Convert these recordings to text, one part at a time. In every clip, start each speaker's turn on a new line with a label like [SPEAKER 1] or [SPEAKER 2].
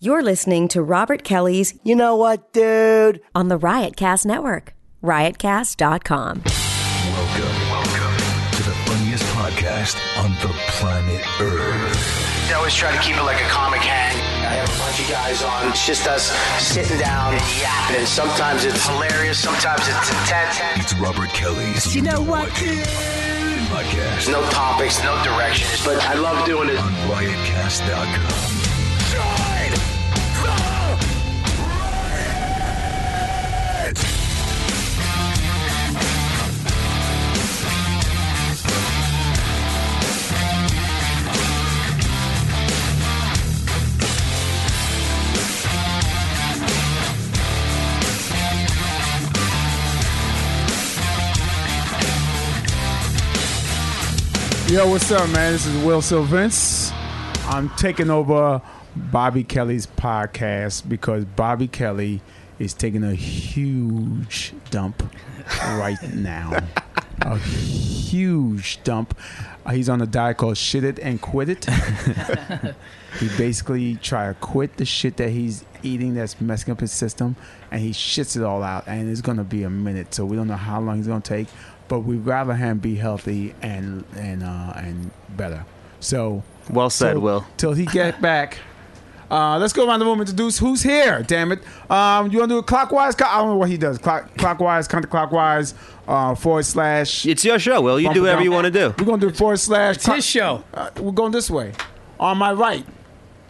[SPEAKER 1] You're listening to Robert Kelly's
[SPEAKER 2] You know what, dude?
[SPEAKER 1] on the Riotcast Network, riotcast.com.
[SPEAKER 3] Welcome, welcome to the funniest podcast on the planet Earth.
[SPEAKER 4] I always try to keep it like a comic hang. I have a bunch of guys on. It's just us sitting down and yapping. And sometimes it's hilarious, sometimes it's intense.
[SPEAKER 3] It's Robert Kelly's You Know What Dude podcast
[SPEAKER 4] No topics, no directions, but I love doing it.
[SPEAKER 3] on riotcast.com. Join the riot!
[SPEAKER 5] Yo, what's up, man? This is Will Silvins. I'm taking over Bobby Kelly's podcast because Bobby Kelly is taking a huge dump right now. a huge dump. Uh, He's on a diet called Shit It and Quit It. he basically try to quit the shit that he's eating that's messing up his system and he shits it all out and it's gonna be a minute so we don't know how long it's gonna take but we'd rather him be healthy and and uh and better so
[SPEAKER 2] Well said,
[SPEAKER 5] till-
[SPEAKER 2] Will.
[SPEAKER 5] till he get back uh, let's go around the room and introduce who's here. Damn it! Um, you want to do it clockwise? Co- I don't know what he does. Clock, clockwise, counterclockwise, uh, forward slash.
[SPEAKER 2] It's your show, Will. You do whatever you want to do.
[SPEAKER 5] We're gonna do forward slash.
[SPEAKER 6] It's his show.
[SPEAKER 5] Uh, we're going this way. On my right,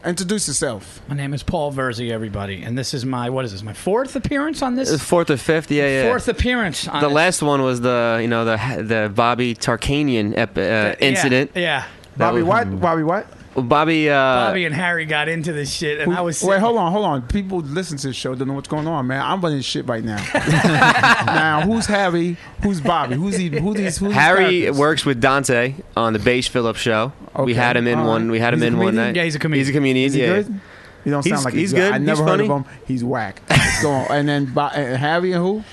[SPEAKER 5] introduce yourself.
[SPEAKER 6] My name is Paul Verzi, everybody, and this is my what is this? My fourth appearance on this.
[SPEAKER 7] Fourth or fifth, Uh, yeah, yeah.
[SPEAKER 6] Fourth appearance on
[SPEAKER 7] The
[SPEAKER 6] this.
[SPEAKER 7] last one was the you know the the Bobby Tarkanian ep- uh,
[SPEAKER 6] Yeah,
[SPEAKER 7] incident.
[SPEAKER 6] Yeah,
[SPEAKER 7] That
[SPEAKER 5] Bobby
[SPEAKER 7] was-
[SPEAKER 5] White. Bobby White.
[SPEAKER 7] Bobby. Uh,
[SPEAKER 6] Bobby and Harry got into this shit, and I was
[SPEAKER 5] Wait, hold on, hold on. People who listen to this show don't know what's going on, man. I'm running shit right now. now, who's Harry? Who's Bobby? Who's he? Who's these? Who's these
[SPEAKER 7] Harry
[SPEAKER 5] characters?
[SPEAKER 7] works with Dante on the Beige Phillips show.
[SPEAKER 5] Okay,
[SPEAKER 7] We had him in
[SPEAKER 5] all
[SPEAKER 7] one.
[SPEAKER 5] right.
[SPEAKER 7] We had him
[SPEAKER 5] He's a
[SPEAKER 7] in one
[SPEAKER 5] comedian?
[SPEAKER 7] night.
[SPEAKER 6] Yeah, he's a comedian.
[SPEAKER 7] He's a comedian.
[SPEAKER 5] Is he
[SPEAKER 7] yeah.
[SPEAKER 5] good? He don't sound
[SPEAKER 7] He's-
[SPEAKER 5] like
[SPEAKER 7] he's
[SPEAKER 5] good.
[SPEAKER 7] good.
[SPEAKER 5] I
[SPEAKER 7] He's
[SPEAKER 5] never heard
[SPEAKER 7] funny.
[SPEAKER 5] of him. He's whack. Let's go on. And then Bo- and Harry and who?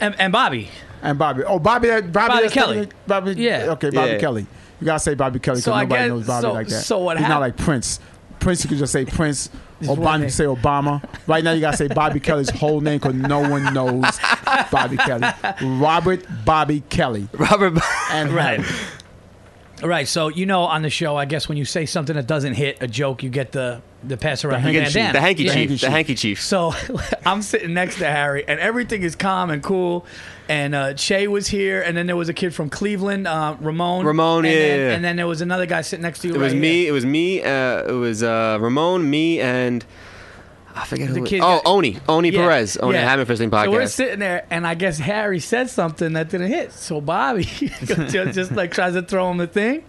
[SPEAKER 6] and, and Bobby.
[SPEAKER 5] And Bobby. Oh, Bobby. That Bobby,
[SPEAKER 6] Bobby
[SPEAKER 5] that's-
[SPEAKER 6] Kelly.
[SPEAKER 5] Bobby.
[SPEAKER 6] Yeah.
[SPEAKER 5] Okay, Bobby
[SPEAKER 7] Yeah.
[SPEAKER 5] Kelly. You gotta say Bobby Kelly because
[SPEAKER 6] So I
[SPEAKER 5] nobody
[SPEAKER 6] guess-
[SPEAKER 5] knows Bobby
[SPEAKER 6] so-
[SPEAKER 5] like that.
[SPEAKER 6] so what
[SPEAKER 5] He's not
[SPEAKER 6] hap-
[SPEAKER 5] like Prince. Prince, you could just say Prince. Obama,
[SPEAKER 6] one
[SPEAKER 5] you
[SPEAKER 6] name.
[SPEAKER 5] could say Obama. Right now, you gotta say Bobby Kelly's whole name because no one knows Bobby Kelly. Robert Bobby Kelly.
[SPEAKER 7] Robert.
[SPEAKER 5] And
[SPEAKER 6] Right.
[SPEAKER 5] Harry.
[SPEAKER 6] Right. So you know, on the show, I guess when you say something that doesn't hit a joke, you get the the pass around
[SPEAKER 5] handkerchief.
[SPEAKER 6] bandana.
[SPEAKER 7] the hanky
[SPEAKER 6] Yeah.
[SPEAKER 7] chief. The hanky chief.
[SPEAKER 6] So I'm sitting next to Harry, and everything is calm and cool. And uh, Che was here, and then there was a kid from Cleveland, uh, Ramon.
[SPEAKER 7] Ramon,
[SPEAKER 6] and
[SPEAKER 7] yeah,
[SPEAKER 6] then,
[SPEAKER 7] yeah, yeah.
[SPEAKER 6] And then there was another guy sitting next to you.
[SPEAKER 7] It was
[SPEAKER 6] right
[SPEAKER 7] me.
[SPEAKER 6] here.
[SPEAKER 7] It was me. Uh, it was uh, Ramon. Me and. I forget who.
[SPEAKER 6] The
[SPEAKER 7] it-
[SPEAKER 6] kid
[SPEAKER 7] oh,
[SPEAKER 6] got-
[SPEAKER 7] Oni. Oni
[SPEAKER 6] Yeah,
[SPEAKER 7] Perez. Oni
[SPEAKER 6] yeah.
[SPEAKER 7] Hammer Fisting
[SPEAKER 6] So we're
[SPEAKER 7] podcast.
[SPEAKER 6] sitting there, and I guess Harry said something that didn't hit. So Bobby just, just, like tries to throw him the thing,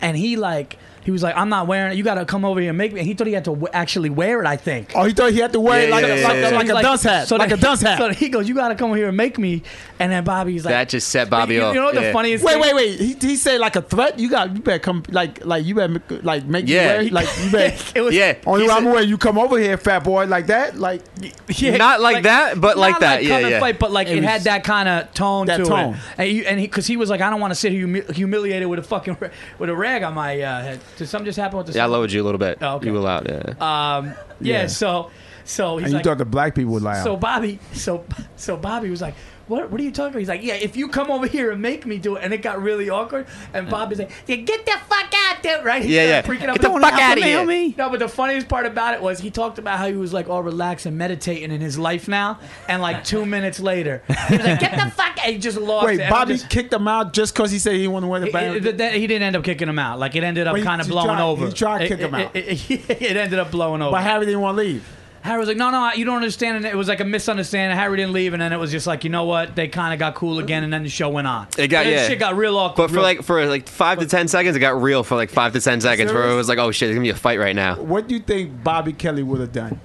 [SPEAKER 6] and he like he was like, "I'm not wearing it. You got to come over here and make me." And he thought he had to w- actually wear it. I think.
[SPEAKER 5] Oh, he thought he had to wear it
[SPEAKER 7] Yeah,
[SPEAKER 5] like,
[SPEAKER 7] yeah,
[SPEAKER 5] a,
[SPEAKER 7] yeah,
[SPEAKER 5] like,
[SPEAKER 7] yeah.
[SPEAKER 5] a- like a dunce hat. like
[SPEAKER 6] then-
[SPEAKER 5] a dunce hat.
[SPEAKER 6] So then he goes, "You got to come over here and make me." And then Bobby's like,
[SPEAKER 7] That just set Bobby
[SPEAKER 6] you,
[SPEAKER 7] off.
[SPEAKER 6] You know what the
[SPEAKER 7] Yeah.
[SPEAKER 6] funniest?
[SPEAKER 5] Wait,
[SPEAKER 6] thing?
[SPEAKER 5] wait, wait. He, he said like a threat. You got you better come like like you better make- like make
[SPEAKER 7] Yeah.
[SPEAKER 5] me wear like you better.
[SPEAKER 6] it was
[SPEAKER 7] yeah.
[SPEAKER 5] Only
[SPEAKER 7] He
[SPEAKER 5] way
[SPEAKER 7] said-
[SPEAKER 5] I'm aware you come over here, fat boy, like that. Like
[SPEAKER 6] Yeah,
[SPEAKER 7] Not like that, but like
[SPEAKER 6] not
[SPEAKER 7] that. Yeah,
[SPEAKER 6] come and
[SPEAKER 7] yeah.
[SPEAKER 6] Fight, but like
[SPEAKER 5] It
[SPEAKER 6] it,
[SPEAKER 5] was-
[SPEAKER 6] had that kind of tone
[SPEAKER 5] That
[SPEAKER 6] to
[SPEAKER 5] tone.
[SPEAKER 6] it. And he, and because he, was like, I don't want to sit here humi- humiliated with a fucking ra- with a rag on my uh, head. Did something just happen with the?
[SPEAKER 7] Yeah, I lowered you a little bit.
[SPEAKER 6] Oh, okay.
[SPEAKER 7] You were loud. Yeah.
[SPEAKER 6] Um, yeah,
[SPEAKER 5] Yeah.
[SPEAKER 6] So, so he's
[SPEAKER 5] and you
[SPEAKER 6] like,
[SPEAKER 5] thought the black people would lie.
[SPEAKER 6] so Bobby, so so Bobby was like, what? What are you talking about? He's like, yeah, if you come over here and make me do it, and it got really awkward. And Bobby's like, yeah, get the fuck out there, right? He
[SPEAKER 7] Yeah,
[SPEAKER 6] started
[SPEAKER 7] yeah.
[SPEAKER 6] Freaking out.
[SPEAKER 7] Get the
[SPEAKER 6] He's
[SPEAKER 7] fuck
[SPEAKER 6] like,
[SPEAKER 7] outta here.
[SPEAKER 6] No, but the funniest part about it was he talked about how he was like all relaxed and meditating in his life now, and like two minutes later, he was like, get the fuck, and he just lost.
[SPEAKER 5] Wait,
[SPEAKER 6] it. And I'm
[SPEAKER 5] Bobby
[SPEAKER 6] just-
[SPEAKER 5] kicked him out just because he said he wanted to wear the
[SPEAKER 6] it-
[SPEAKER 5] band.
[SPEAKER 6] it- that- he didn't end up kicking him out. Like it ended up
[SPEAKER 5] But he-
[SPEAKER 6] kind of
[SPEAKER 5] he
[SPEAKER 6] blowing
[SPEAKER 5] tried-
[SPEAKER 6] over.
[SPEAKER 5] he tried to
[SPEAKER 6] It-
[SPEAKER 5] kick him
[SPEAKER 6] it-
[SPEAKER 5] out.
[SPEAKER 6] It, it- it ended up blowing over.
[SPEAKER 5] but Harry didn't want to leave.
[SPEAKER 6] Harry was like, no, no, I- you don't understand. And it was like a misunderstanding. Harry didn't leave, and then it was just like, you know what? They kind of got cool again, and then the show went on.
[SPEAKER 7] It got
[SPEAKER 6] And
[SPEAKER 7] yeah.
[SPEAKER 6] Shit got real awkward.
[SPEAKER 7] But for
[SPEAKER 6] real-
[SPEAKER 7] like for like five to ten seconds, it got real for like five to ten seconds where it was like, oh shit, there's gonna be a fight right now.
[SPEAKER 5] What do you think Bobby Kelly would have done?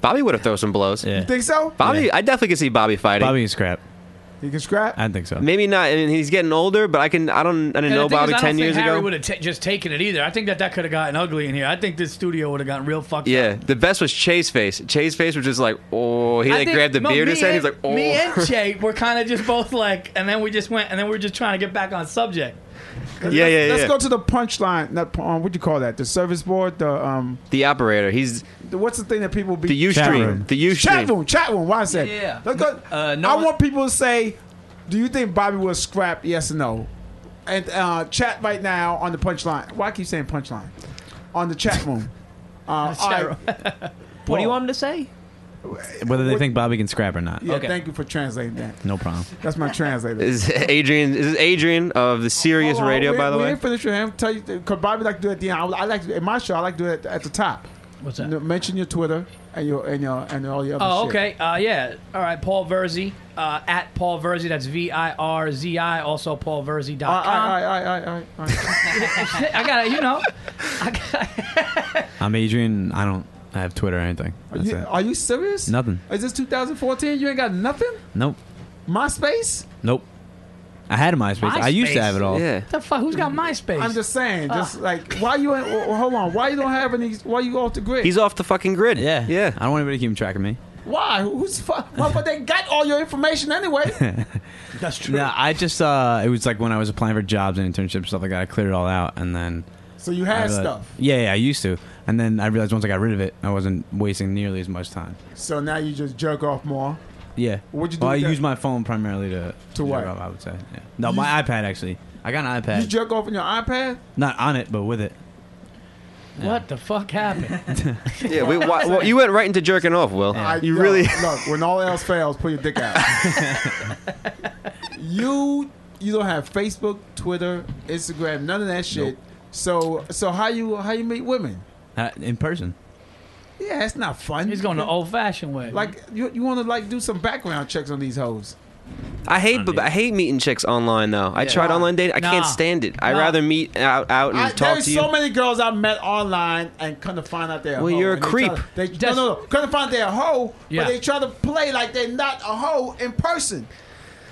[SPEAKER 7] Bobby would have thrown some blows.
[SPEAKER 5] You think so?
[SPEAKER 7] Bobby, I definitely could see Bobby fighting.
[SPEAKER 8] Bobby is crap.
[SPEAKER 5] He can scrap.
[SPEAKER 8] I don't think so.
[SPEAKER 7] Maybe not. I mean, he's getting older, but I can. I don't. I didn't
[SPEAKER 6] And the
[SPEAKER 7] know
[SPEAKER 6] thing is,
[SPEAKER 7] Bobby
[SPEAKER 6] I don't
[SPEAKER 7] ten
[SPEAKER 6] think
[SPEAKER 7] years
[SPEAKER 6] Harry
[SPEAKER 7] ago.
[SPEAKER 6] would have t- just taken it either. I think that that could have gotten ugly in here. I think this studio would have gotten real fucked
[SPEAKER 7] Yeah,
[SPEAKER 6] up.
[SPEAKER 7] the best was Che's face. Che's face was just like, oh, he
[SPEAKER 6] I
[SPEAKER 7] like
[SPEAKER 6] think-
[SPEAKER 7] grabbed the
[SPEAKER 6] no,
[SPEAKER 7] beard
[SPEAKER 6] me
[SPEAKER 7] and said,
[SPEAKER 6] and-
[SPEAKER 7] he's like, oh.
[SPEAKER 6] Me and Che were kind of just both like, and then we just went, and then we were just trying to get back on subject.
[SPEAKER 7] Yeah, yeah, yeah.
[SPEAKER 5] Let's go to the punchline. Not pu- um, what do you call that? The service board. The um.
[SPEAKER 7] the operator. He's
[SPEAKER 5] The, what's the thing that people be
[SPEAKER 7] the U
[SPEAKER 8] Chat
[SPEAKER 7] stream.
[SPEAKER 8] room.
[SPEAKER 7] The U
[SPEAKER 5] Chat
[SPEAKER 7] stream.
[SPEAKER 5] room, chat room. Why is that?
[SPEAKER 9] Yeah, yeah, yeah.
[SPEAKER 5] Let's go-
[SPEAKER 9] Uh, no
[SPEAKER 5] I
[SPEAKER 9] one-
[SPEAKER 5] want people to say, do you think Bobby was scrapped? Yes or no. And uh, chat right now on the punchline. Why I keep saying punchline? On the chat room. Uh, all right.
[SPEAKER 9] What do you want him to say?
[SPEAKER 8] Whether they think Bobby can scrap or not.
[SPEAKER 5] Yeah,
[SPEAKER 9] Okay.
[SPEAKER 5] thank you for translating that.
[SPEAKER 8] No problem.
[SPEAKER 5] That's my translator. Oh,
[SPEAKER 7] Is Adrian? Is this Adrian of the Sirius
[SPEAKER 5] Hold
[SPEAKER 6] Oh,
[SPEAKER 5] on,
[SPEAKER 7] Radio?
[SPEAKER 5] we-
[SPEAKER 7] By the
[SPEAKER 5] we
[SPEAKER 7] way,
[SPEAKER 5] ain't finished with him. Tell you, cause Bobby like to do it at the end. I, I like to, in my show. I like to do it at the top.
[SPEAKER 6] What's
[SPEAKER 5] You know, Mention your Twitter and your and your and all your. Other
[SPEAKER 6] Oh,
[SPEAKER 5] shit.
[SPEAKER 6] okay. Uh, yeah. All right. Paul Verzi. Uh, at Paul Verzi. That's V I R Z I. Also
[SPEAKER 5] All right, all
[SPEAKER 6] paulverzi.com.
[SPEAKER 5] right, all right, all right, all right.
[SPEAKER 6] I got to, you know.
[SPEAKER 8] I'm Adrian. I don't have Twitter or anything.
[SPEAKER 5] Are
[SPEAKER 8] That's
[SPEAKER 5] you,
[SPEAKER 8] it.
[SPEAKER 5] are you serious?
[SPEAKER 8] Nothing.
[SPEAKER 5] Is this 2014? You ain't got nothing?
[SPEAKER 8] Nope.
[SPEAKER 5] MySpace?
[SPEAKER 8] Nope. I had a MySpace. I used to
[SPEAKER 6] MySpace?
[SPEAKER 8] have it all.
[SPEAKER 7] yeah.
[SPEAKER 6] the fuck? Who's got MySpace?
[SPEAKER 5] I'm just saying, just like why you ain't, well, hold on, why you don't have any? Why you off the grid?
[SPEAKER 7] He's off the fucking grid.
[SPEAKER 8] Yeah.
[SPEAKER 7] yeah.
[SPEAKER 8] I don't want anybody keeping track of me.
[SPEAKER 5] why? Who's fu- why? But they got all your information anyway.
[SPEAKER 6] That's true.
[SPEAKER 8] No, I just uh, it was like when I was applying for jobs and internships and stuff like that. I cleared it all out, and then
[SPEAKER 5] So you
[SPEAKER 8] I
[SPEAKER 5] had
[SPEAKER 8] realized-
[SPEAKER 5] stuff.
[SPEAKER 8] Yeah, yeah, I used to, and then I realized once I got rid of it, I wasn't wasting nearly as much time.
[SPEAKER 5] So now you just jerk off more.
[SPEAKER 8] Yeah.
[SPEAKER 5] What'd you do
[SPEAKER 8] Well, I
[SPEAKER 5] with that?
[SPEAKER 8] use my phone primarily to
[SPEAKER 5] To what?
[SPEAKER 8] jerk off, I would say. Yeah. No,
[SPEAKER 5] You-
[SPEAKER 8] my iPad actually. I got an
[SPEAKER 5] You
[SPEAKER 8] iPad,
[SPEAKER 5] jerk off on your iPad.
[SPEAKER 8] not on it, but with it.
[SPEAKER 6] What the fuck happened?
[SPEAKER 7] Yeah, we, why, well, you went right into jerking off, Will.
[SPEAKER 5] I-
[SPEAKER 7] you
[SPEAKER 5] yo,
[SPEAKER 7] really.
[SPEAKER 5] look when all else fails, pull your dick out. you you don't have Facebook, Twitter, Instagram, none of that shit. So so how you how you meet women?
[SPEAKER 8] Uh, in person.
[SPEAKER 5] Yeah, it's not fun.
[SPEAKER 6] He's going the old fashioned way.
[SPEAKER 5] like you you want to like do some background checks on these hoes.
[SPEAKER 7] I hate, but I hate meeting chicks online though. I tried online dating. I
[SPEAKER 6] Nah.
[SPEAKER 7] can't stand it. I'd
[SPEAKER 6] Nah.
[SPEAKER 7] rather meet out, out and
[SPEAKER 5] I,
[SPEAKER 7] talk
[SPEAKER 5] there's
[SPEAKER 7] to you.
[SPEAKER 5] so many girls I met online and come to find out they're. a
[SPEAKER 7] Well,
[SPEAKER 5] hoe,
[SPEAKER 7] you're a
[SPEAKER 5] and they
[SPEAKER 7] creep.
[SPEAKER 5] try to- They, no,
[SPEAKER 6] That's-
[SPEAKER 5] no, no. Come to find out they're a hoe,
[SPEAKER 6] Yeah.
[SPEAKER 5] but they try to play like they're not a hoe in person.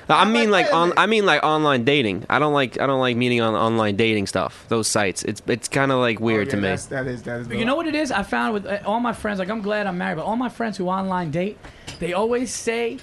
[SPEAKER 7] I
[SPEAKER 5] I'm
[SPEAKER 7] mean,
[SPEAKER 5] like,
[SPEAKER 7] like
[SPEAKER 5] wait a
[SPEAKER 7] on,
[SPEAKER 5] minute.
[SPEAKER 7] I mean, like online dating. I don't like, I don't like meeting on online dating stuff. Those sites. It's, it's kind of like weird
[SPEAKER 5] Oh, Yeah,
[SPEAKER 7] to me.
[SPEAKER 5] that's- That is that is.
[SPEAKER 6] But you know what it is? I found with uh, all my friends, like I'm glad I'm married, but all my friends who online date, they always say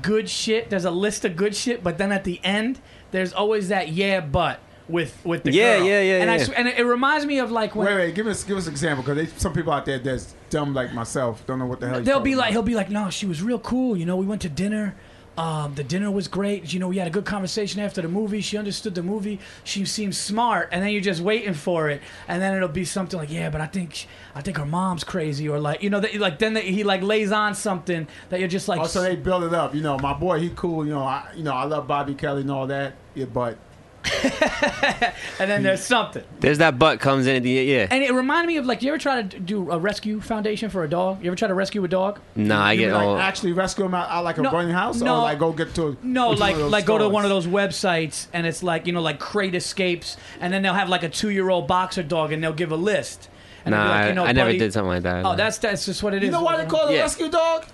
[SPEAKER 6] good shit. There's a list of good shit, but then at the end, there's always that yeah, but with with the
[SPEAKER 7] Yeah,
[SPEAKER 6] girl.
[SPEAKER 7] yeah, yeah,
[SPEAKER 6] And I
[SPEAKER 7] yeah.
[SPEAKER 6] sw- and it, it reminds me of like when
[SPEAKER 5] Wait, wait. Give us give us an example because some people out there that's dumb like myself don't know what the hell. you're
[SPEAKER 6] they'll
[SPEAKER 5] talking
[SPEAKER 6] be like
[SPEAKER 5] about.
[SPEAKER 6] he'll be like no she was real cool you know we went to dinner um, the dinner was great you know we had a good conversation after the movie she understood the movie she seemed smart and then you're just waiting for it and then it'll be something like yeah but i think sh- i think her mom's crazy or like you know that like then they, he like lays on something that you're just like
[SPEAKER 5] Oh, so they build it up. You know, my boy, he cool. You know, I you know I love Bobby Kelly and all that. Yeah, but
[SPEAKER 6] and then there's something
[SPEAKER 7] There's that butt comes in at the yeah.
[SPEAKER 6] and it reminded me of like you ever try to d- do a rescue foundation for a dog you ever try to rescue a dog
[SPEAKER 7] nah, I
[SPEAKER 5] you
[SPEAKER 7] get
[SPEAKER 5] like
[SPEAKER 7] all.
[SPEAKER 5] actually rescue him out, out like a
[SPEAKER 6] No,
[SPEAKER 5] burning house
[SPEAKER 6] no.
[SPEAKER 5] or like go get to a,
[SPEAKER 6] No,
[SPEAKER 5] to one
[SPEAKER 6] like
[SPEAKER 5] of those
[SPEAKER 6] like go to
[SPEAKER 5] stores?
[SPEAKER 6] one of those websites and it's like you know like crate escapes, and then they'll have like a two year old boxer dog and they'll give a list. And they'll
[SPEAKER 7] nah,
[SPEAKER 6] be like,
[SPEAKER 7] I,
[SPEAKER 6] you know,
[SPEAKER 7] I never
[SPEAKER 6] buddy-
[SPEAKER 7] did something like that.
[SPEAKER 6] Oh, that's that's just what it is.
[SPEAKER 5] You know why they call it
[SPEAKER 7] Yeah.
[SPEAKER 5] rescue dog?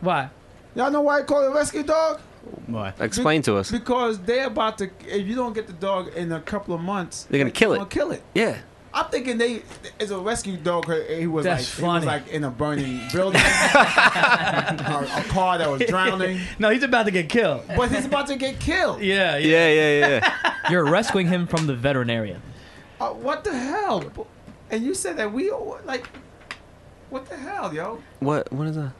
[SPEAKER 6] Why?
[SPEAKER 5] Y'all know why they call it rescue dog?
[SPEAKER 8] Boy.
[SPEAKER 7] explain to us.
[SPEAKER 5] Because they're about to. If you don't get the dog in a couple of months,
[SPEAKER 7] They're gonna kill it.
[SPEAKER 5] Gonna kill it.
[SPEAKER 7] Yeah.
[SPEAKER 5] I'm thinking they is a rescue dog. He was
[SPEAKER 6] That's
[SPEAKER 5] like he was
[SPEAKER 6] funny.
[SPEAKER 5] like in a burning building, a, a car that was drowning.
[SPEAKER 6] No, he's about to get killed.
[SPEAKER 5] But he's about to get killed.
[SPEAKER 6] Yeah, yeah.
[SPEAKER 7] Yeah, yeah, yeah.
[SPEAKER 9] You're rescuing him from the veterinarian.
[SPEAKER 5] Uh, what the hell? And you said that we like, what the hell, yo?
[SPEAKER 7] what? What is that?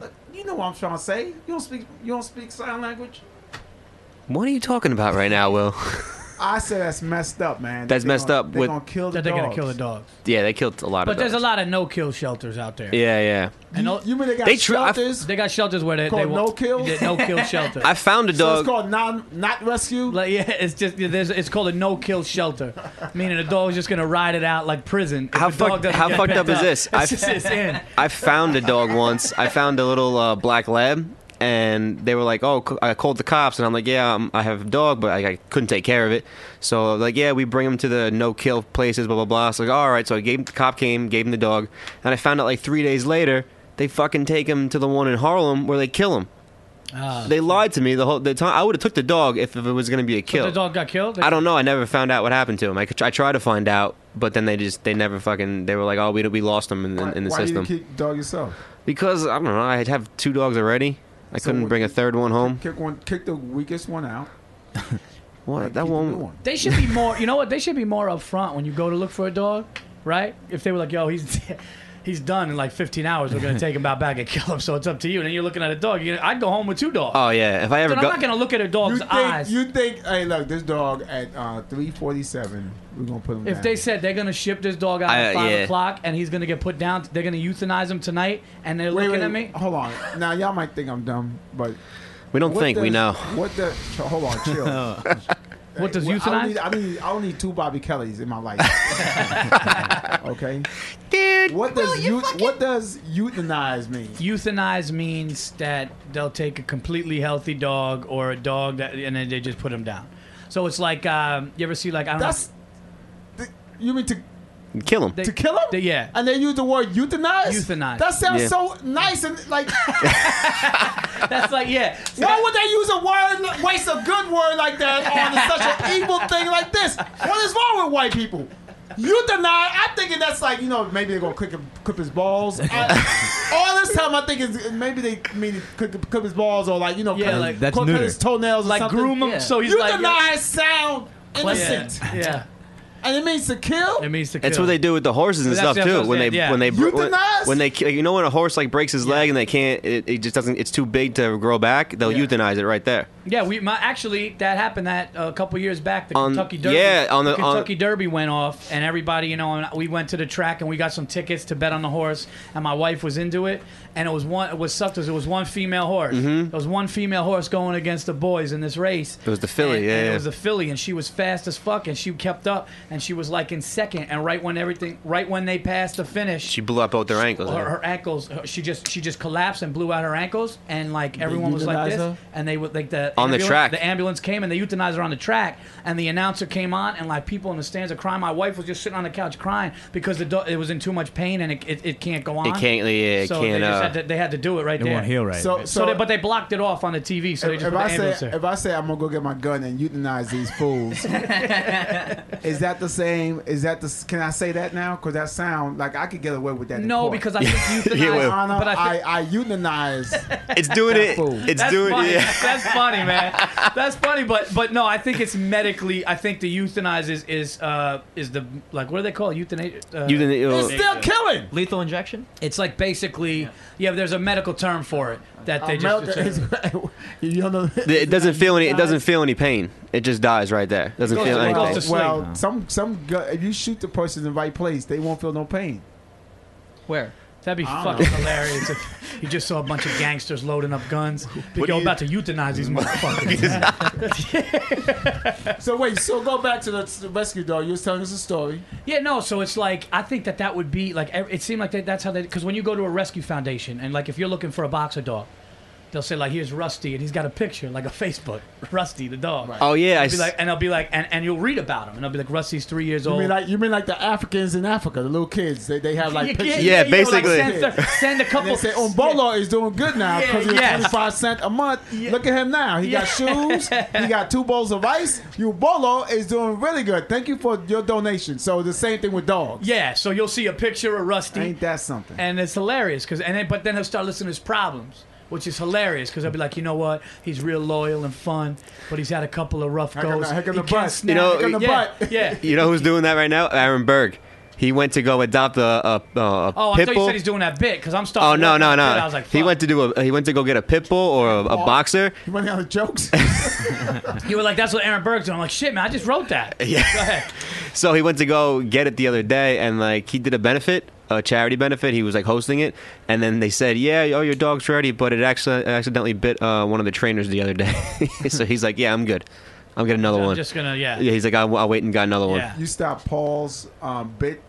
[SPEAKER 5] Like, you know what I'm trying to say? You don't speak. You don't speak sign language.
[SPEAKER 7] What are you talking about right now, Will?
[SPEAKER 5] I said that's messed up, man.
[SPEAKER 7] That's
[SPEAKER 5] They
[SPEAKER 7] messed
[SPEAKER 5] gonna-
[SPEAKER 7] up
[SPEAKER 5] They're
[SPEAKER 7] with-
[SPEAKER 5] gonna kill the
[SPEAKER 6] That they're gonna
[SPEAKER 5] dogs.
[SPEAKER 6] kill the dogs.
[SPEAKER 7] yeah, they killed a lot
[SPEAKER 6] But
[SPEAKER 7] of.
[SPEAKER 6] there's a
[SPEAKER 7] dogs.
[SPEAKER 6] lot of no kill shelters out there.
[SPEAKER 7] Yeah, yeah.
[SPEAKER 6] And no-
[SPEAKER 5] You, you mean they got
[SPEAKER 7] They tr- I-
[SPEAKER 5] shelters?
[SPEAKER 6] they got shelters where they,
[SPEAKER 5] Called
[SPEAKER 6] they won't-
[SPEAKER 5] no-kill?
[SPEAKER 6] Yeah, no kill shelter.
[SPEAKER 7] I found a
[SPEAKER 5] so it's
[SPEAKER 7] dog.
[SPEAKER 5] called non not rescue.
[SPEAKER 6] like, yeah, it's just there's, it's called a no kill shelter, meaning the dog's just gonna ride it out like prison. if
[SPEAKER 7] How
[SPEAKER 6] the dog
[SPEAKER 7] fucked-
[SPEAKER 6] doesn't
[SPEAKER 7] how
[SPEAKER 6] get
[SPEAKER 7] fucked
[SPEAKER 6] picked
[SPEAKER 7] up is this?
[SPEAKER 6] It's
[SPEAKER 7] I've-
[SPEAKER 6] just- it's in.
[SPEAKER 7] I found a dog once. I found a little uh, black lab, and they were like, "Oh, c- I called the cops," and I'm like, "Yeah, um, I have a dog, but I, I couldn't take care of it." So like, "Yeah, we bring him to the no kill places, blah blah blah." So like, all right. So I gave the cop came, gave him the dog, and I found out like three days later they fucking take him to the one in Harlem where they kill him.
[SPEAKER 6] Ah.
[SPEAKER 7] they lied to me the whole the time. I would have took the dog if, if it was gonna be a kill.
[SPEAKER 6] The dog got killed.
[SPEAKER 7] I don't know. I never found out what happened to him. I, could, I tried to find out, but then they just they never fucking they were like, oh, we we lost him in, in, in the
[SPEAKER 5] why
[SPEAKER 7] system.
[SPEAKER 5] Why you kick dog yourself?
[SPEAKER 7] Because I don't know, I have two dogs already. I
[SPEAKER 5] So
[SPEAKER 7] couldn't
[SPEAKER 5] what-
[SPEAKER 7] Um, bring a third one home.
[SPEAKER 5] Kick one, kick the weakest one out.
[SPEAKER 7] What? That
[SPEAKER 5] Keep it
[SPEAKER 7] one.
[SPEAKER 5] going.
[SPEAKER 6] They should be more. You know what? They should be more upfront when you go to look for a dog, right? If they were like, "Yo, he's he's done in like 15 hours. We're gonna take him out back and kill him. So it's up to you." And then you're looking at a dog. you I'd go home with two dogs.
[SPEAKER 7] Oh yeah. If I ever
[SPEAKER 6] Dude, I'm
[SPEAKER 7] go,
[SPEAKER 6] not gonna look at a
[SPEAKER 5] You
[SPEAKER 6] dog's
[SPEAKER 5] think,
[SPEAKER 6] eyes.
[SPEAKER 5] you think, hey, look, this dog at uh, 347, we're going to put him
[SPEAKER 6] if
[SPEAKER 5] down.
[SPEAKER 6] they said they're gonna ship this dog out
[SPEAKER 7] I- uh,
[SPEAKER 6] at five
[SPEAKER 7] yeah.
[SPEAKER 6] o'clock and he's gonna get put down, they're gonna euthanize him tonight, and they're
[SPEAKER 5] wait,
[SPEAKER 6] looking
[SPEAKER 5] wait,
[SPEAKER 6] at me.
[SPEAKER 5] Hold on. Now, y'all might think I'm dumb, but.
[SPEAKER 7] we don't
[SPEAKER 5] what
[SPEAKER 7] think we
[SPEAKER 5] does-
[SPEAKER 7] know.
[SPEAKER 5] What the. ch- Hold on, chill.
[SPEAKER 6] What does
[SPEAKER 5] Well, I don't,
[SPEAKER 6] euthanize?
[SPEAKER 5] need, I, don't need, I don't need two Bobby Kellys in my life. okay?
[SPEAKER 7] Dude.
[SPEAKER 5] What does, you what does euthanize mean?
[SPEAKER 6] euthanize means that they'll take a completely healthy dog or a dog that, and then they just put him down. So it's like um, you ever see like I don't
[SPEAKER 5] That's. th- You mean to
[SPEAKER 7] Kill him.
[SPEAKER 6] know, they-
[SPEAKER 5] to kill Uh, him?
[SPEAKER 6] they- yeah.
[SPEAKER 5] And they use the word euthanize?
[SPEAKER 6] Euthanize.
[SPEAKER 5] That sounds
[SPEAKER 7] Yeah.
[SPEAKER 5] so nice and like.
[SPEAKER 6] That's like yeah.
[SPEAKER 5] Why would they use a word, waste a good word like that on such an evil thing like this? What is wrong with white people? You deny. I'm thinking that's like you know maybe they're gonna clip, him, clip his balls. I, all this time I think is maybe they mean clip, clip his balls or like you know
[SPEAKER 6] Yeah,
[SPEAKER 5] cut-
[SPEAKER 6] like-
[SPEAKER 8] That's
[SPEAKER 5] cut, cut
[SPEAKER 8] neuter.
[SPEAKER 5] his toenails or
[SPEAKER 6] like
[SPEAKER 5] something.
[SPEAKER 6] groom him
[SPEAKER 9] Yeah.
[SPEAKER 6] so he's
[SPEAKER 5] you
[SPEAKER 6] like
[SPEAKER 5] deny sound
[SPEAKER 6] yeah.
[SPEAKER 5] innocent,
[SPEAKER 6] yeah.
[SPEAKER 5] and it means to kill.
[SPEAKER 6] It means to kill.
[SPEAKER 7] That's what they do with the horses and
[SPEAKER 6] That's
[SPEAKER 7] stuff
[SPEAKER 6] what I'm
[SPEAKER 7] too. When they
[SPEAKER 6] saying, yeah.
[SPEAKER 7] when they br- when,
[SPEAKER 5] Euthanize?
[SPEAKER 7] when they ki- you know when a horse like breaks his leg and they can't it, it just doesn't it's too big to grow back they'll
[SPEAKER 6] Yeah.
[SPEAKER 7] euthanize it right there.
[SPEAKER 6] Yeah, we my, actually that happened that uh, a couple years back. The
[SPEAKER 7] On-
[SPEAKER 6] Kentucky Derby,
[SPEAKER 7] yeah, on the- on-
[SPEAKER 6] Kentucky Derby went off, and everybody, you know, and we went to the track and we got some tickets to bet on the horse, and my wife was into it, and it was one. What sucked was it was one female horse. It was one female horse going against the boys in this race.
[SPEAKER 7] Mm-hmm. It was the filly,
[SPEAKER 6] and,
[SPEAKER 7] yeah,
[SPEAKER 6] and
[SPEAKER 7] yeah.
[SPEAKER 6] it was the filly, and she was fast as fuck, and she kept up, and she was like in second, and right when everything, right when they passed the finish,
[SPEAKER 7] She blew up both their ankles.
[SPEAKER 6] her, her ankles. her- She just she just collapsed and blew out her ankles, and like everyone was like
[SPEAKER 5] euthanized
[SPEAKER 6] this,
[SPEAKER 5] her?
[SPEAKER 6] and they would like the
[SPEAKER 7] On the
[SPEAKER 6] ambulance-
[SPEAKER 7] track.
[SPEAKER 6] The ambulance came and they euthanized her on the track, and the announcer came on, and like people in the stands are crying. My wife was just sitting on the couch crying because the do- it was in too much pain and it, it, it can't go on.
[SPEAKER 7] it can't yeah it
[SPEAKER 6] so
[SPEAKER 7] can't
[SPEAKER 6] they, just had
[SPEAKER 7] uh,
[SPEAKER 6] to, they had to do it right
[SPEAKER 8] It
[SPEAKER 6] there.
[SPEAKER 8] won't heal right.
[SPEAKER 5] So, so,
[SPEAKER 6] So, they, but they blocked it off on the TV. So they
[SPEAKER 5] if, if
[SPEAKER 6] just put the
[SPEAKER 5] I
[SPEAKER 6] ambulance
[SPEAKER 5] say
[SPEAKER 6] there.
[SPEAKER 5] if I say I'm gonna go get my gun and euthanize these fools, is that the same? Is that the? Can I say that now? Because that sound like I could get away with that. in
[SPEAKER 6] no,
[SPEAKER 5] court.
[SPEAKER 6] because I think euthanized.
[SPEAKER 7] well.
[SPEAKER 5] Honor,
[SPEAKER 6] but I, think,
[SPEAKER 5] I, I, euthanize.
[SPEAKER 7] it's doing it
[SPEAKER 5] fool.
[SPEAKER 7] it's
[SPEAKER 6] That's
[SPEAKER 7] doing
[SPEAKER 6] funny.
[SPEAKER 7] it. Yeah.
[SPEAKER 6] That's funny, man. That's funny, but but no, I think it's medically. I think the euthanize is is uh is the like what do they call it? euthanasia? Uh,
[SPEAKER 7] You didn't,
[SPEAKER 5] It's
[SPEAKER 7] it'll-
[SPEAKER 5] still killing.
[SPEAKER 9] Lethal injection?
[SPEAKER 6] It's like basically yeah. There's a medical term for it that they
[SPEAKER 5] Uh,
[SPEAKER 6] just.
[SPEAKER 5] Mel-
[SPEAKER 6] it's a-
[SPEAKER 5] you don't know.
[SPEAKER 7] it doesn't feel any it doesn't feel any pain it just dies right there doesn't
[SPEAKER 6] goes
[SPEAKER 7] feel
[SPEAKER 6] to- it goes
[SPEAKER 7] anything.
[SPEAKER 6] to sleep.
[SPEAKER 5] well, some some gu- if you shoot the person in the right place, they won't feel no pain.
[SPEAKER 9] Where?
[SPEAKER 6] That'd be fucking hilarious if you just saw a bunch of gangsters loading up guns. Like, yo,
[SPEAKER 7] you-
[SPEAKER 6] about to euthanize these motherfuckers.
[SPEAKER 5] So wait, so go back to the, to the rescue dog. You was telling us a story.
[SPEAKER 6] yeah, no. So it's like I think that that would be like ev- it seemed like that, that's how they because when you go to a rescue foundation and like if you're looking for a boxer dog, they'll say like here's Rusty and he's got a picture like a Facebook Rusty the dog.
[SPEAKER 7] Oh yeah, I
[SPEAKER 6] Be
[SPEAKER 7] s-
[SPEAKER 6] like, and I'll be like, and, and you'll read about him, and I'll be like, Rusty's three years
[SPEAKER 5] You
[SPEAKER 6] old.
[SPEAKER 5] mean like you mean like the Africans in Africa, the little kids? They, they have like
[SPEAKER 6] You
[SPEAKER 5] pictures.
[SPEAKER 6] can't-
[SPEAKER 7] Yeah,
[SPEAKER 6] you know, like,
[SPEAKER 7] basically.
[SPEAKER 6] send, th- send a couple.
[SPEAKER 5] They say "Oh, Umbolo is doing good now
[SPEAKER 6] Yeah,
[SPEAKER 5] because it's
[SPEAKER 6] yes.
[SPEAKER 5] 25 cents a month. Look at him now. He got shoes. He got two bowls of rice. Umbolo is doing really good. Thank you for your donation. So the same thing with dogs.
[SPEAKER 6] Yeah, so you'll see a picture of Rusty,
[SPEAKER 5] Ain't that something?
[SPEAKER 6] and it's hilarious because, and then, but then he'll start listing his problems. Which is hilarious because I'll be like, you know what? He's real loyal and fun, but he's had a couple of rough
[SPEAKER 5] on
[SPEAKER 6] goes.
[SPEAKER 5] the- heck on
[SPEAKER 6] He
[SPEAKER 5] the
[SPEAKER 6] can't
[SPEAKER 5] butt.
[SPEAKER 6] snap.
[SPEAKER 7] You know- Heck
[SPEAKER 5] on the
[SPEAKER 6] yeah,
[SPEAKER 5] butt.
[SPEAKER 6] yeah.
[SPEAKER 7] you know who's doing that right now Aaron Berg he went to go adopt a, a, a
[SPEAKER 6] Oh, I
[SPEAKER 7] pit
[SPEAKER 6] thought you
[SPEAKER 7] bull.
[SPEAKER 6] said he's doing that bit because I'm starting.
[SPEAKER 7] Oh
[SPEAKER 6] to
[SPEAKER 7] no
[SPEAKER 6] laugh
[SPEAKER 7] no
[SPEAKER 6] at
[SPEAKER 7] no!
[SPEAKER 6] that. I was like,
[SPEAKER 7] he
[SPEAKER 6] fuck.
[SPEAKER 7] went to do a he went to go get a pit bull or a, a boxer.
[SPEAKER 5] You running out of jokes?
[SPEAKER 6] You were like, that's what Aaron Berg's doing. I'm like, shit, man, I just wrote that.
[SPEAKER 7] Yeah. so he went to go get it the other day, and like he did a benefit, a charity benefit. He was like hosting it, and then they said, "Yeah, oh, your dog's ready," but it actually accidentally bit uh, one of the trainers the other day. so he's like, "Yeah, I'm good. I'm get another
[SPEAKER 6] I'm
[SPEAKER 7] one."
[SPEAKER 6] just gonna, yeah.
[SPEAKER 7] yeah, he's like, I'll, "I'll wait and got another
[SPEAKER 6] Yeah.
[SPEAKER 5] you stop Paul's um, bit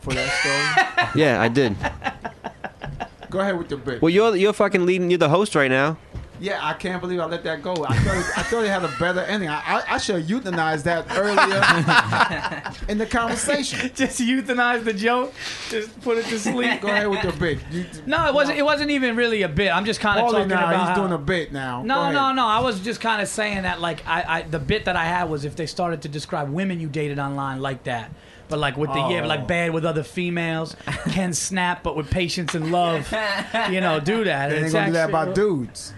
[SPEAKER 5] for that
[SPEAKER 7] one." Yeah, I did.
[SPEAKER 5] story. Go ahead with the bit.
[SPEAKER 7] Well, you're you're fucking leading. You're the host right now.
[SPEAKER 5] yeah, I can't believe I let that go. I thought it, I thought it had a better ending. I, I, I should have euthanized that earlier in the conversation.
[SPEAKER 6] Just euthanize the joke. Just put it to sleep.
[SPEAKER 5] Go ahead with your bit. You,
[SPEAKER 6] No, it wasn't. It wasn't even really a bit. I'm just kind of
[SPEAKER 5] Paulie
[SPEAKER 6] talking
[SPEAKER 5] now,
[SPEAKER 6] about
[SPEAKER 5] he's
[SPEAKER 6] how-
[SPEAKER 5] doing a bit now. Go
[SPEAKER 6] No,
[SPEAKER 5] ahead.
[SPEAKER 6] no, no. I was just kind of saying that, like, I, I, the bit that I had was if they started to describe women you dated online like that, but like with the yeah,
[SPEAKER 5] Oh.
[SPEAKER 6] like bad with other females, can snap, but with patience and love, you know, do that.
[SPEAKER 5] They
[SPEAKER 6] And
[SPEAKER 5] ain't
[SPEAKER 6] it's
[SPEAKER 5] gonna do that
[SPEAKER 6] actually-
[SPEAKER 5] about dudes.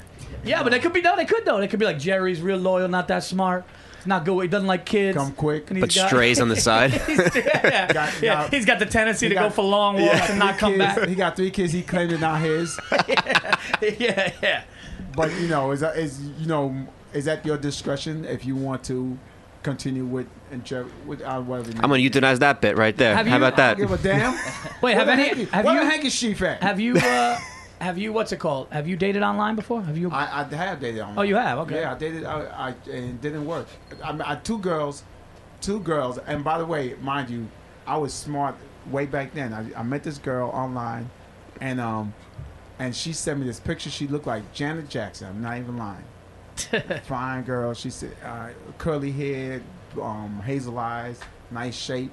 [SPEAKER 6] Yeah, but they could be no, they could though. They could be like Jerry's real loyal, not that smart. He's not good. He doesn't like kids.
[SPEAKER 5] Come quick.
[SPEAKER 6] And he's
[SPEAKER 7] but
[SPEAKER 6] got-
[SPEAKER 7] strays on the side.
[SPEAKER 6] He's- yeah,
[SPEAKER 5] Got-
[SPEAKER 6] yeah.
[SPEAKER 5] got-
[SPEAKER 6] he's got the tendency
[SPEAKER 5] he
[SPEAKER 6] to go
[SPEAKER 5] got-
[SPEAKER 6] for long walks and not come
[SPEAKER 5] kids.
[SPEAKER 6] back.
[SPEAKER 5] He got three kids. He claimed it not his,
[SPEAKER 6] yeah, yeah.
[SPEAKER 5] but you know, is that is you know is at your discretion if you want to continue with and je- with uh, whatever.
[SPEAKER 7] I'm gonna euthanize that bit right there.
[SPEAKER 6] Have
[SPEAKER 7] How
[SPEAKER 6] you-
[SPEAKER 7] about that?
[SPEAKER 5] give a damn.
[SPEAKER 6] Wait,
[SPEAKER 5] Where
[SPEAKER 6] have
[SPEAKER 5] the
[SPEAKER 6] any?
[SPEAKER 5] hanky-
[SPEAKER 6] Have
[SPEAKER 5] where
[SPEAKER 6] you?
[SPEAKER 5] the handkerchief at?
[SPEAKER 6] Have you? Uh, have you? What's it called? Have you dated online before? Have you?
[SPEAKER 5] I, I have dated online.
[SPEAKER 6] Oh, you have? Okay.
[SPEAKER 5] Yeah, I dated. I, I and it didn't work. I, mean, I two girls, two girls. And by the way, mind you, I was smart way back then. I, I met this girl online, and um, and she sent me this picture. She looked like Janet Jackson. I'm not even lying. Fine girl. She said uh, curly hair, um, hazel eyes, nice shape,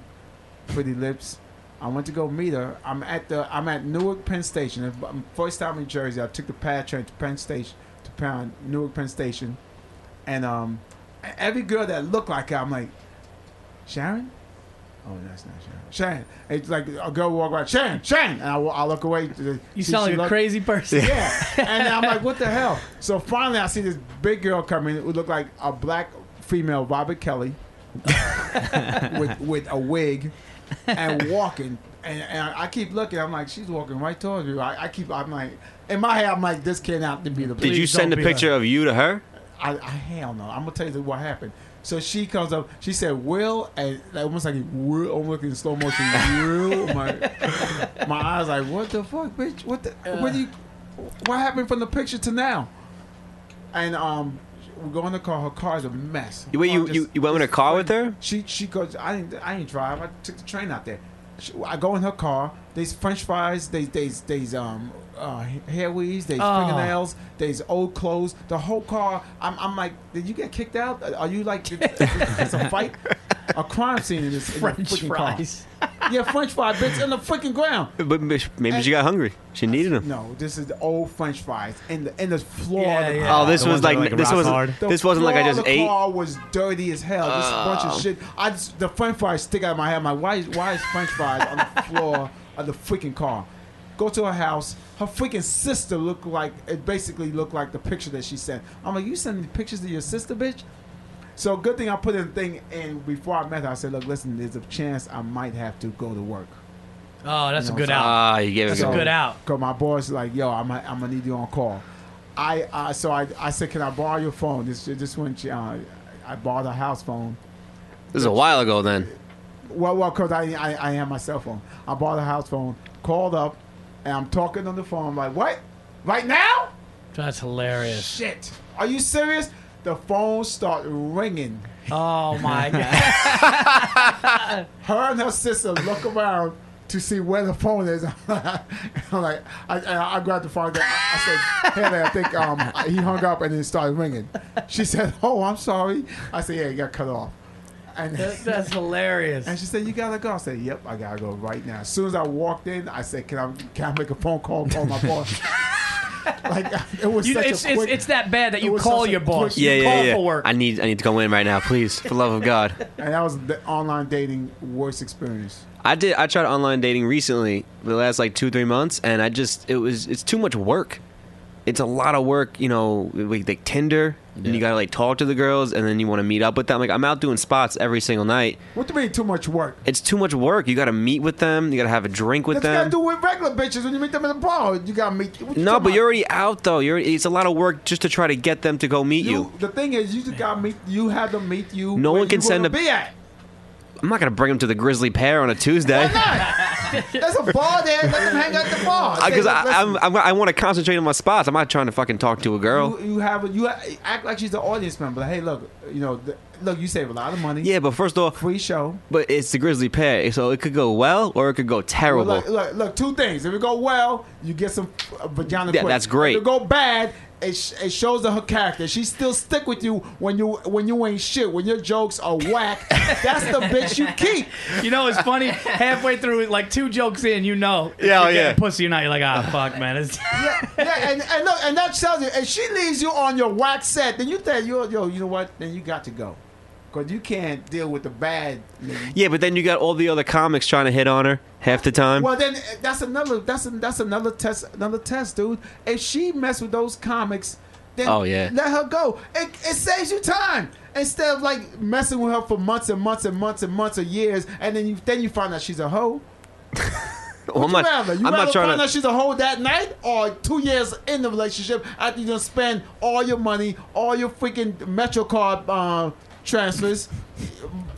[SPEAKER 5] pretty lips. I went to go meet her. I'm at the I'm at Newark Penn Station. And um, First time in Jersey, I took the PAD train to Penn Station to Penn, Newark Penn Station, and um, every girl that looked like her, I'm like, Sharon. Oh, that's not Sharon. Sharon. It's like a girl walk by, Sharon, Sharon, and I, wa- I look away.
[SPEAKER 6] You sound like a crazy person.
[SPEAKER 5] Yeah, and I'm like, what the hell? So finally, I see this big girl coming who looked like a black female, Robert Kelly, with with a wig, and walking. And, and I keep looking. I'm like, she's walking right towards me. I, I keep. I'm like, in my head, I'm like, this cannot be the.
[SPEAKER 7] Did you
[SPEAKER 6] Please don't
[SPEAKER 7] send a
[SPEAKER 6] be like-
[SPEAKER 7] picture of you to her?
[SPEAKER 5] I, I hell no. I'm gonna tell you what happened. So she comes up. She said, "Will," and like, almost like "Will." I'm looking in slow motion. Will my my eyes like, "What the fuck, bitch? What the? what do you? What happened from the picture to now?" And um, we go in the car. Her car's a mess.
[SPEAKER 7] You- Wait,
[SPEAKER 5] Car
[SPEAKER 7] you,
[SPEAKER 5] just-
[SPEAKER 7] you, you went in a
[SPEAKER 5] just
[SPEAKER 7] car
[SPEAKER 5] flat.
[SPEAKER 7] with her?
[SPEAKER 5] She she goes. I didn't I didn't drive. I took the train out there. She, I go in her car. There's French fries. There's there's there's um uh, hair weaves. There's
[SPEAKER 6] Oh.
[SPEAKER 5] fingernails. There's old clothes. The whole car. I'm I'm like, did you get kicked out? Are you like, did- it's a fight, a crime scene in this in the
[SPEAKER 6] French
[SPEAKER 5] freaking
[SPEAKER 6] fries.
[SPEAKER 5] car. Yeah, French fry bitch on the freaking ground.
[SPEAKER 7] But maybe maybe she got hungry. She needed them.
[SPEAKER 5] No, this is the old French fries and the and the floor.
[SPEAKER 6] Yeah,
[SPEAKER 5] of the
[SPEAKER 6] yeah.
[SPEAKER 5] car.
[SPEAKER 7] Oh, this
[SPEAKER 8] The
[SPEAKER 7] was
[SPEAKER 8] ones that
[SPEAKER 7] like,
[SPEAKER 8] are, like,
[SPEAKER 7] this
[SPEAKER 8] rock
[SPEAKER 7] wasn't
[SPEAKER 8] hard.
[SPEAKER 5] The
[SPEAKER 7] this wasn't like I
[SPEAKER 5] floor
[SPEAKER 7] just
[SPEAKER 5] of the
[SPEAKER 7] ate. Oh.
[SPEAKER 5] car was dirty as hell. Just a bunch of shit. I just, the French fries stick out of my head. I'm like, why is why is French fries on the floor of the freaking car? Go to her house. Her freaking sister looked like it basically looked like the picture that she sent. I'm like, you sending pictures of your sister, bitch? So good thing I put in the thing and before I met her, I said, look, listen, there's a chance I might have to go to work.
[SPEAKER 6] Oh, that's a
[SPEAKER 5] No,
[SPEAKER 6] good out.
[SPEAKER 7] Ah, you gave
[SPEAKER 6] That's
[SPEAKER 7] it
[SPEAKER 6] a
[SPEAKER 7] a
[SPEAKER 6] good
[SPEAKER 7] good.
[SPEAKER 6] out.
[SPEAKER 5] Cause my boss is like, yo, I'm I'm gonna need you on call. I uh, so I, I said, can I borrow your phone? This this when she, uh, I borrowed her house phone.
[SPEAKER 7] This is a while ago then.
[SPEAKER 5] Well, well, cause I I, I had my cell phone. I bought a house phone. Called up, and I'm talking on the phone. I'm like, what? Right now?
[SPEAKER 6] Uh, That's hilarious.
[SPEAKER 5] Shit! Are you serious? The phone start ringing.
[SPEAKER 6] Oh my god.
[SPEAKER 5] Her and her sister look around to see where the phone is. I'm like, I, I, I grabbed the phone. I said, "Hey, man, I think um, he hung up and it started ringing." She said, "Oh, I'm sorry." I said, "Yeah, it got cut off." And
[SPEAKER 6] That- That's hilarious.
[SPEAKER 5] And she said, "You gotta go." I said, "Yep, I gotta go right now." As soon as I walked in, I said, "Can I can I make a phone call call my boss?" like it was
[SPEAKER 6] You-
[SPEAKER 5] such
[SPEAKER 6] it's,
[SPEAKER 5] a
[SPEAKER 6] it's,
[SPEAKER 5] quick.
[SPEAKER 6] it's that bad that
[SPEAKER 5] it
[SPEAKER 6] you
[SPEAKER 5] was
[SPEAKER 6] call
[SPEAKER 5] such a
[SPEAKER 6] your boss.
[SPEAKER 5] quick-
[SPEAKER 7] Yeah,
[SPEAKER 6] you
[SPEAKER 7] yeah,
[SPEAKER 6] call
[SPEAKER 7] yeah.
[SPEAKER 6] for work.
[SPEAKER 7] I need I need to go in right now, please, for the love of God.
[SPEAKER 5] and that was the online dating worst experience.
[SPEAKER 7] I did. I tried online dating recently, the last like two three months, and I just it was it's too much work. It's a lot of work, you know, like, like Tinder, and you gotta like talk to the girls, and then you want to meet up with them. Like I'm out doing spots every single night.
[SPEAKER 5] What do you mean too much work?
[SPEAKER 7] It's too much work. You gotta meet with them. You gotta have a drink with
[SPEAKER 5] That's what you gotta
[SPEAKER 7] them.
[SPEAKER 5] do with regular bitches when you meet them in the bar. You gotta meet. what you talking
[SPEAKER 7] No, but
[SPEAKER 5] about?
[SPEAKER 7] you're already out though. You're it's a lot of work just to try to get them to go meet you.
[SPEAKER 5] The thing is, you just gotta meet. You had to meet you.
[SPEAKER 7] No
[SPEAKER 5] where
[SPEAKER 7] one can
[SPEAKER 5] you
[SPEAKER 7] send
[SPEAKER 5] gonna
[SPEAKER 7] a-
[SPEAKER 5] be at.
[SPEAKER 7] I'm not gonna bring them to the Grizzly Pear on a Tuesday.
[SPEAKER 5] There's a bar there. Let them hang out at the bar.
[SPEAKER 7] Because
[SPEAKER 5] Say,
[SPEAKER 7] I,
[SPEAKER 5] "Listen,
[SPEAKER 7] I'm, I'm, I want to concentrate on my spots. I'm not trying to fucking talk to a girl.
[SPEAKER 5] You, you have a, you act like she's the audience member. Like, hey, look, you know, th- look, you save a lot of money.
[SPEAKER 7] Yeah, but first off,
[SPEAKER 5] free show.
[SPEAKER 7] but it's the Grizzly Pear, so it could go well or it could go
[SPEAKER 5] Well,
[SPEAKER 7] terrible.
[SPEAKER 5] look, look, look, two things. If it go well, you get some uh, vagina.
[SPEAKER 7] Yeah,
[SPEAKER 5] quick.
[SPEAKER 7] that's great.
[SPEAKER 5] If it go bad, it, sh- it shows her character. She still stick with you when you when you ain't shit. When your jokes are whack, that's the bitch you keep.
[SPEAKER 6] You know, it's funny. Halfway through, like two jokes in, you know. if
[SPEAKER 7] Yeah, oh,
[SPEAKER 6] you're
[SPEAKER 7] yeah.
[SPEAKER 6] getting Pussy, you're not. You're like, ah, fuck, man. It's,
[SPEAKER 5] Yeah, yeah, and, and look, and that tells you. And she leaves you on your whack set. Then you tell you, yo, you know what? Then you got to go, cause you can't deal with the bad.
[SPEAKER 7] yeah, but then you got all the other comics trying to hit on her half the time.
[SPEAKER 5] Well, then uh, that's another that's an that's another test another test, dude. If she mess with those comics, then
[SPEAKER 7] Oh, yeah.
[SPEAKER 5] let her go. It, it saves you time. Instead of like messing with her for months and months and months and months or years, and then you then you find out she's a hoe.
[SPEAKER 7] Well, I'm
[SPEAKER 5] What
[SPEAKER 7] not.
[SPEAKER 5] you rather? You
[SPEAKER 7] I'm
[SPEAKER 5] rather
[SPEAKER 7] not trying
[SPEAKER 5] find
[SPEAKER 7] to.
[SPEAKER 5] out she's a hoe that night, or two years in the relationship after you done spend all your money, all your freaking MetroCard uh, transfers.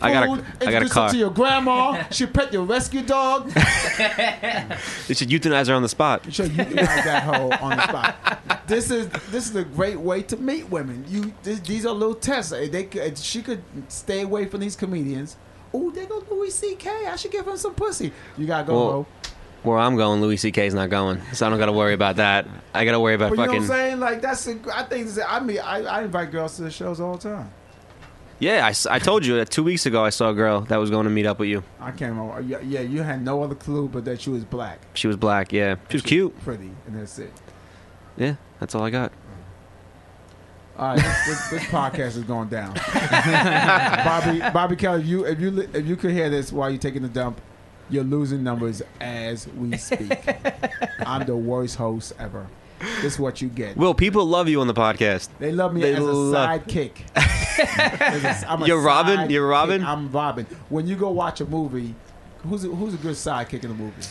[SPEAKER 7] I got a-
[SPEAKER 5] food,
[SPEAKER 7] I got a
[SPEAKER 5] introduce her
[SPEAKER 7] car.
[SPEAKER 5] to your grandma. she pet your rescue dog.
[SPEAKER 7] They should euthanize her on the spot.
[SPEAKER 5] So you can knock that hoe on the spot. This is this is a great way to meet women. You this, these are little tests. Uh, They could- she could stay away from these comedians. Ooh, they go Louis C.K. I should give him some pussy. You gotta go,
[SPEAKER 7] Well,
[SPEAKER 5] hoe.
[SPEAKER 7] Where I'm going, Louis C.K.'s not going, so I don't got to worry about that. I got to worry about
[SPEAKER 5] But you know what
[SPEAKER 7] fucking.
[SPEAKER 5] I'm saying? Like that's a, I think this- I mean I, I invite girls to the shows all the time.
[SPEAKER 7] yeah, I, s- I told you that two weeks ago I saw a girl that was going to meet up with you.
[SPEAKER 5] I can't remember. Yeah, yeah, you had no other clue but that she was black,
[SPEAKER 7] She was black. Yeah, she was cute.
[SPEAKER 5] pretty, and that's it.
[SPEAKER 7] Yeah, that's all I got.
[SPEAKER 5] All right, this, this podcast is going down. Bobby, Bobby Kelly, if you if you li- if you could hear this while you're taking the dump, you're losing numbers as we speak. I'm the worst host ever. This is what you get.
[SPEAKER 7] Will, people love you on the podcast.
[SPEAKER 5] They love me
[SPEAKER 7] They
[SPEAKER 5] as a
[SPEAKER 7] love-
[SPEAKER 5] sidekick. As a- I'm a
[SPEAKER 7] You're Robin? You're
[SPEAKER 5] sidekick.
[SPEAKER 7] Robin?
[SPEAKER 5] I'm Robin. When you go watch a movie, who's a, who's a good sidekick in a movie?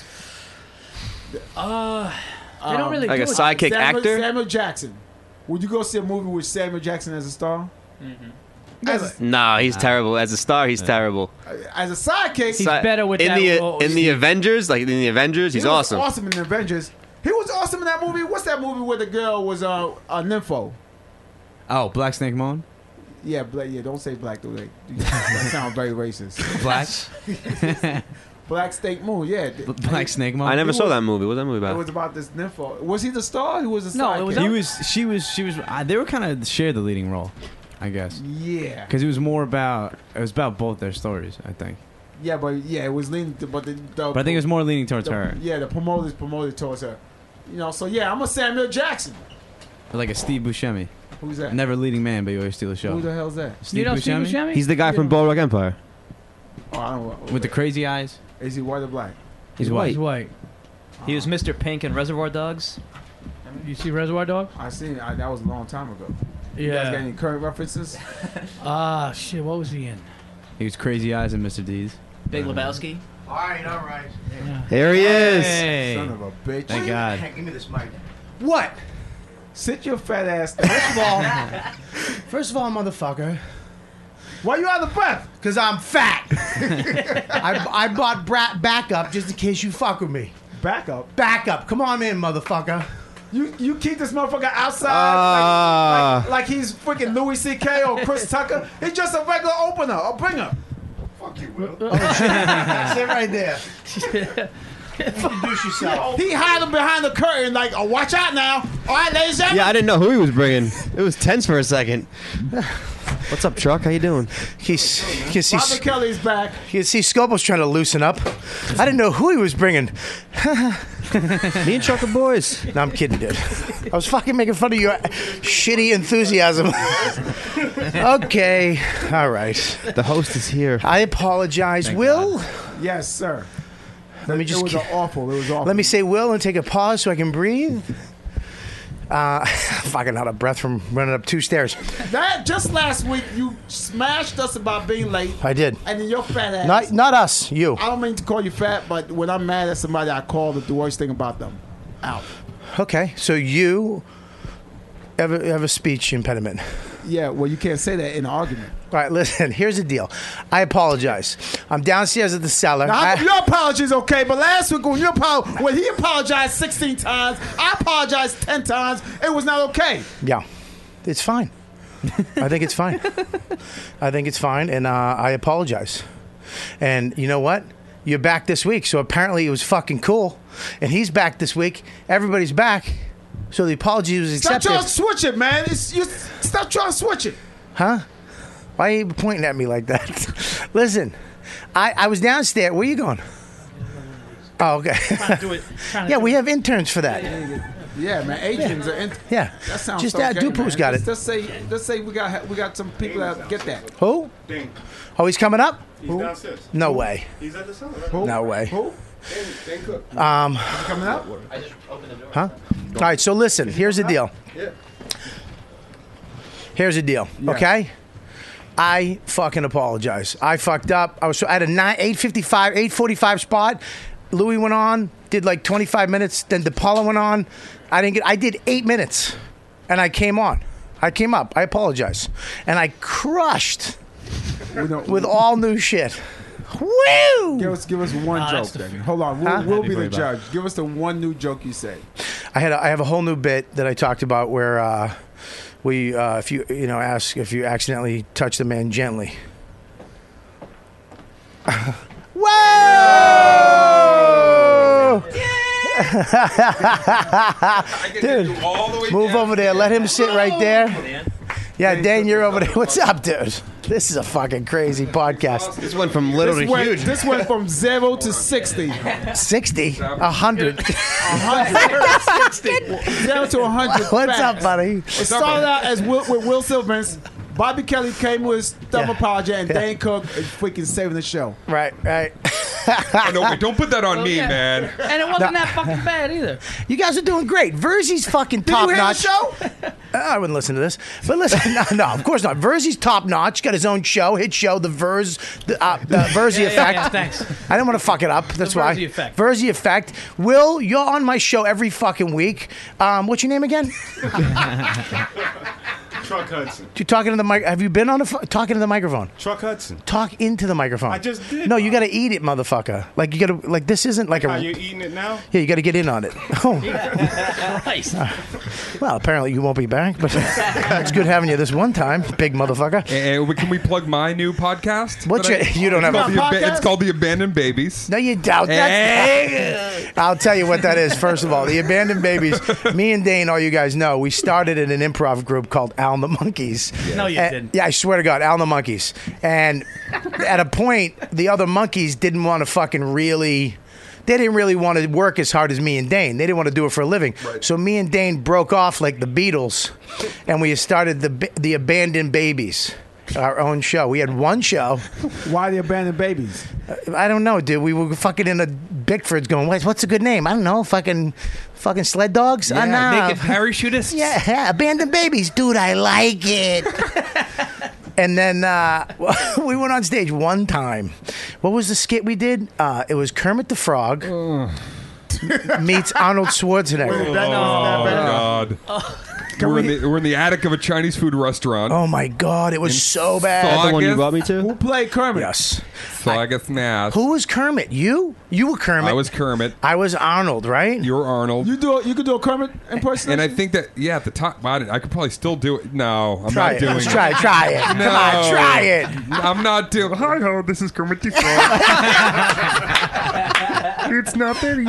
[SPEAKER 6] They don't really
[SPEAKER 7] Like
[SPEAKER 6] do
[SPEAKER 7] a
[SPEAKER 6] it.
[SPEAKER 7] sidekick
[SPEAKER 5] Samuel,
[SPEAKER 7] actor?
[SPEAKER 5] Samuel Jackson. Would you go see a movie with Samuel Jackson as a star?
[SPEAKER 6] Mm-hmm.
[SPEAKER 5] As,
[SPEAKER 7] Nah, he's terrible. As a star, he's terrible.
[SPEAKER 5] as a sidekick,
[SPEAKER 6] He's better with
[SPEAKER 7] in
[SPEAKER 6] that
[SPEAKER 7] the
[SPEAKER 6] role.
[SPEAKER 7] in the Avengers, like in the Avengers, he's
[SPEAKER 5] he was
[SPEAKER 7] awesome.
[SPEAKER 5] Awesome in Avengers. He was awesome in that movie. What's that movie where the girl was uh, a nympho?
[SPEAKER 8] Oh, Black Snake Moan?
[SPEAKER 5] Yeah, black. Yeah, don't say black. Though. Like, that sounds very racist.
[SPEAKER 8] Black?
[SPEAKER 5] Black State Moon. Yeah, it
[SPEAKER 8] Black Snake Moan?
[SPEAKER 7] I never
[SPEAKER 5] He
[SPEAKER 7] saw
[SPEAKER 5] was-
[SPEAKER 7] that movie. What's that movie
[SPEAKER 5] was
[SPEAKER 7] about?
[SPEAKER 5] about this nympho. Was he the star? Who was the
[SPEAKER 6] No,
[SPEAKER 5] sidekick?
[SPEAKER 6] it was-
[SPEAKER 8] He was. She was. She was. Uh, they were kind of shared the leading role, I guess,
[SPEAKER 5] Yeah,
[SPEAKER 8] because it was more about. It was about both their stories, I think.
[SPEAKER 5] yeah, but yeah, it was leaning. To, but the, the
[SPEAKER 8] But I think it was more leaning towards
[SPEAKER 5] the,
[SPEAKER 8] her,
[SPEAKER 5] Yeah, the promoters promoted towards her. You know, so yeah, I'm a Samuel Jackson.
[SPEAKER 8] like a Steve Buscemi,
[SPEAKER 5] Who's that?
[SPEAKER 8] never leading man, but you always steal the show.
[SPEAKER 5] Who the hell's that?
[SPEAKER 8] Steve
[SPEAKER 6] You know Steve Buscemi?
[SPEAKER 7] the guy from Boardwalk Empire.
[SPEAKER 5] Oh, I don't know.
[SPEAKER 8] with the crazy eyes.
[SPEAKER 5] is he white or black?
[SPEAKER 8] He's white.
[SPEAKER 6] He's white.
[SPEAKER 9] He was Mr. Pink in Reservoir Dogs.
[SPEAKER 6] You see Reservoir Dog?
[SPEAKER 5] I seen. I, that was a long time ago. You guys got
[SPEAKER 6] Yeah.
[SPEAKER 5] any current references?
[SPEAKER 6] Ah, shit. What was he in?
[SPEAKER 8] He was crazy eyes and Mr. D's.
[SPEAKER 9] Big Lebowski.
[SPEAKER 4] All right, all right.
[SPEAKER 7] There he is.
[SPEAKER 8] Hey.
[SPEAKER 5] Son of a bitch.
[SPEAKER 8] Thank God.
[SPEAKER 4] give me this mic.
[SPEAKER 10] What?
[SPEAKER 5] Sit your fat ass down.
[SPEAKER 10] First of all, first of all, motherfucker,
[SPEAKER 5] Why you out of breath?
[SPEAKER 10] because I'm fat. I, I bought bra- backup just in case you fuck with me.
[SPEAKER 5] Back up.
[SPEAKER 10] Backup, come on in, motherfucker.
[SPEAKER 5] You you keep this motherfucker
[SPEAKER 7] Uh,
[SPEAKER 5] outside
[SPEAKER 10] Uh,
[SPEAKER 7] Ah.
[SPEAKER 5] like, like, like he's freaking Louis C.K. or Chris Tucker. He's just a regular opener, a bringer. Oh,
[SPEAKER 10] Sit right there. Introduce yourself.
[SPEAKER 5] He hide him behind the curtain like, oh, watch out now. All right, ladies and gentlemen.
[SPEAKER 7] I didn't know who he was bringing. It was tense for a second. What's up, Truck? How you doing?
[SPEAKER 10] He's, he's,
[SPEAKER 5] Bobby Kelly's back.
[SPEAKER 10] You can see Scopo's trying to loosen up. I didn't know who he was bringing.
[SPEAKER 7] Me and Truck are boys.
[SPEAKER 10] No, I'm kidding, dude. I was fucking making fun of your shitty enthusiasm. okay, all right.
[SPEAKER 7] The host is here.
[SPEAKER 10] I apologize, Will.
[SPEAKER 5] Yes, sir.
[SPEAKER 10] Let me
[SPEAKER 5] It
[SPEAKER 10] just
[SPEAKER 5] was
[SPEAKER 10] ki-
[SPEAKER 5] a awful. It was awful.
[SPEAKER 10] let me say Will and take a pause so I can breathe. Uh, fucking out of breath from running up two stairs.
[SPEAKER 5] that just last week you smashed us about being late,
[SPEAKER 10] I did.
[SPEAKER 5] and then your fat ass.
[SPEAKER 10] Not not us, you.
[SPEAKER 5] I don't mean to call you fat, but when I'm mad at somebody, I call the, the worst thing about them out.
[SPEAKER 10] Okay, so you have a, have a speech impediment.
[SPEAKER 5] Yeah, well, you can't say that in an argument.
[SPEAKER 10] All right, listen. Here's the deal. I apologize. I'm downstairs at the cellar.
[SPEAKER 5] Now, I,
[SPEAKER 10] I-
[SPEAKER 5] your apologies, okay, but last week when you apo- when he apologized 16 times, I apologized 10 times, it was not okay.
[SPEAKER 10] Yeah, it's fine. I think it's fine. I think it's fine, and uh, I apologize. And you know what? You're back this week, so apparently it was fucking cool. And he's back this week. Everybody's back, so the apology was
[SPEAKER 5] Stop
[SPEAKER 10] accepted.
[SPEAKER 5] trying to switch it, man. It's, you, stop trying to switch it.
[SPEAKER 10] huh? Why are you pointing at me like that? Listen, I, I was downstairs. Where you going? Oh, okay.
[SPEAKER 6] Do it. Trying to
[SPEAKER 10] yeah,
[SPEAKER 6] do
[SPEAKER 10] we
[SPEAKER 6] it.
[SPEAKER 10] have interns for that.
[SPEAKER 5] Yeah, man. Agents are. In-
[SPEAKER 10] Yeah.
[SPEAKER 5] That sounds
[SPEAKER 10] Just
[SPEAKER 5] okay,
[SPEAKER 10] that Dupo's
[SPEAKER 5] man.
[SPEAKER 10] got
[SPEAKER 5] Let's-
[SPEAKER 10] it.
[SPEAKER 5] Let's say let's say we got we got some people that get that.
[SPEAKER 10] Who? Oh, he's coming up? No way.
[SPEAKER 11] He's at the cellar.
[SPEAKER 10] No way.
[SPEAKER 5] Who? Coming up?
[SPEAKER 10] Huh? All right, so listen, here's the deal. Here's the deal, okay? I fucking apologize. I fucked up. I was so at a nine eight fifty five, eight forty five spot. Louis went on, did like twenty five minutes. Then DePaula went on. I didn't get. I did eight minutes, and I came on. I came up. I apologize, and I crushed with all new shit. Woo!
[SPEAKER 5] Give us, give us one
[SPEAKER 10] Nah, that's
[SPEAKER 5] joke.
[SPEAKER 10] the-
[SPEAKER 5] Then. Hold on, we'll,
[SPEAKER 10] Huh?
[SPEAKER 5] we'll
[SPEAKER 10] Happy
[SPEAKER 5] be the
[SPEAKER 10] Boy Bob.
[SPEAKER 5] judge. Give us the one new joke you say.
[SPEAKER 10] I had a, I have a whole new bit that I talked about where uh, we uh, if you you know ask if you accidentally touch the man gently. Whoa! dude, move over there. Let him sit right there. Yeah, Dan, you're over there. What's up, dude? This is a fucking crazy podcast. This went from
[SPEAKER 5] this went, This went from zero to sixty.
[SPEAKER 10] 60, 100.
[SPEAKER 5] Down to 100.
[SPEAKER 10] What's up,
[SPEAKER 5] facts.
[SPEAKER 10] buddy?
[SPEAKER 5] It started out as Will, with Will Silvers. Bobby Kelly came with his thumb apology, and
[SPEAKER 10] Yeah.
[SPEAKER 5] Dan Cook is freaking saving the show.
[SPEAKER 10] Right, right.
[SPEAKER 11] Oh, no, wait, don't put that on me,
[SPEAKER 6] Okay.
[SPEAKER 11] man.
[SPEAKER 6] And it wasn't
[SPEAKER 10] No.
[SPEAKER 6] that fucking bad either.
[SPEAKER 10] You guys are doing great. Verzi's fucking top
[SPEAKER 6] hear the
[SPEAKER 10] notch.
[SPEAKER 6] show?
[SPEAKER 10] I wouldn't listen to this, but listen, no, no, of course not. Verzi's top notch. Got his own show, hit show, the Verz, the, uh, the Verzi
[SPEAKER 6] Yeah, yeah,
[SPEAKER 10] effect.
[SPEAKER 6] yeah, thanks.
[SPEAKER 10] I didn't want to fuck it up. That's why.
[SPEAKER 6] Verzi Effect.
[SPEAKER 10] Verzi effect. Will, you're on my show every fucking week. Um, what's your name again?
[SPEAKER 12] Truck Hudson.
[SPEAKER 10] you talking to the mic? Have you been on a fu- talking to the microphone?
[SPEAKER 12] Truck Hudson.
[SPEAKER 10] Talk into the microphone.
[SPEAKER 12] I just did,
[SPEAKER 10] No, you got to eat it, motherfucker. Like you got to like this isn't like
[SPEAKER 12] Are
[SPEAKER 10] a.
[SPEAKER 12] you eating it now?
[SPEAKER 10] yeah, you got to get in on it. Oh.
[SPEAKER 12] Christ.
[SPEAKER 10] Well, apparently you won't be back, but it's good having you this one time, big motherfucker.
[SPEAKER 11] can Eh, we plug my new podcast?
[SPEAKER 10] What's
[SPEAKER 11] that
[SPEAKER 10] your- you don't
[SPEAKER 11] it's
[SPEAKER 10] have a
[SPEAKER 11] called the Aba-
[SPEAKER 10] podcast?
[SPEAKER 11] It's called The Abandoned Babies.
[SPEAKER 10] No, you doubt that. I'll tell you what that is. First of all, the abandoned babies. Me and Dane, all you guys know, we started in an improv group called Al and the Monkeys.
[SPEAKER 6] No, you
[SPEAKER 10] And-
[SPEAKER 6] didn't.
[SPEAKER 10] Yeah, I swear to God, Al and the Monkeys. And at a point, the other monkeys didn't want to fucking really. They didn't really want to work as hard as me and Dane. They didn't want to do it for a living. So me and Dane broke off like the Beatles, and we started the Ba- the Abandoned Babies, our own show. We had one show.
[SPEAKER 5] Why the Abandoned Babies?
[SPEAKER 10] I don't know, dude. We were fucking in a Bickford's going. What's what's a good name? I don't know. Fucking fucking sled dogs. I
[SPEAKER 9] Yeah,
[SPEAKER 10] know.
[SPEAKER 9] naked parachutists.
[SPEAKER 10] Yeah, yeah, abandoned babies, dude. I like it. and then uh, we went on stage one time. What was the skit we did? Uh, it was Kermit the Frog meets Arnold Schwarzenegger.
[SPEAKER 11] Oh, God. we're, in the, we're in the attic of a Chinese food restaurant.
[SPEAKER 10] Oh, my God. It was so bad. Is that the one you brought
[SPEAKER 11] me to? Who
[SPEAKER 5] played Kermit?
[SPEAKER 10] Yes.
[SPEAKER 11] Saugus Nass.
[SPEAKER 10] Who was Kermit? You? You were Kermit.
[SPEAKER 11] I was Kermit.
[SPEAKER 10] I was Arnold, right?
[SPEAKER 11] You were Arnold.
[SPEAKER 5] You do. You could do a Kermit impersonation.
[SPEAKER 11] And I think that yeah, at the top, I, I could probably still do it. No, I'm
[SPEAKER 5] Try
[SPEAKER 11] not
[SPEAKER 5] it.
[SPEAKER 11] doing
[SPEAKER 5] Let's
[SPEAKER 11] it.
[SPEAKER 5] try it. Try it. Come
[SPEAKER 11] No.
[SPEAKER 5] on, try it.
[SPEAKER 11] I'm not doing. Hi ho, this is Kermit the Frog. it's not that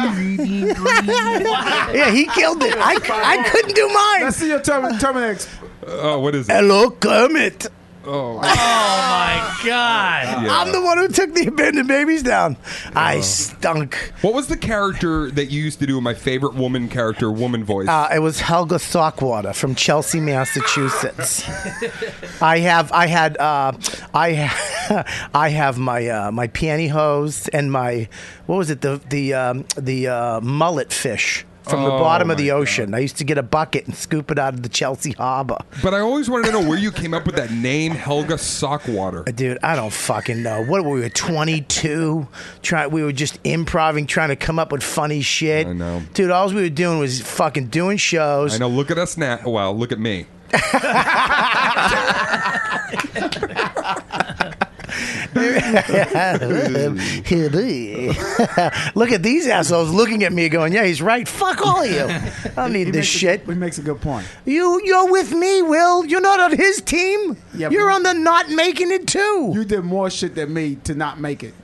[SPEAKER 11] easy.
[SPEAKER 10] yeah, he killed it. I, I couldn't do mine.
[SPEAKER 5] Let's see your Termin- Terminex.
[SPEAKER 11] Oh, what is it?
[SPEAKER 10] Hello, Kermit.
[SPEAKER 11] Oh.
[SPEAKER 6] my God.
[SPEAKER 10] I'm the one who took the abandoned babies down. I
[SPEAKER 11] Uh-huh.
[SPEAKER 10] stunk.
[SPEAKER 11] What was the character that you used to do in my favorite woman character, woman voice?
[SPEAKER 10] Uh, it was Helga Thockwater from Chelsea, Massachusetts. I have, I had, uh, I, ha- I have my uh, my pantyhose and my what was it the the um, the uh, mullet fish from the
[SPEAKER 11] Oh,
[SPEAKER 10] bottom of
[SPEAKER 11] my
[SPEAKER 10] the ocean. I used to get a bucket and scoop it out of the Chelsea harbor.
[SPEAKER 11] but I always wanted to know where you came up with that name, Helga Sockwater.
[SPEAKER 10] Dude, I don't fucking know. What were we? Twenty two. Try. We were just improving, trying to come up with funny shit. I know. Dude, all we were doing was fucking doing shows.
[SPEAKER 11] I know. Look at us now. Well, look at me.
[SPEAKER 10] Look at these assholes looking at me, going, "Yeah, he's right. Fuck all of you. I don't need
[SPEAKER 5] He
[SPEAKER 10] this
[SPEAKER 5] makes
[SPEAKER 10] shit."
[SPEAKER 5] A, he makes a good point.
[SPEAKER 10] You, you're with me, Will. You're not on his team. you're on the not making it too.
[SPEAKER 5] You did more shit than me to not make it.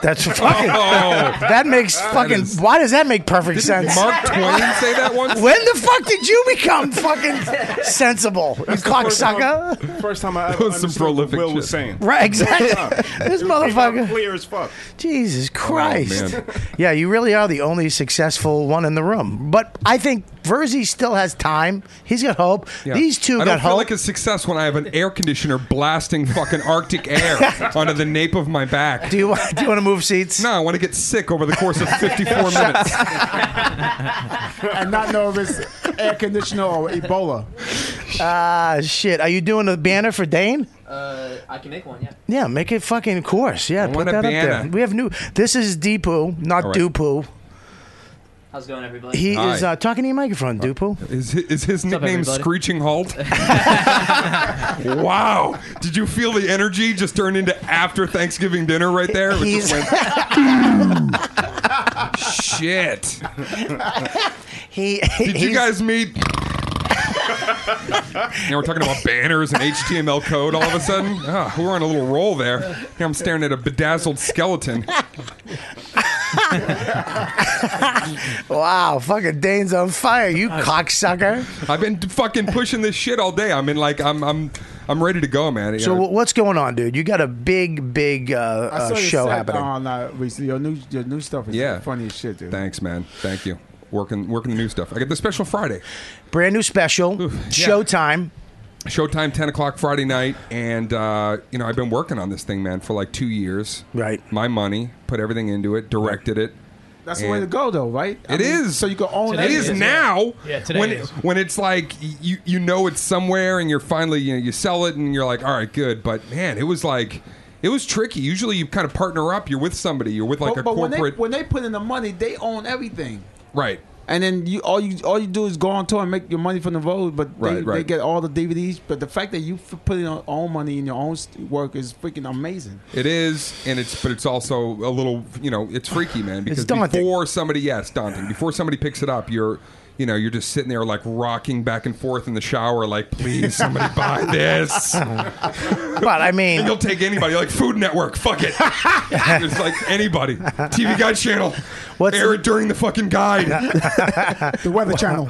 [SPEAKER 10] That's fucking.
[SPEAKER 5] Oh.
[SPEAKER 10] that makes
[SPEAKER 5] That
[SPEAKER 10] fucking.
[SPEAKER 5] is-
[SPEAKER 10] why does that make perfect sense?
[SPEAKER 11] Mark Twain say that once?
[SPEAKER 10] When the fuck did you become fucking sensible, you
[SPEAKER 12] the first
[SPEAKER 10] cocksucker?
[SPEAKER 12] time- First time I
[SPEAKER 11] That
[SPEAKER 12] ever
[SPEAKER 11] was some
[SPEAKER 12] understood what
[SPEAKER 11] prolific
[SPEAKER 12] Will
[SPEAKER 11] shit.
[SPEAKER 12] was saying.
[SPEAKER 10] Right, exactly.
[SPEAKER 12] Yeah.
[SPEAKER 10] This
[SPEAKER 12] It was
[SPEAKER 10] motherfucker.
[SPEAKER 12] Clear as fuck.
[SPEAKER 10] Jesus Christ.
[SPEAKER 12] man.
[SPEAKER 10] yeah, you really are the only successful one in the room. But I think Verzi still has time. He's got hope.
[SPEAKER 11] Yeah.
[SPEAKER 10] These two
[SPEAKER 11] I
[SPEAKER 10] got
[SPEAKER 11] don't feel
[SPEAKER 10] hope.
[SPEAKER 11] like a success when I have an air conditioner blasting fucking Arctic air onto the nape of my back.
[SPEAKER 10] Do you want, do you want to move seats?
[SPEAKER 11] No, I want to get sick over the course of 54 minutes.
[SPEAKER 5] and not know if it's air conditioner or Ebola.
[SPEAKER 10] Ah, shit. Are you doing a banner for Dane?
[SPEAKER 9] Uh, I can make one. Yeah.
[SPEAKER 10] Yeah, make it fucking course. Yeah, put
[SPEAKER 9] want a
[SPEAKER 10] that up there.
[SPEAKER 9] banner.
[SPEAKER 10] We have new. This is Deepu, not
[SPEAKER 9] All right.
[SPEAKER 10] Dupu.
[SPEAKER 9] How's it going, everybody?
[SPEAKER 10] He is uh, talking to your microphone, Dupu.
[SPEAKER 11] Is his, is his
[SPEAKER 10] What's up,
[SPEAKER 11] nickname
[SPEAKER 10] everybody?
[SPEAKER 11] Screeching Halt? wow. Did you feel the energy just turn into after Thanksgiving dinner right there? It
[SPEAKER 10] He's-
[SPEAKER 11] just went, Shit.
[SPEAKER 10] He,
[SPEAKER 11] Did you
[SPEAKER 10] he's-
[SPEAKER 11] guys meet? now we're talking about banners and HTML code all of a sudden. Ah, we're on a little roll there. Now I'm staring at a bedazzled skeleton.
[SPEAKER 10] wow, fucking Dane's on fire, you cocksucker.
[SPEAKER 11] I've been fucking pushing this shit all day. I'm in like I'm I'm I'm ready to go, man.
[SPEAKER 10] So wh- what's going on, dude? You got a big, big uh,
[SPEAKER 5] I
[SPEAKER 10] uh,
[SPEAKER 5] saw your
[SPEAKER 10] show
[SPEAKER 5] set
[SPEAKER 10] happening.
[SPEAKER 5] On, uh, recently. your new your new stuff is
[SPEAKER 11] Yeah.
[SPEAKER 5] funny as shit, dude.
[SPEAKER 11] Thanks, man. Thank you. Working working the new stuff. I get the special Friday.
[SPEAKER 10] Brand new special. Showtime.
[SPEAKER 11] Showtime, ten o'clock Friday night, and uh, you know I've been working on this thing, man, for like two years.
[SPEAKER 10] Right.
[SPEAKER 11] My money, put everything into it, directed it.
[SPEAKER 5] That's the way to
[SPEAKER 11] and-
[SPEAKER 5] go, though, right?
[SPEAKER 11] It is
[SPEAKER 5] So you can own
[SPEAKER 11] it is now.
[SPEAKER 5] Yeah,
[SPEAKER 11] when when it's like y- you you know it's somewhere and you're finally you know you sell it and you're like all right good, but man it was like it was tricky. Usually you kind of partner up. You're with somebody. You're with like
[SPEAKER 5] but,
[SPEAKER 11] a
[SPEAKER 5] but
[SPEAKER 11] corporate
[SPEAKER 5] when they when they put in the money, they own everything.
[SPEAKER 11] right.
[SPEAKER 5] And then you all you all you do is go on tour and make your money from the road, but they,
[SPEAKER 11] Right,
[SPEAKER 5] they
[SPEAKER 11] right.
[SPEAKER 5] get all the DVDs. But the fact that you f- put in your own money in your own st- work is freaking amazing.
[SPEAKER 11] It is, and it's but it's also a little you know it's freaky, man. Because
[SPEAKER 5] daunting.
[SPEAKER 11] before somebody, yeah, it's daunting. Before somebody picks it up, you're you know you're just sitting there like rocking back and forth in the shower, like please somebody buy this.
[SPEAKER 10] But I mean,
[SPEAKER 11] you'll take anybody like Food Network. Fuck it. it's like anybody TV Guide Channel.
[SPEAKER 10] What's
[SPEAKER 11] Air it during the fucking guide.
[SPEAKER 5] the Weather Channel.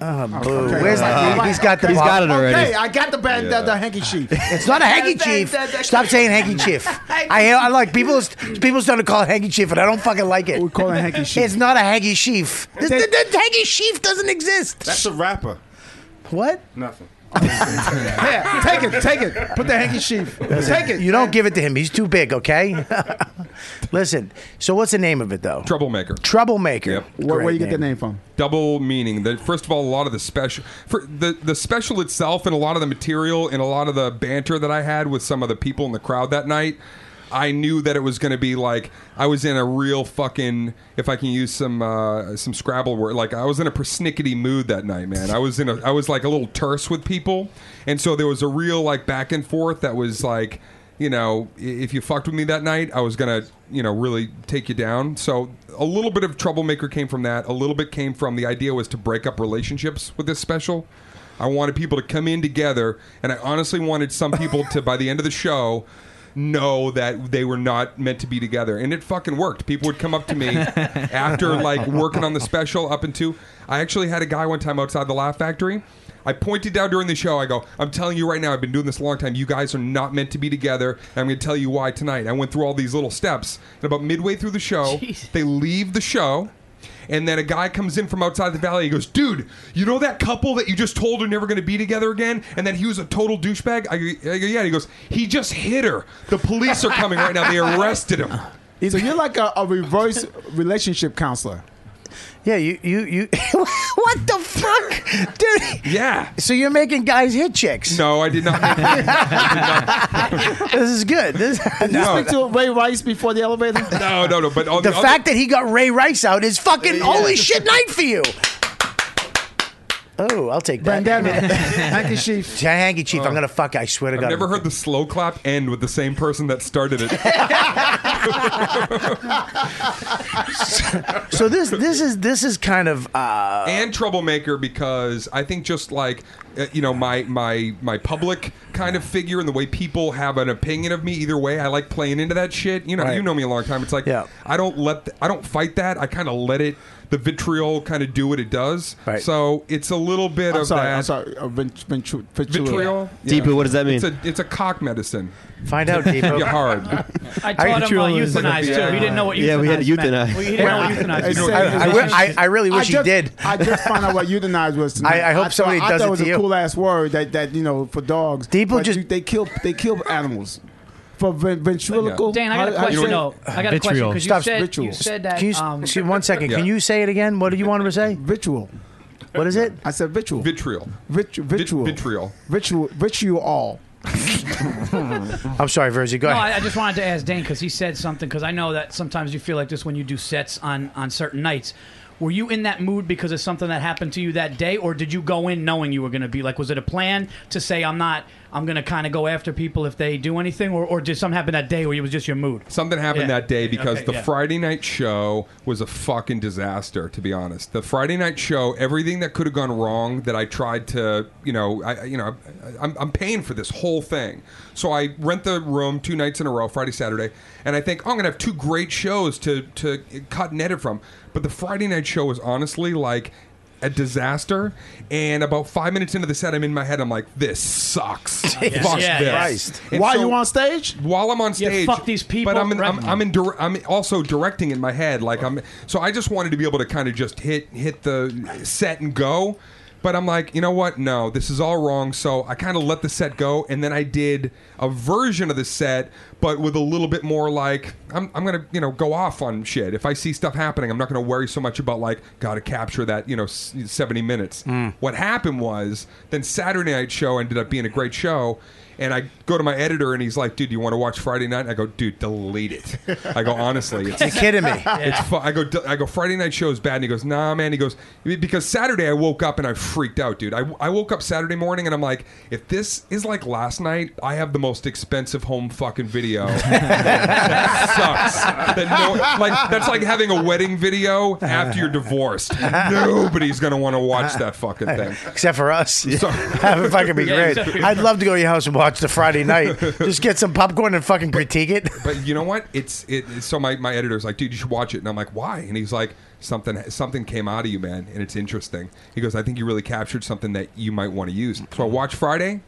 [SPEAKER 10] Oh, boo.
[SPEAKER 5] Okay.
[SPEAKER 10] Where's the, he's got the
[SPEAKER 5] Okay, I got the band,
[SPEAKER 10] Yeah.
[SPEAKER 5] the, the handkerchief.
[SPEAKER 10] It's not a handkerchief. Stop saying handkerchief. I, I like people. People starting to call it handkerchief, and I don't fucking like it. We
[SPEAKER 5] call it handkerchief.
[SPEAKER 10] It's not a handkerchief. This, the, the handkerchief doesn't exist.
[SPEAKER 12] That's a rapper.
[SPEAKER 10] What?
[SPEAKER 12] Nothing.
[SPEAKER 5] Yeah, take it, take it. Put the handkerchief. Take it.
[SPEAKER 10] You don't give it to him. He's too big. Okay. Listen. So what's the name of it though?
[SPEAKER 11] Troublemaker.
[SPEAKER 10] Troublemaker.
[SPEAKER 11] Yep.
[SPEAKER 5] Where, where
[SPEAKER 11] Great
[SPEAKER 5] you get the
[SPEAKER 11] name.
[SPEAKER 5] name from?
[SPEAKER 11] double meaning. The, first of all, a lot of the special, for the the special itself, and a lot of the material, and a lot of the banter that I had with some of the people in the crowd that night. I knew that it was going to be like I was in a real fucking if I can use some uh, some Scrabble word like I was in a persnickety mood that night, man. I was in a I was like a little terse with people, and so there was a real like back and forth that was like you know, i- if you fucked with me that night, I was gonna, you know, really take you down. So a little bit of troublemaker came from that. A little bit came from the idea was to break up relationships with this special. I wanted people to come in together, and I honestly wanted some people to, by the end of the show, know that they were not meant to be together. And it fucking worked. People would come up to me after like working on the special up into. I actually had a guy one time outside the Laugh Factory. I pointed down during the show. I go, I'm telling you right now, I've been doing this a long time. You guys are not meant to be together. And I'm going to tell you why tonight. I went through all these little steps. And about midway through the show, they leave the show. And then a guy comes in from outside the valley. He goes, "Dude, you know that couple that you just told are never going to be together again?" And then he was a total douchebag. I, go, I go, "Yeah." He goes, "He just hit her. The police are coming right now. They arrested him."
[SPEAKER 5] So you're like a, a reverse relationship counselor.
[SPEAKER 10] Yeah, you you you. what the fuck, dude?
[SPEAKER 11] Yeah.
[SPEAKER 10] So you're making guys hit chicks.
[SPEAKER 11] No, I did not.
[SPEAKER 10] this is good. This.
[SPEAKER 5] Did you speak to Ray Rice before the elevator?
[SPEAKER 11] No, no, no. But on
[SPEAKER 10] the
[SPEAKER 11] the other-
[SPEAKER 10] fact that he got Ray Rice out is fucking
[SPEAKER 5] Yeah.
[SPEAKER 10] holy shit night for you. Oh, I'll take that.
[SPEAKER 5] Bandana. handkerchief.
[SPEAKER 10] Handkerchief. I'm gonna fuck. I swear to
[SPEAKER 11] Oh. I've
[SPEAKER 10] God.
[SPEAKER 11] never heard the slow clap end with the same person that started it.
[SPEAKER 10] so this this is this is kind of uh,
[SPEAKER 11] and troublemaker because I think just like uh, you know my my my public kind of figure and the way people have an opinion of me either way I like playing into that shit you know
[SPEAKER 10] Right.
[SPEAKER 11] you know me a long time it's like I don't let th- I don't fight that I kind of let it the vitriol kind of do what it does so it's a little bit
[SPEAKER 5] I'm
[SPEAKER 11] of
[SPEAKER 5] sorry,
[SPEAKER 11] that
[SPEAKER 5] I'm sorry. Uh, ventru- ventru- vitriol.
[SPEAKER 11] vitriol
[SPEAKER 2] Deepu, what does that mean?
[SPEAKER 11] it's a it's a cock medicine
[SPEAKER 10] find out Deepu.
[SPEAKER 11] you hard
[SPEAKER 6] I taught him about euthanize too. He didn't know what euthanize.
[SPEAKER 2] Yeah, we had to euthanize.
[SPEAKER 6] Meant. Well, he didn't know what euthanize. meant.
[SPEAKER 5] just, I just found out what euthanize was tonight.
[SPEAKER 10] I- I hope somebody
[SPEAKER 5] thought,
[SPEAKER 10] does
[SPEAKER 5] I
[SPEAKER 10] it to
[SPEAKER 5] thought it was
[SPEAKER 10] you.
[SPEAKER 5] a cool ass word that, that you know for dogs. People just they kill they kill animals for ven- ventriloquial.
[SPEAKER 6] Dan, I got a
[SPEAKER 5] how- how you
[SPEAKER 6] question,
[SPEAKER 5] say it?
[SPEAKER 6] though. I got a question, Vitriol. 'cause you
[SPEAKER 10] Stop.
[SPEAKER 6] said- you said that,
[SPEAKER 10] Can you s-
[SPEAKER 6] um,
[SPEAKER 10] excuse- one second. Can
[SPEAKER 11] Yeah.
[SPEAKER 10] you say it again? What do you want to say?
[SPEAKER 5] Ritual.
[SPEAKER 10] What is it?
[SPEAKER 5] I said vitriol.
[SPEAKER 11] Vitriol.
[SPEAKER 5] Vitri- vitriol.
[SPEAKER 11] vitriol.
[SPEAKER 5] Vitriol. Vitriol. All.
[SPEAKER 10] I'm sorry, Verzi. Go
[SPEAKER 6] no,
[SPEAKER 10] ahead.
[SPEAKER 6] I, I just wanted to ask Dan because he said something. Because I know that sometimes you feel like this when you do sets on on certain nights. Were you in that mood because of something that happened to you that day, or did you go in knowing you were going to be like? Was it a plan to say I'm not? I'm going to kind of go after people if they do anything, or, or did something happen that day where it was just your mood?
[SPEAKER 11] Something happened
[SPEAKER 6] Yeah.
[SPEAKER 11] that day because
[SPEAKER 6] Okay,
[SPEAKER 11] the
[SPEAKER 6] yeah.
[SPEAKER 11] Friday night show was a fucking disaster, to be honest. The Friday night show, everything that could have gone wrong that I tried to, you know, I, I- you know, I, I'm, I'm paying for this whole thing. So I rent the room two nights in a row, Friday, Saturday, and I think oh, I'm gonna have two great shows to to cut and edit from. But the Friday night show was honestly like a disaster. And about five minutes into the set, I'm in my head, I'm like, this sucks.
[SPEAKER 5] Yes.
[SPEAKER 11] Fuck
[SPEAKER 5] Yeah,
[SPEAKER 11] this.
[SPEAKER 5] Christ.
[SPEAKER 11] And
[SPEAKER 5] While you on stage?
[SPEAKER 11] While I'm on
[SPEAKER 5] Yeah,
[SPEAKER 11] stage,
[SPEAKER 5] fuck these people,
[SPEAKER 11] But I'm in,
[SPEAKER 5] right?
[SPEAKER 11] I'm, I'm in dir- I'm also directing in my head, like I'm. So I just wanted to be able to kind of just hit hit the set and go. But I'm like, you know what? No, this is all wrong. So I kind of let the set go, and then I did a version of the set, but with a little bit more like I'm, I'm gonna, you know, go off on shit. If I see stuff happening, I'm not gonna worry so much about like gotta capture that, you know, s- 70 minutes.
[SPEAKER 5] Mm.
[SPEAKER 11] What happened was then Saturday night show ended up being a great show, and I go to my editor and he's like, "Dude, you want to watch Friday night?" And I go, "Dude, delete it." I go, "Honestly, it's,
[SPEAKER 10] You're kidding me.
[SPEAKER 11] It's fu-. I go, "D- I go. Friday night show is bad." And he goes, "Nah, man." He goes, "Because Saturday I woke up and I freaked out, dude. I, I woke up Saturday morning and I'm like, if this is like last night, I have the most expensive home fucking video. that sucks. That no, like that's like having a wedding video after you're divorced. Nobody's gonna want to watch that fucking thing."
[SPEAKER 10] Except for us. That would fucking be
[SPEAKER 11] Yeah,
[SPEAKER 10] great.
[SPEAKER 11] exactly.
[SPEAKER 10] I'd love to go to your house and watch the Friday night. Just get some popcorn and fucking critique it.
[SPEAKER 11] But you know what? It's it. it's- So my, my editor's like, dude, you should watch it, and I'm like, why? And he's like, something something came out of you, man, and it's interesting. He goes, I think you really captured something that you might want to use. So I watch Friday.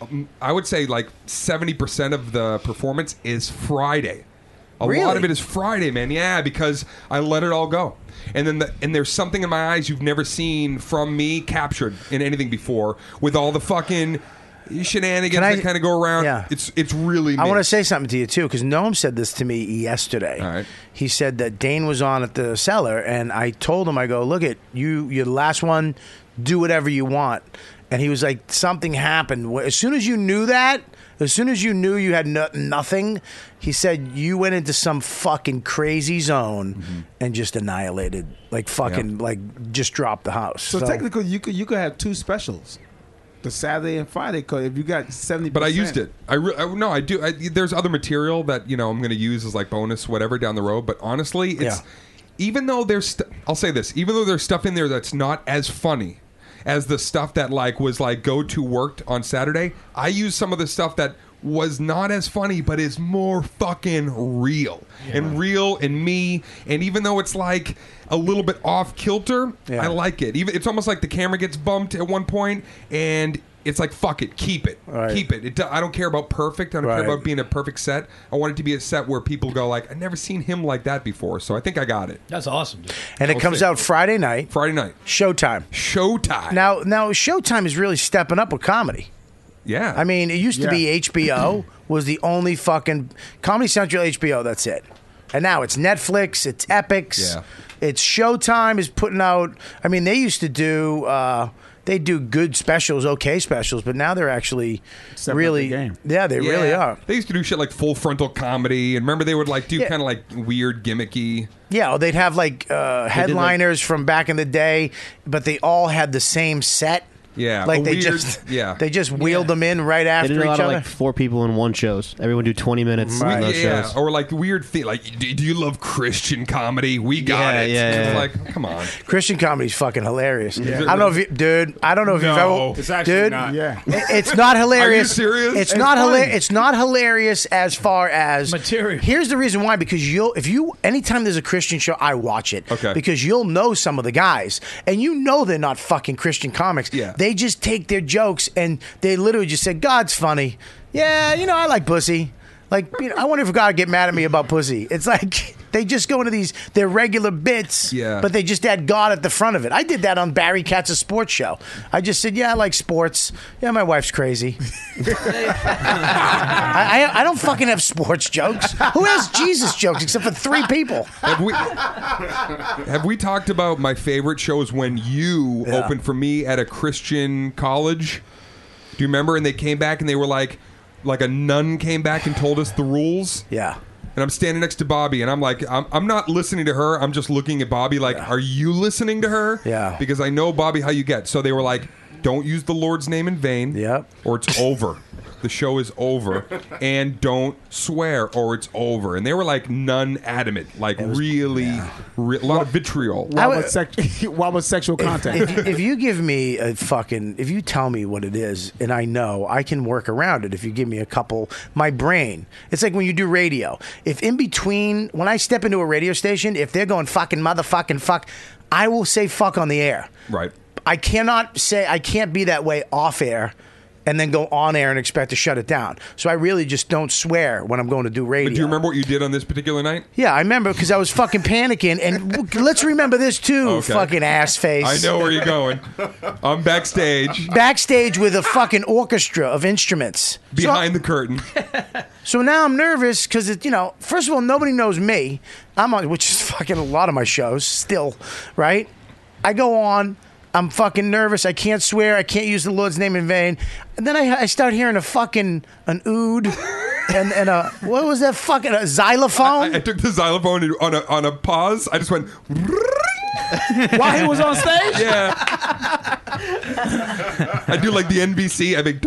[SPEAKER 11] Um, I would say like seventy percent of the performance is Friday. A lot
[SPEAKER 13] Really?
[SPEAKER 11] of it is Friday, man. Yeah, because I let it all go. And then the, and there's something in my eyes you've never seen from me captured in anything before with all the fucking shenanigans
[SPEAKER 10] Can I-
[SPEAKER 11] that kind of go around.
[SPEAKER 10] Yeah.
[SPEAKER 11] It's it's really
[SPEAKER 10] I
[SPEAKER 11] me.
[SPEAKER 10] want to say something to you too, because Noam said this to me yesterday. He said that Dane was on at the cellar, and I told him, I go, look at you, you're the last one, do whatever you want. And he was like, something happened. Wh- As soon as you knew that, as soon as you knew you had no- nothing, he said you went into some fucking crazy zone
[SPEAKER 5] Mm-hmm.
[SPEAKER 10] and just annihilated, like fucking, like just dropped the house.
[SPEAKER 5] So, technically, you could you could have two specials, the Saturday and Friday. Cause if you got seventy,
[SPEAKER 11] But I used it. I, re- I no, I do. I, there's other material that you know I'm going to use as like bonus, whatever, down the road. But honestly, it's
[SPEAKER 10] Yeah.
[SPEAKER 11] even though there's, st- I'll say this, even though there's stuff in there that's not as funny as the stuff that like was like go to worked on Saturday. I use some of the stuff that was not as funny, but is more fucking real and real and me. And even though it's like a little bit off kilter, I like it. Even it's almost like the camera gets bumped at one point and. It's like fuck it, keep it, keep it. it. do- I don't care about perfect. I don't
[SPEAKER 10] Right.
[SPEAKER 11] care about being a perfect set. I want it to be a set where people go like, I've never seen him like that before. So I think I got it.
[SPEAKER 6] That's awesome, dude.
[SPEAKER 10] and it
[SPEAKER 11] We'll
[SPEAKER 10] comes
[SPEAKER 11] see.
[SPEAKER 10] out Friday night.
[SPEAKER 11] Friday night.
[SPEAKER 10] Showtime.
[SPEAKER 11] Showtime.
[SPEAKER 10] Now, now Showtime is really stepping up with comedy.
[SPEAKER 11] Yeah.
[SPEAKER 10] I mean, it used to be HBO was the only fucking Comedy Central HBO. That's it. And now it's Netflix. It's Epics.
[SPEAKER 11] Yeah.
[SPEAKER 10] It's Showtime is putting out. I mean, they used to do. Uh, they do good specials, okay specials, but now they're actually really, yeah, they really are.
[SPEAKER 11] They used to do shit like full frontal comedy, and remember they would like do
[SPEAKER 10] Yeah.
[SPEAKER 11] kind of like weird gimmicky.
[SPEAKER 10] Yeah, or they'd have like uh,
[SPEAKER 11] They did, like-
[SPEAKER 10] headliners from back in the day, but they all had the same set.
[SPEAKER 11] Yeah,
[SPEAKER 10] like
[SPEAKER 11] a
[SPEAKER 10] they
[SPEAKER 11] weird-
[SPEAKER 10] just
[SPEAKER 11] yeah.
[SPEAKER 10] they just wheeled them in right
[SPEAKER 13] They
[SPEAKER 10] after
[SPEAKER 13] did a
[SPEAKER 10] each
[SPEAKER 13] lot
[SPEAKER 10] other.
[SPEAKER 13] of like four people in one shows. Everyone do twenty minutes
[SPEAKER 11] We-
[SPEAKER 13] on those
[SPEAKER 11] yeah,
[SPEAKER 13] shows.
[SPEAKER 11] or like weird thing. Like, do, do you love Christian comedy? We got
[SPEAKER 13] Yeah,
[SPEAKER 11] it.
[SPEAKER 13] yeah,
[SPEAKER 11] It's
[SPEAKER 13] yeah.
[SPEAKER 11] like, come on.
[SPEAKER 10] Christian comedy's fucking hilarious.
[SPEAKER 11] Yeah.
[SPEAKER 10] I don't know if you, dude. I don't know if you've
[SPEAKER 11] No.
[SPEAKER 10] ever.
[SPEAKER 11] It's actually
[SPEAKER 10] dude,
[SPEAKER 11] not. Yeah.
[SPEAKER 10] it- It's not
[SPEAKER 11] Are you
[SPEAKER 10] hilarious.
[SPEAKER 11] serious?
[SPEAKER 10] It's,
[SPEAKER 11] It's
[SPEAKER 10] not
[SPEAKER 11] funny.
[SPEAKER 10] hilarious. It's not hilarious as far as material. Here's the reason why: because you'll if you anytime there's a Christian show, I watch it.
[SPEAKER 11] Okay.
[SPEAKER 10] Because you'll know some of the guys, and you know they're not fucking Christian comics. Yeah. They just take their jokes and they literally just say, "God's funny." Yeah, you know, I like pussy. Like, you know, I wonder if God would get mad at me about pussy. It's like. They just go into these their regular bits,
[SPEAKER 11] Yeah.
[SPEAKER 10] but they just add God at the front of it. I did that on Barry Katz's sports show. I just said, "Yeah, I like sports. Yeah, my wife's crazy. I, I I don't fucking have sports jokes. Who has Jesus jokes except for three people?"
[SPEAKER 11] Have we, have we talked about my favorite shows when you
[SPEAKER 10] Yeah.
[SPEAKER 11] opened for me at a Christian college? Do you remember? And they came back and they were like, like a nun came back and told us the rules.
[SPEAKER 10] Yeah.
[SPEAKER 11] And I'm standing next to Bobby and I'm like, I'm, I'm not listening to her. I'm just looking at Bobby like, are you listening to her? Yeah. Because I know, Bobby, how you get. So they were like, don't use the Lord's name in vain. Yep. Or it's over. the show is over. And don't swear or it's over. And they were like, none adamant. Like, really, re- a lot of vitriol.
[SPEAKER 10] Why would
[SPEAKER 5] Why was sexual contact?
[SPEAKER 10] if, if you give me a fucking, if you tell me what it is, and I know, I can work around it. If you give me a couple, my brain, it's like when you do radio. If in between, when I step into a radio station, if they're going fucking motherfucking fuck, I will say fuck on the air.
[SPEAKER 11] Right.
[SPEAKER 10] I cannot say I can't be that way off air and then go on air and expect to shut it down. So I really just don't swear when I'm going to do radio.
[SPEAKER 11] But do you remember what you did on this particular night?
[SPEAKER 10] Yeah, I remember because I was fucking panicking. And w- let's remember this too,
[SPEAKER 11] Okay.
[SPEAKER 10] fucking ass face.
[SPEAKER 11] I know where you're going. I'm backstage,
[SPEAKER 10] Backstage with a fucking orchestra of instruments.
[SPEAKER 11] behind the curtain.
[SPEAKER 10] So now I'm nervous because you know, first of all, nobody knows me. I'm on, which is fucking a lot of my shows still, right? I go on. I'm fucking nervous. I can't swear. I can't use the Lord's name in vain. And then I, I start hearing a fucking an oud, and and a what was that fucking a xylophone?
[SPEAKER 11] I took the xylophone and on a, on a pause. I just went.
[SPEAKER 5] While he was on stage?
[SPEAKER 11] Yeah. I do like the NBC. I think.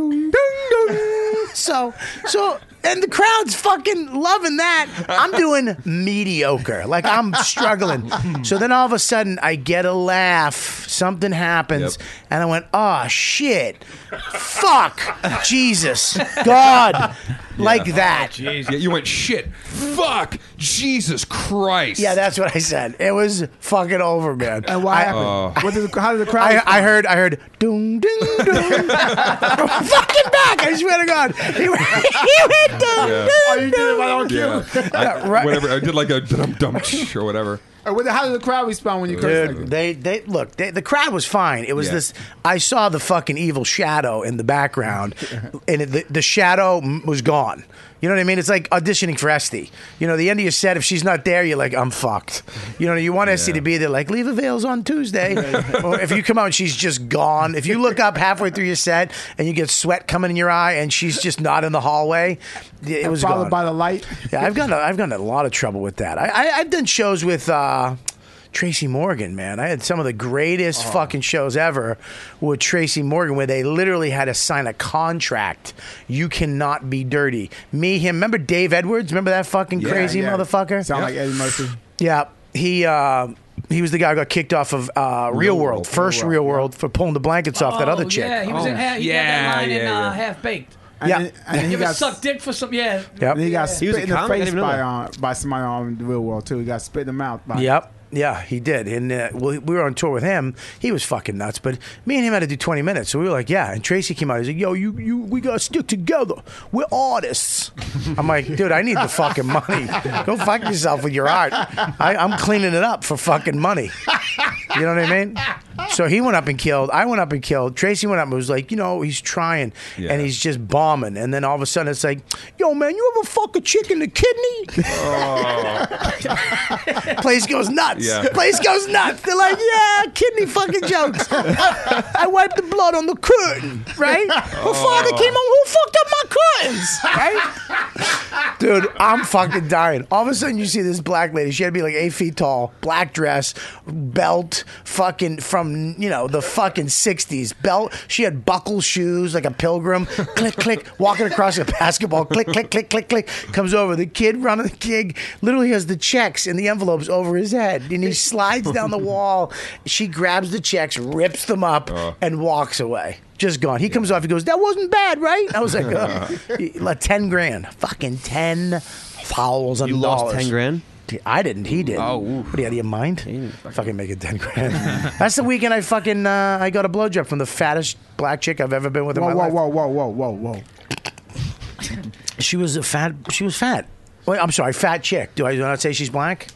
[SPEAKER 10] so so and the crowd's fucking loving that i'm doing mediocre like i'm struggling so then all of a sudden i get a laugh something happens and i went oh shit fuck jesus god like that
[SPEAKER 11] Yeah, you went shit. Fuck. Jesus Christ.
[SPEAKER 10] yeah that's what i said it was fucking over man and
[SPEAKER 5] What
[SPEAKER 10] why
[SPEAKER 5] happened?
[SPEAKER 11] uh,
[SPEAKER 5] What did the, how did the crowd?
[SPEAKER 10] I, I heard, I heard, ding, ding, ding. From fucking back! I swear to God, he went, he went ding,
[SPEAKER 11] Yeah.
[SPEAKER 10] ding,
[SPEAKER 5] Oh, you did it right on cue.
[SPEAKER 11] Yeah. I,
[SPEAKER 10] right.
[SPEAKER 11] Whatever. I did like a dum dum or whatever.
[SPEAKER 5] Uh, what- How did the crowd respond when you cursed?
[SPEAKER 10] Dude, they they look. They, the crowd was fine. It was
[SPEAKER 5] Yeah.
[SPEAKER 10] this. I saw the fucking evil shadow in the background, and it, the, the shadow m- was gone. You know what I mean? It's like auditioning for Esty. You know, the end of your set, if she's not there, you're like, I'm fucked. You know, you want Esty to be there, like, leave a veils on Tuesday. or if you come out and she's just gone, if you look up halfway through your set and you get sweat coming in your eye and she's just not in the hallway, it was
[SPEAKER 5] followed
[SPEAKER 10] gone.
[SPEAKER 5] by the light.
[SPEAKER 10] Yeah, I've gotten I've gotten a lot of trouble with that. I, I I've done shows with uh, Tracy Morgan, man. I had some of the greatest fucking shows ever with Tracy Morgan, where they literally had to sign a contract. You cannot be dirty. Me, him. Remember Dave Edwards? Remember that fucking crazy motherfucker?
[SPEAKER 5] Sound like Eddie Murphy.
[SPEAKER 10] Yeah, he uh, he was the guy who got kicked off of uh, Real, World, first Real World, for pulling the blankets off that
[SPEAKER 6] Oh,
[SPEAKER 10] other chick.
[SPEAKER 6] Yeah, he was in half. He had that line in uh, half baked.
[SPEAKER 10] Yeah.
[SPEAKER 5] And, then- and then he
[SPEAKER 6] you ever
[SPEAKER 5] got
[SPEAKER 6] sucked dick for some? Yeah.
[SPEAKER 10] Yep.
[SPEAKER 5] And he got
[SPEAKER 10] He
[SPEAKER 5] spit
[SPEAKER 10] was a
[SPEAKER 5] in the
[SPEAKER 10] comic? I didn't
[SPEAKER 5] face
[SPEAKER 10] know
[SPEAKER 5] by,
[SPEAKER 10] that.
[SPEAKER 5] um, by somebody on the real world too. He got spit in the mouth. By,
[SPEAKER 10] Yep. Yeah, he did. And uh, we, we were on tour with him. He was fucking nuts. But me and him had to do 20 minutes. So we were like, yeah. And Tracy came out. He's like, yo, you, you, we got to stick together. We're artists. I'm like, dude, I need the fucking money. Go fuck yourself with your art. I, I'm cleaning it up for fucking money. You know what I mean? So he went up and killed. I went up and killed. Tracy went up and was like, you know, he's trying and he's just bombing. And then all of a sudden it's like, yo, man, you ever fuck a chick in the kidney? Place goes nuts.
[SPEAKER 12] Yeah.
[SPEAKER 10] Place goes nuts. They're like, yeah, kidney fucking jokes. I, I wiped the blood on the curtain, right? Her father came on, who fucked up my curtains, right? Dude, I'm fucking dying. All of a sudden, you see this black lady. She had to be like eight feet tall, black dress, belt, fucking from, you know, the fucking 60s. Belt. She had buckle shoes like a pilgrim. click, click, walking across a basketball. Click, click, click, click, click. Comes over. The kid running the kid literally has the checks in the envelopes over his head. And he slides down the wall. She grabs the checks, rips them up, and walks away. Just gone. He comes off. He goes, "That wasn't bad, right?" I was like, uh, like ten grand, fucking ten thousand.
[SPEAKER 7] You lost 10 grand?
[SPEAKER 10] I didn't. He did. Oh, what do you out of your mind? Fucking, make it ten grand. That's the weekend I fucking uh, I got a blowjob from the fattest black chick I've ever been with in
[SPEAKER 5] Whoa,
[SPEAKER 10] my
[SPEAKER 5] whoa,
[SPEAKER 10] life.
[SPEAKER 5] whoa, whoa, whoa, whoa, whoa.
[SPEAKER 10] She was a fat. She was fat. Wait, I'm sorry, fat chick. Do I do I not say she's black?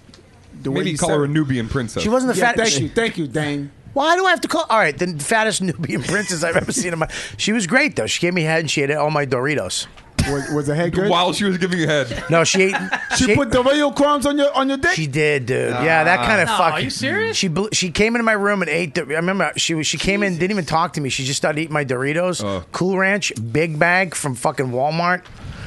[SPEAKER 5] the way
[SPEAKER 11] Maybe
[SPEAKER 5] you
[SPEAKER 11] call
[SPEAKER 5] said
[SPEAKER 11] her
[SPEAKER 5] it.
[SPEAKER 11] a Nubian princess.
[SPEAKER 10] She wasn't the
[SPEAKER 5] Yeah,
[SPEAKER 10] fattest.
[SPEAKER 5] thank you, thank you, Dane.
[SPEAKER 10] Why do I have to call? All right, the fattest Nubian princess I've ever seen in my. She was great though. She gave me head and she ate all my Doritos.
[SPEAKER 5] Was, was the head good?
[SPEAKER 11] While she was giving you head.
[SPEAKER 10] No, she ate.
[SPEAKER 5] She, put Dorito crumbs on your on your dick.
[SPEAKER 10] She did, dude. yeah,
[SPEAKER 12] Ah.
[SPEAKER 10] that kind of
[SPEAKER 6] No,
[SPEAKER 10] fucking.
[SPEAKER 6] are you serious?
[SPEAKER 10] She blew, she came into my room and ate. The, I remember she was- she came in, didn't even talk to me. She just started eating my Doritos,
[SPEAKER 12] Oh.
[SPEAKER 10] Cool Ranch, big bag from fucking Walmart.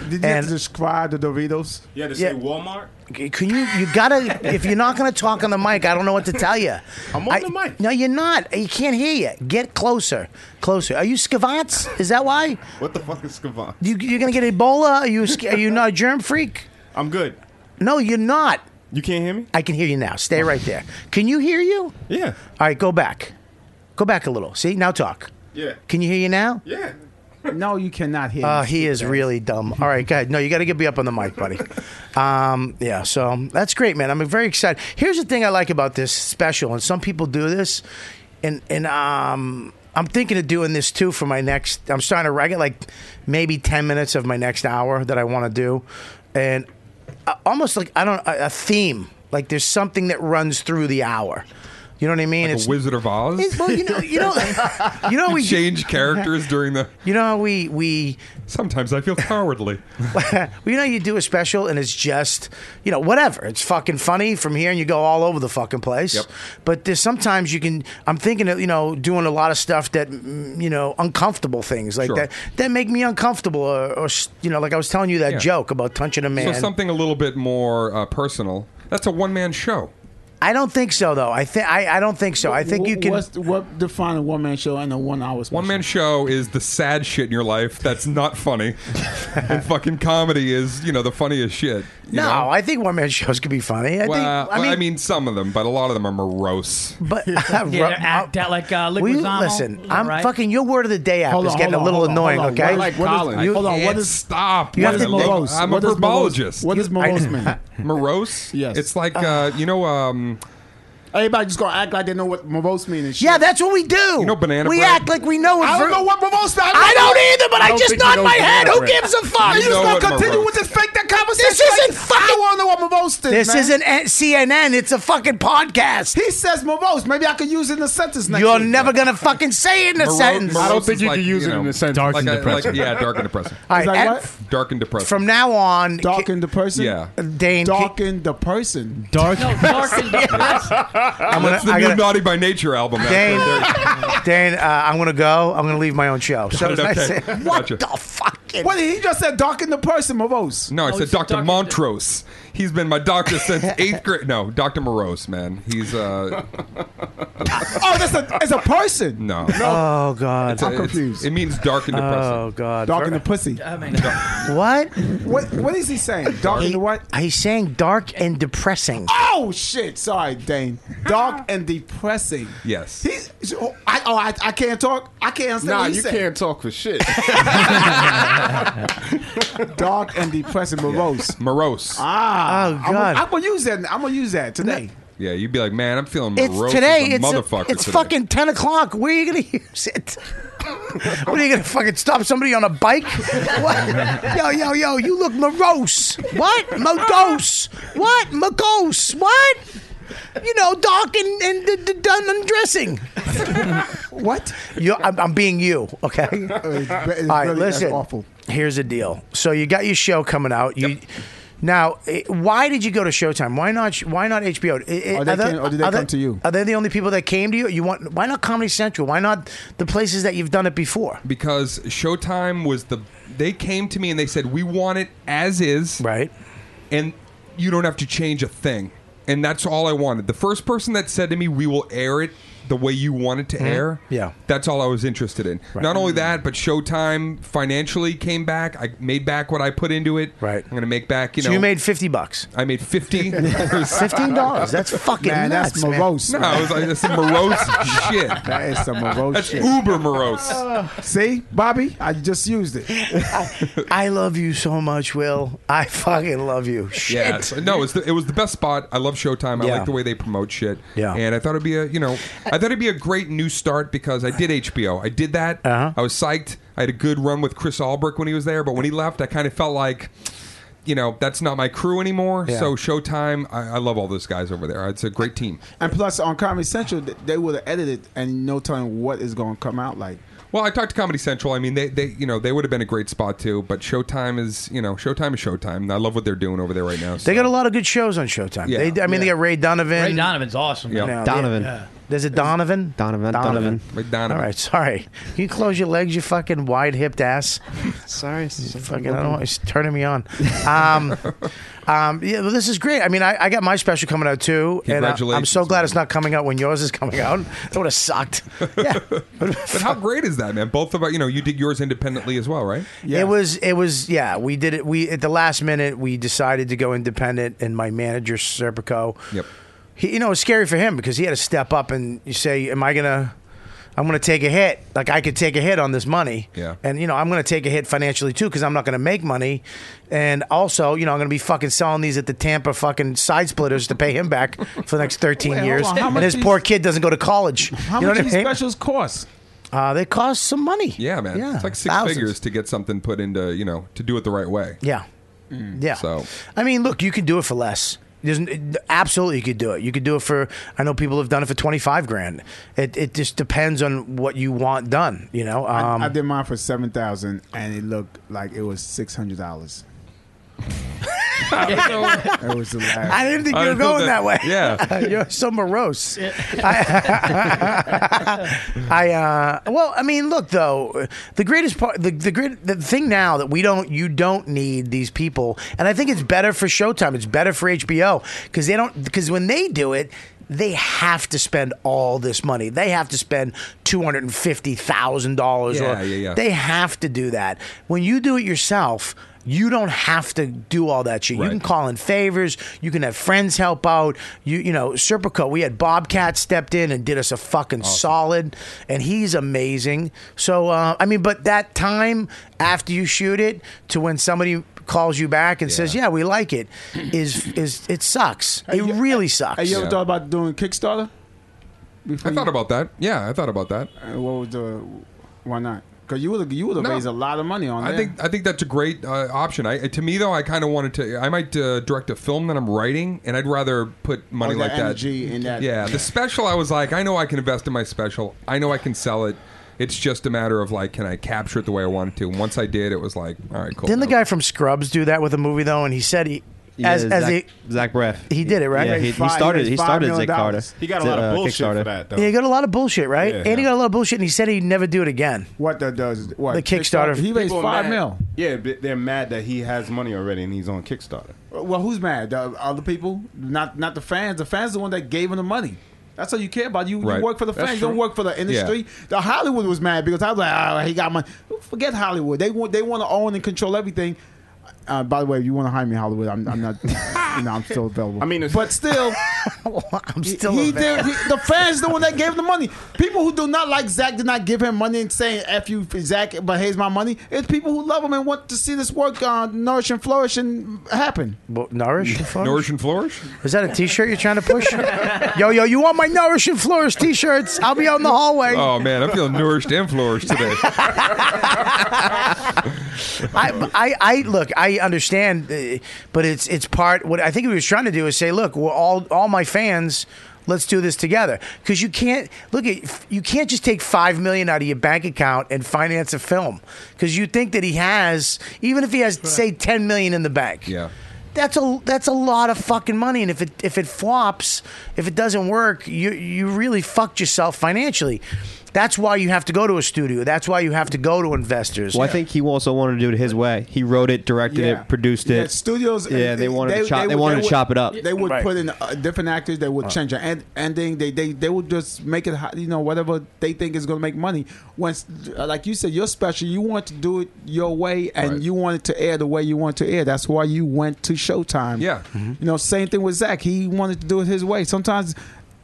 [SPEAKER 5] Did you have to describe the Doritos?
[SPEAKER 12] Yeah, to
[SPEAKER 10] Yeah.
[SPEAKER 12] say Walmart.
[SPEAKER 10] Okay, Can you? You gotta. if you're not gonna talk on the mic, I don't know what to tell you. I'm on the mic. No, you're not. You can't hear you. Get closer, closer. Are you Skavats? Is that why?
[SPEAKER 12] What the fuck is Skavon?
[SPEAKER 10] You, you're gonna get Ebola? Are you? sca- Are you not a germ freak?
[SPEAKER 12] I'm good.
[SPEAKER 10] No, you're not.
[SPEAKER 12] You can't hear me.
[SPEAKER 10] I can hear you now. Stay right there. Can you hear you?
[SPEAKER 12] Yeah.
[SPEAKER 10] All right, go back. Go back a little. See now, talk.
[SPEAKER 12] Yeah.
[SPEAKER 10] Can you hear you now?
[SPEAKER 12] Yeah.
[SPEAKER 5] No, you cannot hear.
[SPEAKER 10] Uh,
[SPEAKER 5] me.
[SPEAKER 10] he is really dumb. All right, go ahead. No, you got to get me up on the mic, buddy. Um, yeah, so that's great, man. I'm very excited. Here's the thing I like about this special, and some people do this, and and um, I'm thinking of doing this too for my next. I'm starting to. I get like maybe ten minutes of my next hour that I want to do, and uh, almost like I don't a, a theme. Like there's something that runs through the hour. You know what I mean?
[SPEAKER 11] Like a Wizard of Oz.
[SPEAKER 10] It's- well, you know, you know, you know,
[SPEAKER 11] You
[SPEAKER 10] we
[SPEAKER 11] change characters during the.
[SPEAKER 10] You know how we we.
[SPEAKER 11] Sometimes I feel cowardly.
[SPEAKER 10] well, you know, you do a special and it's just, you know, whatever. It's fucking funny from here and you go all over the fucking place. But there's sometimes you can, I'm thinking of, you know, doing a lot of stuff that, mm, you know, uncomfortable things like
[SPEAKER 11] Sure.
[SPEAKER 10] that, that make me uncomfortable or, or, s- you know, like I was telling you that
[SPEAKER 11] Yeah.
[SPEAKER 10] joke about punching a man.
[SPEAKER 11] So something a little bit more uh, personal. That's a one man show.
[SPEAKER 10] I don't think so though. I think, I I don't think so. I think you can.
[SPEAKER 5] What's, what define a one man show and a one hour special?
[SPEAKER 11] One man show is the sad shit in your life that's not funny, and fucking comedy is you know the funniest shit. you
[SPEAKER 10] no,
[SPEAKER 11] know?
[SPEAKER 10] I think one man shows could be funny. I
[SPEAKER 11] well,
[SPEAKER 10] think, I mean,
[SPEAKER 11] I mean some of them, but a lot of them are morose.
[SPEAKER 10] but
[SPEAKER 6] Yeah, to act out like uh,
[SPEAKER 10] Will
[SPEAKER 6] liquid
[SPEAKER 10] you,
[SPEAKER 6] Zamo,
[SPEAKER 10] listen,
[SPEAKER 6] all
[SPEAKER 10] I'm
[SPEAKER 6] right?
[SPEAKER 10] fucking your word of the day app
[SPEAKER 6] Hold
[SPEAKER 10] is
[SPEAKER 6] on,
[SPEAKER 10] getting
[SPEAKER 6] hold
[SPEAKER 10] a
[SPEAKER 6] on,
[SPEAKER 10] little
[SPEAKER 6] hold on, hold
[SPEAKER 10] annoying,
[SPEAKER 6] on.
[SPEAKER 10] okay?
[SPEAKER 6] What is- Like Colin.
[SPEAKER 11] I
[SPEAKER 5] hold on, what
[SPEAKER 11] can't
[SPEAKER 5] is-
[SPEAKER 11] stop?
[SPEAKER 5] You
[SPEAKER 11] What
[SPEAKER 5] have
[SPEAKER 11] is
[SPEAKER 5] to think-
[SPEAKER 11] morose? I'm
[SPEAKER 5] what
[SPEAKER 11] a
[SPEAKER 5] does morose-
[SPEAKER 11] verbologist.
[SPEAKER 5] what Ah. does morose I- mean?
[SPEAKER 11] morose? Yes. It's like uh, you know. Um,
[SPEAKER 5] Everybody just gonna act like they know what morose means. And shit.
[SPEAKER 10] Yeah, that's what we do. You know,
[SPEAKER 11] banana
[SPEAKER 10] We
[SPEAKER 11] bread?
[SPEAKER 10] act like we know.
[SPEAKER 5] I don't know what morose.
[SPEAKER 10] I don't either, but I, just nod my head. Who gives a fuck?
[SPEAKER 5] You just gonna continue with this fake that conversation?
[SPEAKER 10] This isn't
[SPEAKER 5] fucking. I want to know what morose is.
[SPEAKER 10] This
[SPEAKER 5] man.
[SPEAKER 10] isn't a- CNN. It's a fucking podcast.
[SPEAKER 5] He says morose. Maybe I could use it in a sentence next
[SPEAKER 10] You're
[SPEAKER 5] week.
[SPEAKER 10] never gonna fucking say it in a
[SPEAKER 11] morose-
[SPEAKER 10] sentence.
[SPEAKER 11] morose is like, know,
[SPEAKER 13] Dark
[SPEAKER 11] like
[SPEAKER 13] and
[SPEAKER 11] a-
[SPEAKER 13] depressing.
[SPEAKER 11] like- yeah, dark and depressing.
[SPEAKER 10] All right,
[SPEAKER 5] Is that
[SPEAKER 10] and
[SPEAKER 5] what?
[SPEAKER 11] Dark and depressing.
[SPEAKER 10] From now on,
[SPEAKER 5] Darken the person.
[SPEAKER 11] yeah.
[SPEAKER 10] Dane.
[SPEAKER 5] Darken the person.
[SPEAKER 13] Dark.
[SPEAKER 10] I'm gonna,
[SPEAKER 11] That's the
[SPEAKER 10] I
[SPEAKER 11] new
[SPEAKER 10] gotta,
[SPEAKER 11] Naughty by Nature album. actually.
[SPEAKER 10] Dane,
[SPEAKER 11] There-
[SPEAKER 10] Dane, uh, I'm gonna go. I'm gonna leave my own show. So
[SPEAKER 11] Got it,
[SPEAKER 10] I
[SPEAKER 11] okay.
[SPEAKER 10] said, what
[SPEAKER 11] Gotcha.
[SPEAKER 10] the fucking?
[SPEAKER 5] What he just said? Darken the person, morose.
[SPEAKER 11] No, I said Dr. Montrose. He's been my doctor since eighth grade. No, Dr. Morose, man. He's uh
[SPEAKER 5] Oh, that's a it's a person.
[SPEAKER 11] no.
[SPEAKER 10] Oh God.
[SPEAKER 11] It's a- it's-
[SPEAKER 5] confused.
[SPEAKER 11] It means dark and depressing.
[SPEAKER 10] Oh God.
[SPEAKER 5] Darken the pussy.
[SPEAKER 10] What?
[SPEAKER 5] What what is he saying? Darken the what?
[SPEAKER 10] He's saying dark and depressing.
[SPEAKER 5] Oh shit! Sorry, Dane. Dark and depressing.
[SPEAKER 11] Yes.
[SPEAKER 5] He's oh, I, oh I, I can't talk. I can't understand.
[SPEAKER 12] Nah,
[SPEAKER 5] what he
[SPEAKER 12] you
[SPEAKER 5] said.
[SPEAKER 12] can't talk for shit.
[SPEAKER 5] Dark and depressing morose.
[SPEAKER 11] morose.
[SPEAKER 5] Ah,
[SPEAKER 10] Oh, God.
[SPEAKER 5] I'm gonna, I'm gonna use that. I'm gonna use that today.
[SPEAKER 11] yeah, you'd be like, man, I'm feeling
[SPEAKER 10] It's
[SPEAKER 11] morose.
[SPEAKER 10] today.
[SPEAKER 11] as a
[SPEAKER 10] It's a-
[SPEAKER 11] motherfucker.
[SPEAKER 10] it's
[SPEAKER 11] today."
[SPEAKER 10] fucking ten o'clock. Where are you gonna use it? what are you gonna fucking stop somebody on a bike? What? Yo, yo, yo! You look morose. What? Morose. What? Morose. What? You know, dark and and d- d- done undressing.
[SPEAKER 5] What?
[SPEAKER 10] You, I'm, I'm being you, okay?
[SPEAKER 5] Uh, it's be- it's
[SPEAKER 10] All right,
[SPEAKER 5] really- that's
[SPEAKER 10] listen.
[SPEAKER 5] Awful.
[SPEAKER 10] Here's the deal. So you got your show coming out. You now, it, why did you go to Showtime? Why not? Why not HBO? It- it-
[SPEAKER 5] Or Oh, they came- or did they
[SPEAKER 10] Eh, are
[SPEAKER 5] come to you?
[SPEAKER 10] Are they the only people that came to you? You want? Why not Comedy Central? Why not the places that you've done it before?
[SPEAKER 11] because Showtime was the they came to me and they said, "We want it as is."
[SPEAKER 10] Right.
[SPEAKER 11] and you don't have to change a thing. And that's all I wanted. The first person that said to me, "We will air it the way you want it to air,"
[SPEAKER 10] Mm-hmm. Yeah.
[SPEAKER 11] that's all I was interested in. Not only that, but Showtime financially came back. I made back what I put into it.
[SPEAKER 10] Right.
[SPEAKER 11] I'm gonna make back. You
[SPEAKER 10] So
[SPEAKER 11] know,
[SPEAKER 10] you made fifty bucks,
[SPEAKER 11] I made fifty. no, I was,
[SPEAKER 10] fifteen dollars. That's fucking
[SPEAKER 5] Man,
[SPEAKER 10] nuts,
[SPEAKER 5] that's
[SPEAKER 10] man.
[SPEAKER 5] morose. man.
[SPEAKER 11] like, that's some morose shit.
[SPEAKER 5] That is some morose
[SPEAKER 11] That's
[SPEAKER 5] shit.
[SPEAKER 11] uber morose.
[SPEAKER 5] See, Bobby, I just used it.
[SPEAKER 10] I love you so much, Will. I fucking love you. Shit.
[SPEAKER 11] Yeah, so- no, it's the, it was the best spot. I love Showtime. I
[SPEAKER 10] Yeah.
[SPEAKER 11] like the way they promote shit.
[SPEAKER 10] Yeah.
[SPEAKER 11] and I thought it'd be a you know, I thought it'd be a great new start because I did HBO. I did that.
[SPEAKER 10] Uh-huh.
[SPEAKER 11] I was psyched. I had a good run with Chris Albrecht when he was there, but when he left, I kind of felt like. you know, that's not my crew anymore.
[SPEAKER 5] Yeah.
[SPEAKER 11] So Showtime, I, I love all those guys over there. It's a great team.
[SPEAKER 5] And plus, on Comedy Central, th- they would have edited and no telling what is going to come out like.
[SPEAKER 11] Well, I talked to Comedy Central. I mean, they, they you know they would have been a great spot too. But Showtime is you know Showtime is Showtime. And I love what they're doing over there right now.
[SPEAKER 10] They got a lot of good shows on Showtime.
[SPEAKER 11] Yeah.
[SPEAKER 10] They, I mean, they got Ray Donovan.
[SPEAKER 11] Ray
[SPEAKER 6] Donovan's awesome.
[SPEAKER 11] Yeah.
[SPEAKER 10] No,
[SPEAKER 11] Donovan.
[SPEAKER 10] they- There's a Donovan? Donovan.
[SPEAKER 11] Donovan. Ray Donovan.
[SPEAKER 10] All right, sorry. Can you close your legs, you fucking wide hipped ass?
[SPEAKER 13] sorry.
[SPEAKER 10] fucking, I don't know. It's turning me on. Um, um, yeah, well, this is great. I mean, I, I got my special coming out too. And I, am
[SPEAKER 11] Congratulations,
[SPEAKER 10] so glad it's not coming out when yours is coming out. That would have sucked.
[SPEAKER 11] but how great is that, man? Both of you know you did yours independently as well, right?
[SPEAKER 10] It was it was yeah, we did it we at the last minute we decided to go independent and my manager Serpico.
[SPEAKER 11] Yep.
[SPEAKER 10] He, you know, it's scary for him because he had to step up and you say, Am I gonna I'm gonna take a hit. Like I could take a hit on this money.
[SPEAKER 11] Yeah.
[SPEAKER 10] And you know, I'm gonna take a hit financially too, because I'm not gonna make money. And also, you know, I'm gonna be fucking selling these at the Tampa fucking side splitters to pay him back for the next thirteen
[SPEAKER 5] Wait, hold
[SPEAKER 10] years.
[SPEAKER 5] on, how
[SPEAKER 10] and
[SPEAKER 5] much
[SPEAKER 10] his
[SPEAKER 5] these-
[SPEAKER 10] poor kid doesn't go to college.
[SPEAKER 5] How
[SPEAKER 10] you know
[SPEAKER 5] much
[SPEAKER 10] what
[SPEAKER 5] these
[SPEAKER 10] I mean?
[SPEAKER 5] specials cost?
[SPEAKER 10] Uh, they cost some money.
[SPEAKER 11] Yeah, man.
[SPEAKER 10] Yeah.
[SPEAKER 11] It's like six
[SPEAKER 10] Thousands.
[SPEAKER 11] figures to get something put into you know to do it the right way.
[SPEAKER 10] Yeah. Yeah.
[SPEAKER 11] So
[SPEAKER 10] I mean, look, you could do it for less. There's n- absolutely you could do it. You could do it for. I know people have done it for twenty five grand. It it just depends on what you want done. You know.
[SPEAKER 5] I-
[SPEAKER 10] Um,
[SPEAKER 5] I, did mine for seven thousand, and it looked like it was six hundred dollars. It was the last.
[SPEAKER 10] I didn't think you were going that, way.
[SPEAKER 5] Yeah.
[SPEAKER 10] Uh, you're so morose. I, I, uh, well, I mean, look though, the greatest part, the the great the thing now that we don't, you don't need these people, and I think it's better for Showtime, it's better for HBO because they don't, because when they do it. They have to spend all this money. They have to spend two hundred and fifty thousand dollars.
[SPEAKER 11] Yeah, yeah, yeah.
[SPEAKER 10] They have to do that. When you do it yourself, you don't have to do all that shit. You can call in favors. You can have friends help out. You you know, Serpico, we had Bobcat stepped in and did us a fucking solid, and he's amazing. So uh, I mean, but that time after you shoot it to when somebody calls you back and says, "Yeah, we like it," is is it sucks. It really sucks.
[SPEAKER 5] Have you ever thought about doing Kickstarter?
[SPEAKER 11] I thought about that. Yeah, I thought about that.
[SPEAKER 5] Uh, what was the? Why not? Because you would have you would have
[SPEAKER 11] No.
[SPEAKER 5] raised a lot of money on
[SPEAKER 11] I
[SPEAKER 5] that.
[SPEAKER 11] think I think that's a great uh, option. I to me though, I kind of wanted to. I might uh, direct a film that I'm writing, and I'd rather put money
[SPEAKER 10] Oh,
[SPEAKER 5] All
[SPEAKER 11] like
[SPEAKER 5] that
[SPEAKER 11] that.
[SPEAKER 5] energy in that-
[SPEAKER 11] Yeah, the special. I was like, I know I can invest in my special. I know I can sell it. It's just a matter of like, can I capture it the way I wanted to? And once I did, it was like, all right, cool.
[SPEAKER 10] Didn't the guy from Scrubs do that with a movie though? And he said he
[SPEAKER 11] Yeah,
[SPEAKER 10] as as
[SPEAKER 11] Zach-
[SPEAKER 10] he
[SPEAKER 13] Zach Braff.
[SPEAKER 10] he did it right.
[SPEAKER 13] Yeah, he, he started. He started Zach Carter. uh, Kickstarter.
[SPEAKER 10] Yeah, he got a lot of bullshit, right?
[SPEAKER 13] Yeah.
[SPEAKER 10] and he got a lot of bullshit, and he said he'd never do it again.
[SPEAKER 5] What that does? What
[SPEAKER 10] the Kickstarter?
[SPEAKER 12] People are mad- Yeah, but they're mad that he has money already and he's on Kickstarter.
[SPEAKER 5] Well, who's mad? The other people? Not not the fans. The fans are the one that gave him the money. That's all you care about. You,
[SPEAKER 11] Right.
[SPEAKER 5] you work for the
[SPEAKER 11] That's
[SPEAKER 5] fans. You don't
[SPEAKER 11] true.
[SPEAKER 5] work for the industry. The Hollywood was mad because I was like, oh, he got money. Forget Hollywood. They want they want to own and control everything. Uh, by the way, if you want to hire me, Hollywood, I'm, I'm not. you know, I'm still available. I mean, but still,
[SPEAKER 10] I'm still
[SPEAKER 5] He
[SPEAKER 10] available.
[SPEAKER 5] did. He, the fans, the one that gave him the money. People who do not like Zach did not give him money and saying "f you, Zach," but here's my money. It's people who love him and want to see this work uh, nourish and flourish and happen.
[SPEAKER 10] What, nourish and flourish.
[SPEAKER 11] Nourish and flourish.
[SPEAKER 10] Is that a T-shirt you're trying to push? yo, yo, you want my nourish and flourish T-shirts? I'll be out in the hallway.
[SPEAKER 11] Oh man, I'm feeling nourished and flourished today.
[SPEAKER 10] I, I, I look. I understand, uh, but it's it's part. What I think he was trying to do is say, look, we're all all my fans. Let's do this together because you can't look at you can't just take five million out of your bank account and finance a film because you think that he has even if he has say ten million in the bank.
[SPEAKER 11] Yeah.
[SPEAKER 10] That's a that's a lot of fucking money, and if it if it flops, if it doesn't work, you you really fucked yourself financially. That's why you have to go to a studio. That's why you have to go to investors.
[SPEAKER 13] Well, I think he also wanted to do it his way. He wrote it, directed
[SPEAKER 5] Yeah.
[SPEAKER 13] it, produced it.
[SPEAKER 5] Yeah, studios.
[SPEAKER 13] Yeah, they wanted to chop. They,
[SPEAKER 5] would-
[SPEAKER 13] wanted
[SPEAKER 5] would-
[SPEAKER 13] to chop it up.
[SPEAKER 5] They would put in uh, different actors. They would
[SPEAKER 13] Right.
[SPEAKER 5] change the end, ending. They they they would just make it. ho- You know, whatever they think is going to make money. Once, uh, like you said, you're special. You want to do it your way, and you want it to air the way you want it to air. That's why you went to Showtime.
[SPEAKER 11] Yeah.
[SPEAKER 5] You know, same thing with Zach. He wanted to do it his way. Sometimes.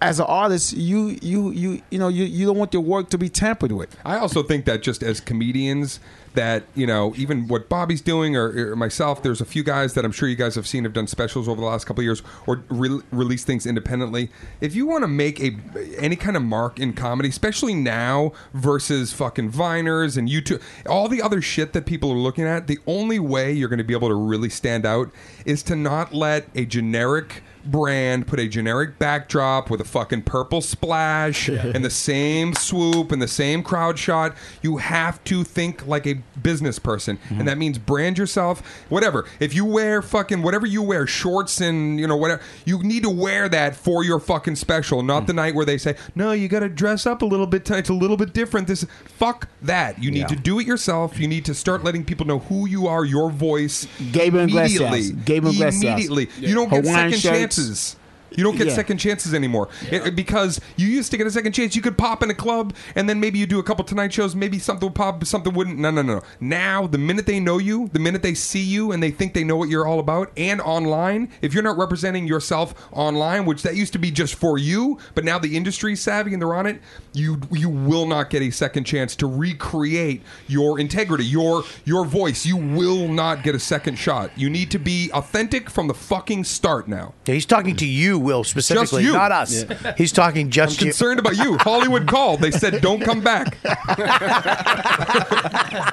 [SPEAKER 5] as an artist, you you you you know you, you don't want your work to be tampered with.
[SPEAKER 11] I also think that just as comedians, that you know, even what Bobby's doing or, or myself, there's a few guys that I'm sure you guys have seen have done specials over the last couple of years or re- release things independently. If you want to make a any kind of mark in comedy, especially now versus fucking Viners and YouTube, all the other shit that people are looking at, the only way you're going to be able to really stand out is to not let a generic brand, put a generic backdrop with a fucking purple splash and the same swoop and the same crowd shot. You have to think like a business person, and that means brand yourself. Whatever. If you wear fucking whatever you wear, shorts and you know whatever, you need to wear that for your fucking special, not the night where they say, "No, you got to dress up a little bit. T- it's a little bit different." This fuck that. You need
[SPEAKER 5] Yeah.
[SPEAKER 11] to do it yourself. You need to start letting people know who you are, your voice.
[SPEAKER 5] Gabriel Iglesias.
[SPEAKER 11] immediately.
[SPEAKER 5] Gabriel Iglesias.
[SPEAKER 11] Immediately.
[SPEAKER 5] Yeah.
[SPEAKER 11] You don't get
[SPEAKER 5] Hawaiian
[SPEAKER 11] second
[SPEAKER 5] shirts.
[SPEAKER 11] chances. You don't get
[SPEAKER 5] Yeah.
[SPEAKER 11] second chances anymore It- it- because you used to get a second chance. You could pop in a club and then maybe you do a couple tonight shows. Maybe something would pop, something wouldn't. No, no, no. no. Now, the minute they know you, the minute they see you and they think they know what you're all about, and online, if you're not representing yourself online, which that used to be just for you, but now the industry's savvy and they're on it, you you will not get a second chance to recreate your integrity, your your voice. You will not get a second shot. You need to be authentic from the fucking start now.
[SPEAKER 10] Yeah, he's talking to you, Will, specifically,
[SPEAKER 11] you.
[SPEAKER 10] not us.
[SPEAKER 11] Yeah.
[SPEAKER 10] He's talking just
[SPEAKER 11] I'm
[SPEAKER 10] you.
[SPEAKER 11] concerned about you. Hollywood called. They said, "Don't come back."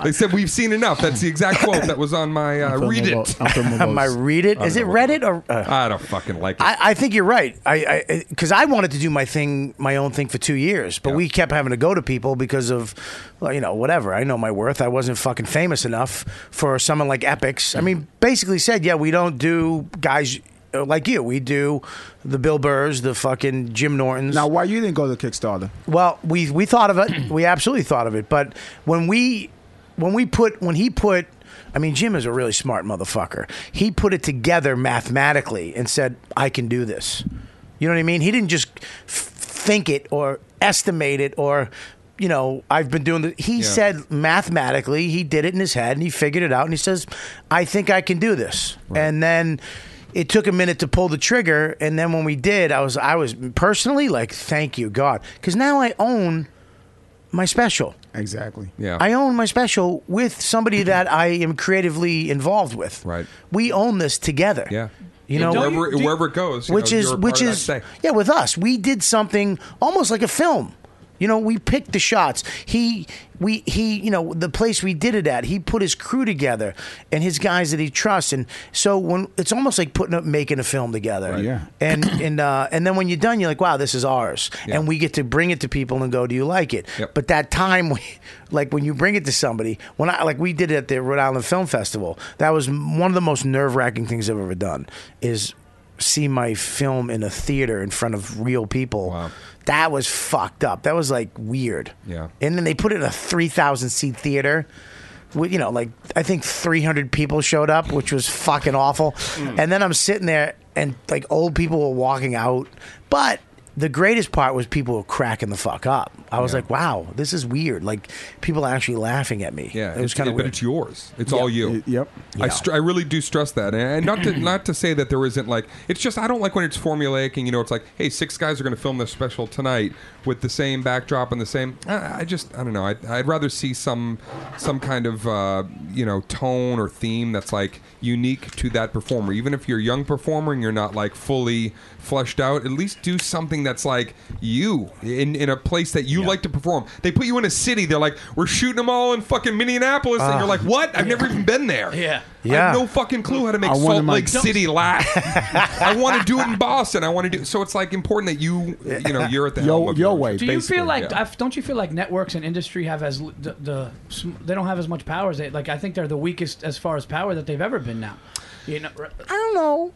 [SPEAKER 11] they said, "We've seen enough." That's the exact quote that was on my uh, read it.
[SPEAKER 10] My read it. Is it Reddit or? Uh,
[SPEAKER 11] I don't fucking like it.
[SPEAKER 10] I, I think you're right. I because I, 'cause I wanted to do my thing, my own thing for two years, but we kept having to go to people because of, well, you know, whatever. I know my worth. I wasn't fucking famous enough for someone like Epics. I mean, basically said, yeah, we don't do guys uh, like you. We do the Bill Burrs, the fucking Jim Nortons. Now,
[SPEAKER 5] why you didn't go to Kickstarter?
[SPEAKER 10] Well, we we thought of it. we absolutely thought of it, but when we when we put when he put I mean, Jim is a really smart motherfucker. He put it together mathematically and said, "I can do this." You know what I mean? He didn't just f- think it or estimate it or you know, I've been doing the he
[SPEAKER 14] Yeah.
[SPEAKER 10] said mathematically, he did it in his head and he figured it out and he says, "I think I can do this." And then it took a minute to pull the trigger and then when we did, I was I was personally like, "Thank you, God." Cuz now I own my special.
[SPEAKER 5] Exactly.
[SPEAKER 11] Yeah.
[SPEAKER 10] I own my special with somebody that I am creatively involved with. Right. We own this together.
[SPEAKER 11] Yeah.
[SPEAKER 10] You know,
[SPEAKER 11] wherever, wherever it goes, you
[SPEAKER 10] which
[SPEAKER 11] know,
[SPEAKER 10] is
[SPEAKER 11] you're a
[SPEAKER 10] which
[SPEAKER 11] part of that
[SPEAKER 10] is
[SPEAKER 11] thing.
[SPEAKER 10] yeah, with us, we did something almost like a film. You know, we picked the shots. He, we, he, you know, the place we did it at. He put his crew together and his guys that he trusts, and so when it's almost like putting up making a film together.
[SPEAKER 5] Yeah.
[SPEAKER 10] And and uh, and then when you're done, you're like, wow, this is ours, and we get to bring it to people and go, do you like it? But that time, we, like when you bring it to somebody, when I like we did it at the Rhode Island Film Festival, that was one of the most nerve wracking things I've ever done. Is see my film in a theater in front of real people. That was fucked up. That was like weird.
[SPEAKER 11] Yeah.
[SPEAKER 10] And then they put it in a 3,000 seat theater. With, you know, like I think 300 people showed up, which was fucking awful. And then I'm sitting there and like old people were walking out. But the greatest part was people were cracking the fuck up. I was like, wow, this is weird. Like people are actually laughing at me.
[SPEAKER 11] Yeah,
[SPEAKER 10] It was
[SPEAKER 11] it's-
[SPEAKER 10] kind of
[SPEAKER 11] but
[SPEAKER 10] weird.
[SPEAKER 11] it's yours. It's all you.
[SPEAKER 5] Yep.
[SPEAKER 11] I, str- I really do stress that, and and not to not to say that there isn't like it's just I don't like when it's formulaic and you know it's like hey six guys are going to film this special tonight with the same backdrop and the same I, I just I don't know I, I'd rather see some some kind of uh, you know tone or theme that's like unique to that performer even if you're a young performer and you're not like fully fleshed out at least do something that's like you in in a place that you like to perform they put you in a city they're like we're shooting them all in fucking Minneapolis and
[SPEAKER 10] Ah.
[SPEAKER 11] you're like what I've never even been there
[SPEAKER 6] Yeah.
[SPEAKER 11] I
[SPEAKER 10] Yeah.
[SPEAKER 11] have no fucking clue how to make
[SPEAKER 10] I wanted
[SPEAKER 11] Salt
[SPEAKER 10] my-
[SPEAKER 11] Lake City laugh. I want to do it in Boston. I want to do so. It's like important that you, you know, you're at the helm of your way.
[SPEAKER 6] Do you feel like I, don't you feel like networks and industry have as l- the, the sm- they don't have as much power as they like I think they're the weakest as far as power that they've ever been now. You know, r-
[SPEAKER 10] I don't know.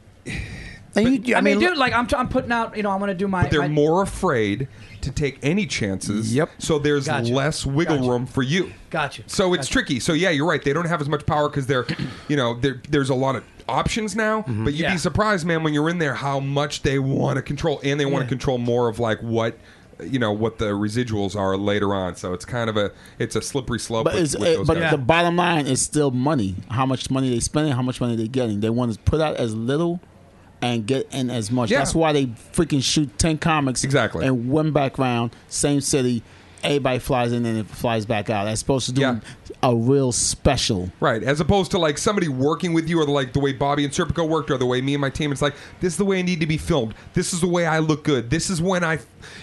[SPEAKER 6] I, mean, dude, like I'm, t- I'm putting out, you know, I'm gonna do my.
[SPEAKER 11] But they're
[SPEAKER 6] my-
[SPEAKER 11] more afraid to take any chances. Yep. So there's less wiggle room for you.
[SPEAKER 6] Gotcha.
[SPEAKER 11] So it's tricky. So yeah, you're right. They don't have as much power because they're, you know, they're, there's a lot of options now.
[SPEAKER 6] Mm-hmm.
[SPEAKER 11] But you'd be surprised, man, when you're in there, how much they want to control, and they want to
[SPEAKER 6] Yeah.
[SPEAKER 11] control more of like what. You know what the residuals are later on, so it's kind of a it's a slippery slope.
[SPEAKER 5] But,
[SPEAKER 11] with,
[SPEAKER 5] it's,
[SPEAKER 11] with
[SPEAKER 5] it-
[SPEAKER 11] those
[SPEAKER 5] but
[SPEAKER 11] guys.
[SPEAKER 5] the bottom line is still money. How much money they spending, how much money they're getting. They want to put out as little
[SPEAKER 14] and get in as much.
[SPEAKER 11] Yeah.
[SPEAKER 14] That's why they freaking shoot ten comics exactly and one back round, same city. Everybody flies in and it flies back out. That's supposed to do a real special.
[SPEAKER 11] Right, as opposed to like somebody working with you, or like the way Bobby and Serpico worked, or the way me and my team. It's like this is the way I need to be filmed. This is the way I look good. This is when I,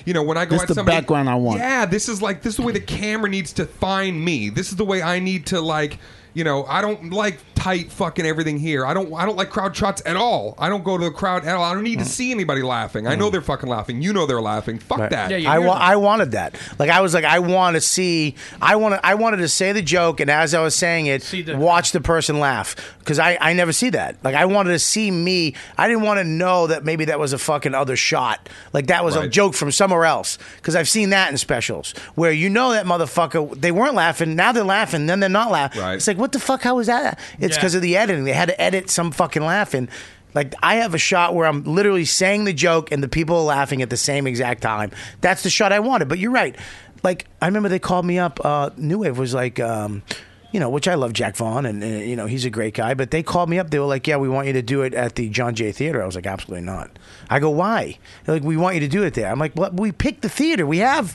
[SPEAKER 11] you know, when I go
[SPEAKER 14] This
[SPEAKER 11] at
[SPEAKER 14] the
[SPEAKER 11] somebody.
[SPEAKER 14] background I want.
[SPEAKER 11] Yeah, this is like this is the way the camera needs to find me. This is the way I need to like. You know, I don't like tight fucking everything here. I don't. I don't like crowd shots at all. I don't go to the crowd at all. I don't
[SPEAKER 14] Mm.
[SPEAKER 11] need to see anybody laughing. I know they're fucking laughing. You know they're laughing. Fuck that.
[SPEAKER 10] I, wa- I wanted that. Like I was like, I want to see. I want to. I wanted to say the joke, and as I was saying it, watch the person laugh because I I never see that. Like I wanted to see me. I didn't want to know that maybe that was a fucking other shot. Like that was a joke from somewhere else because I've seen that in specials where you know that motherfucker they weren't laughing now they're laughing then they're not laughing. It's like what the fuck? How was that? It's
[SPEAKER 15] Yeah.
[SPEAKER 10] because of the editing. They had to edit some fucking laughing. Like I have a shot where I'm literally saying the joke and the people are laughing at the same exact time. That's the shot I wanted. But you're right. Like I remember they called me up. Uh, New Wave was like, um, you know, which I love Jack Vaughn and, and you know he's a great guy. But they called me up. They were like, yeah, we want you to do it at the John Jay Theater. I was like, absolutely not. I go, why? They're like, we want you to do it there. I'm like, well, we picked the theater. We have.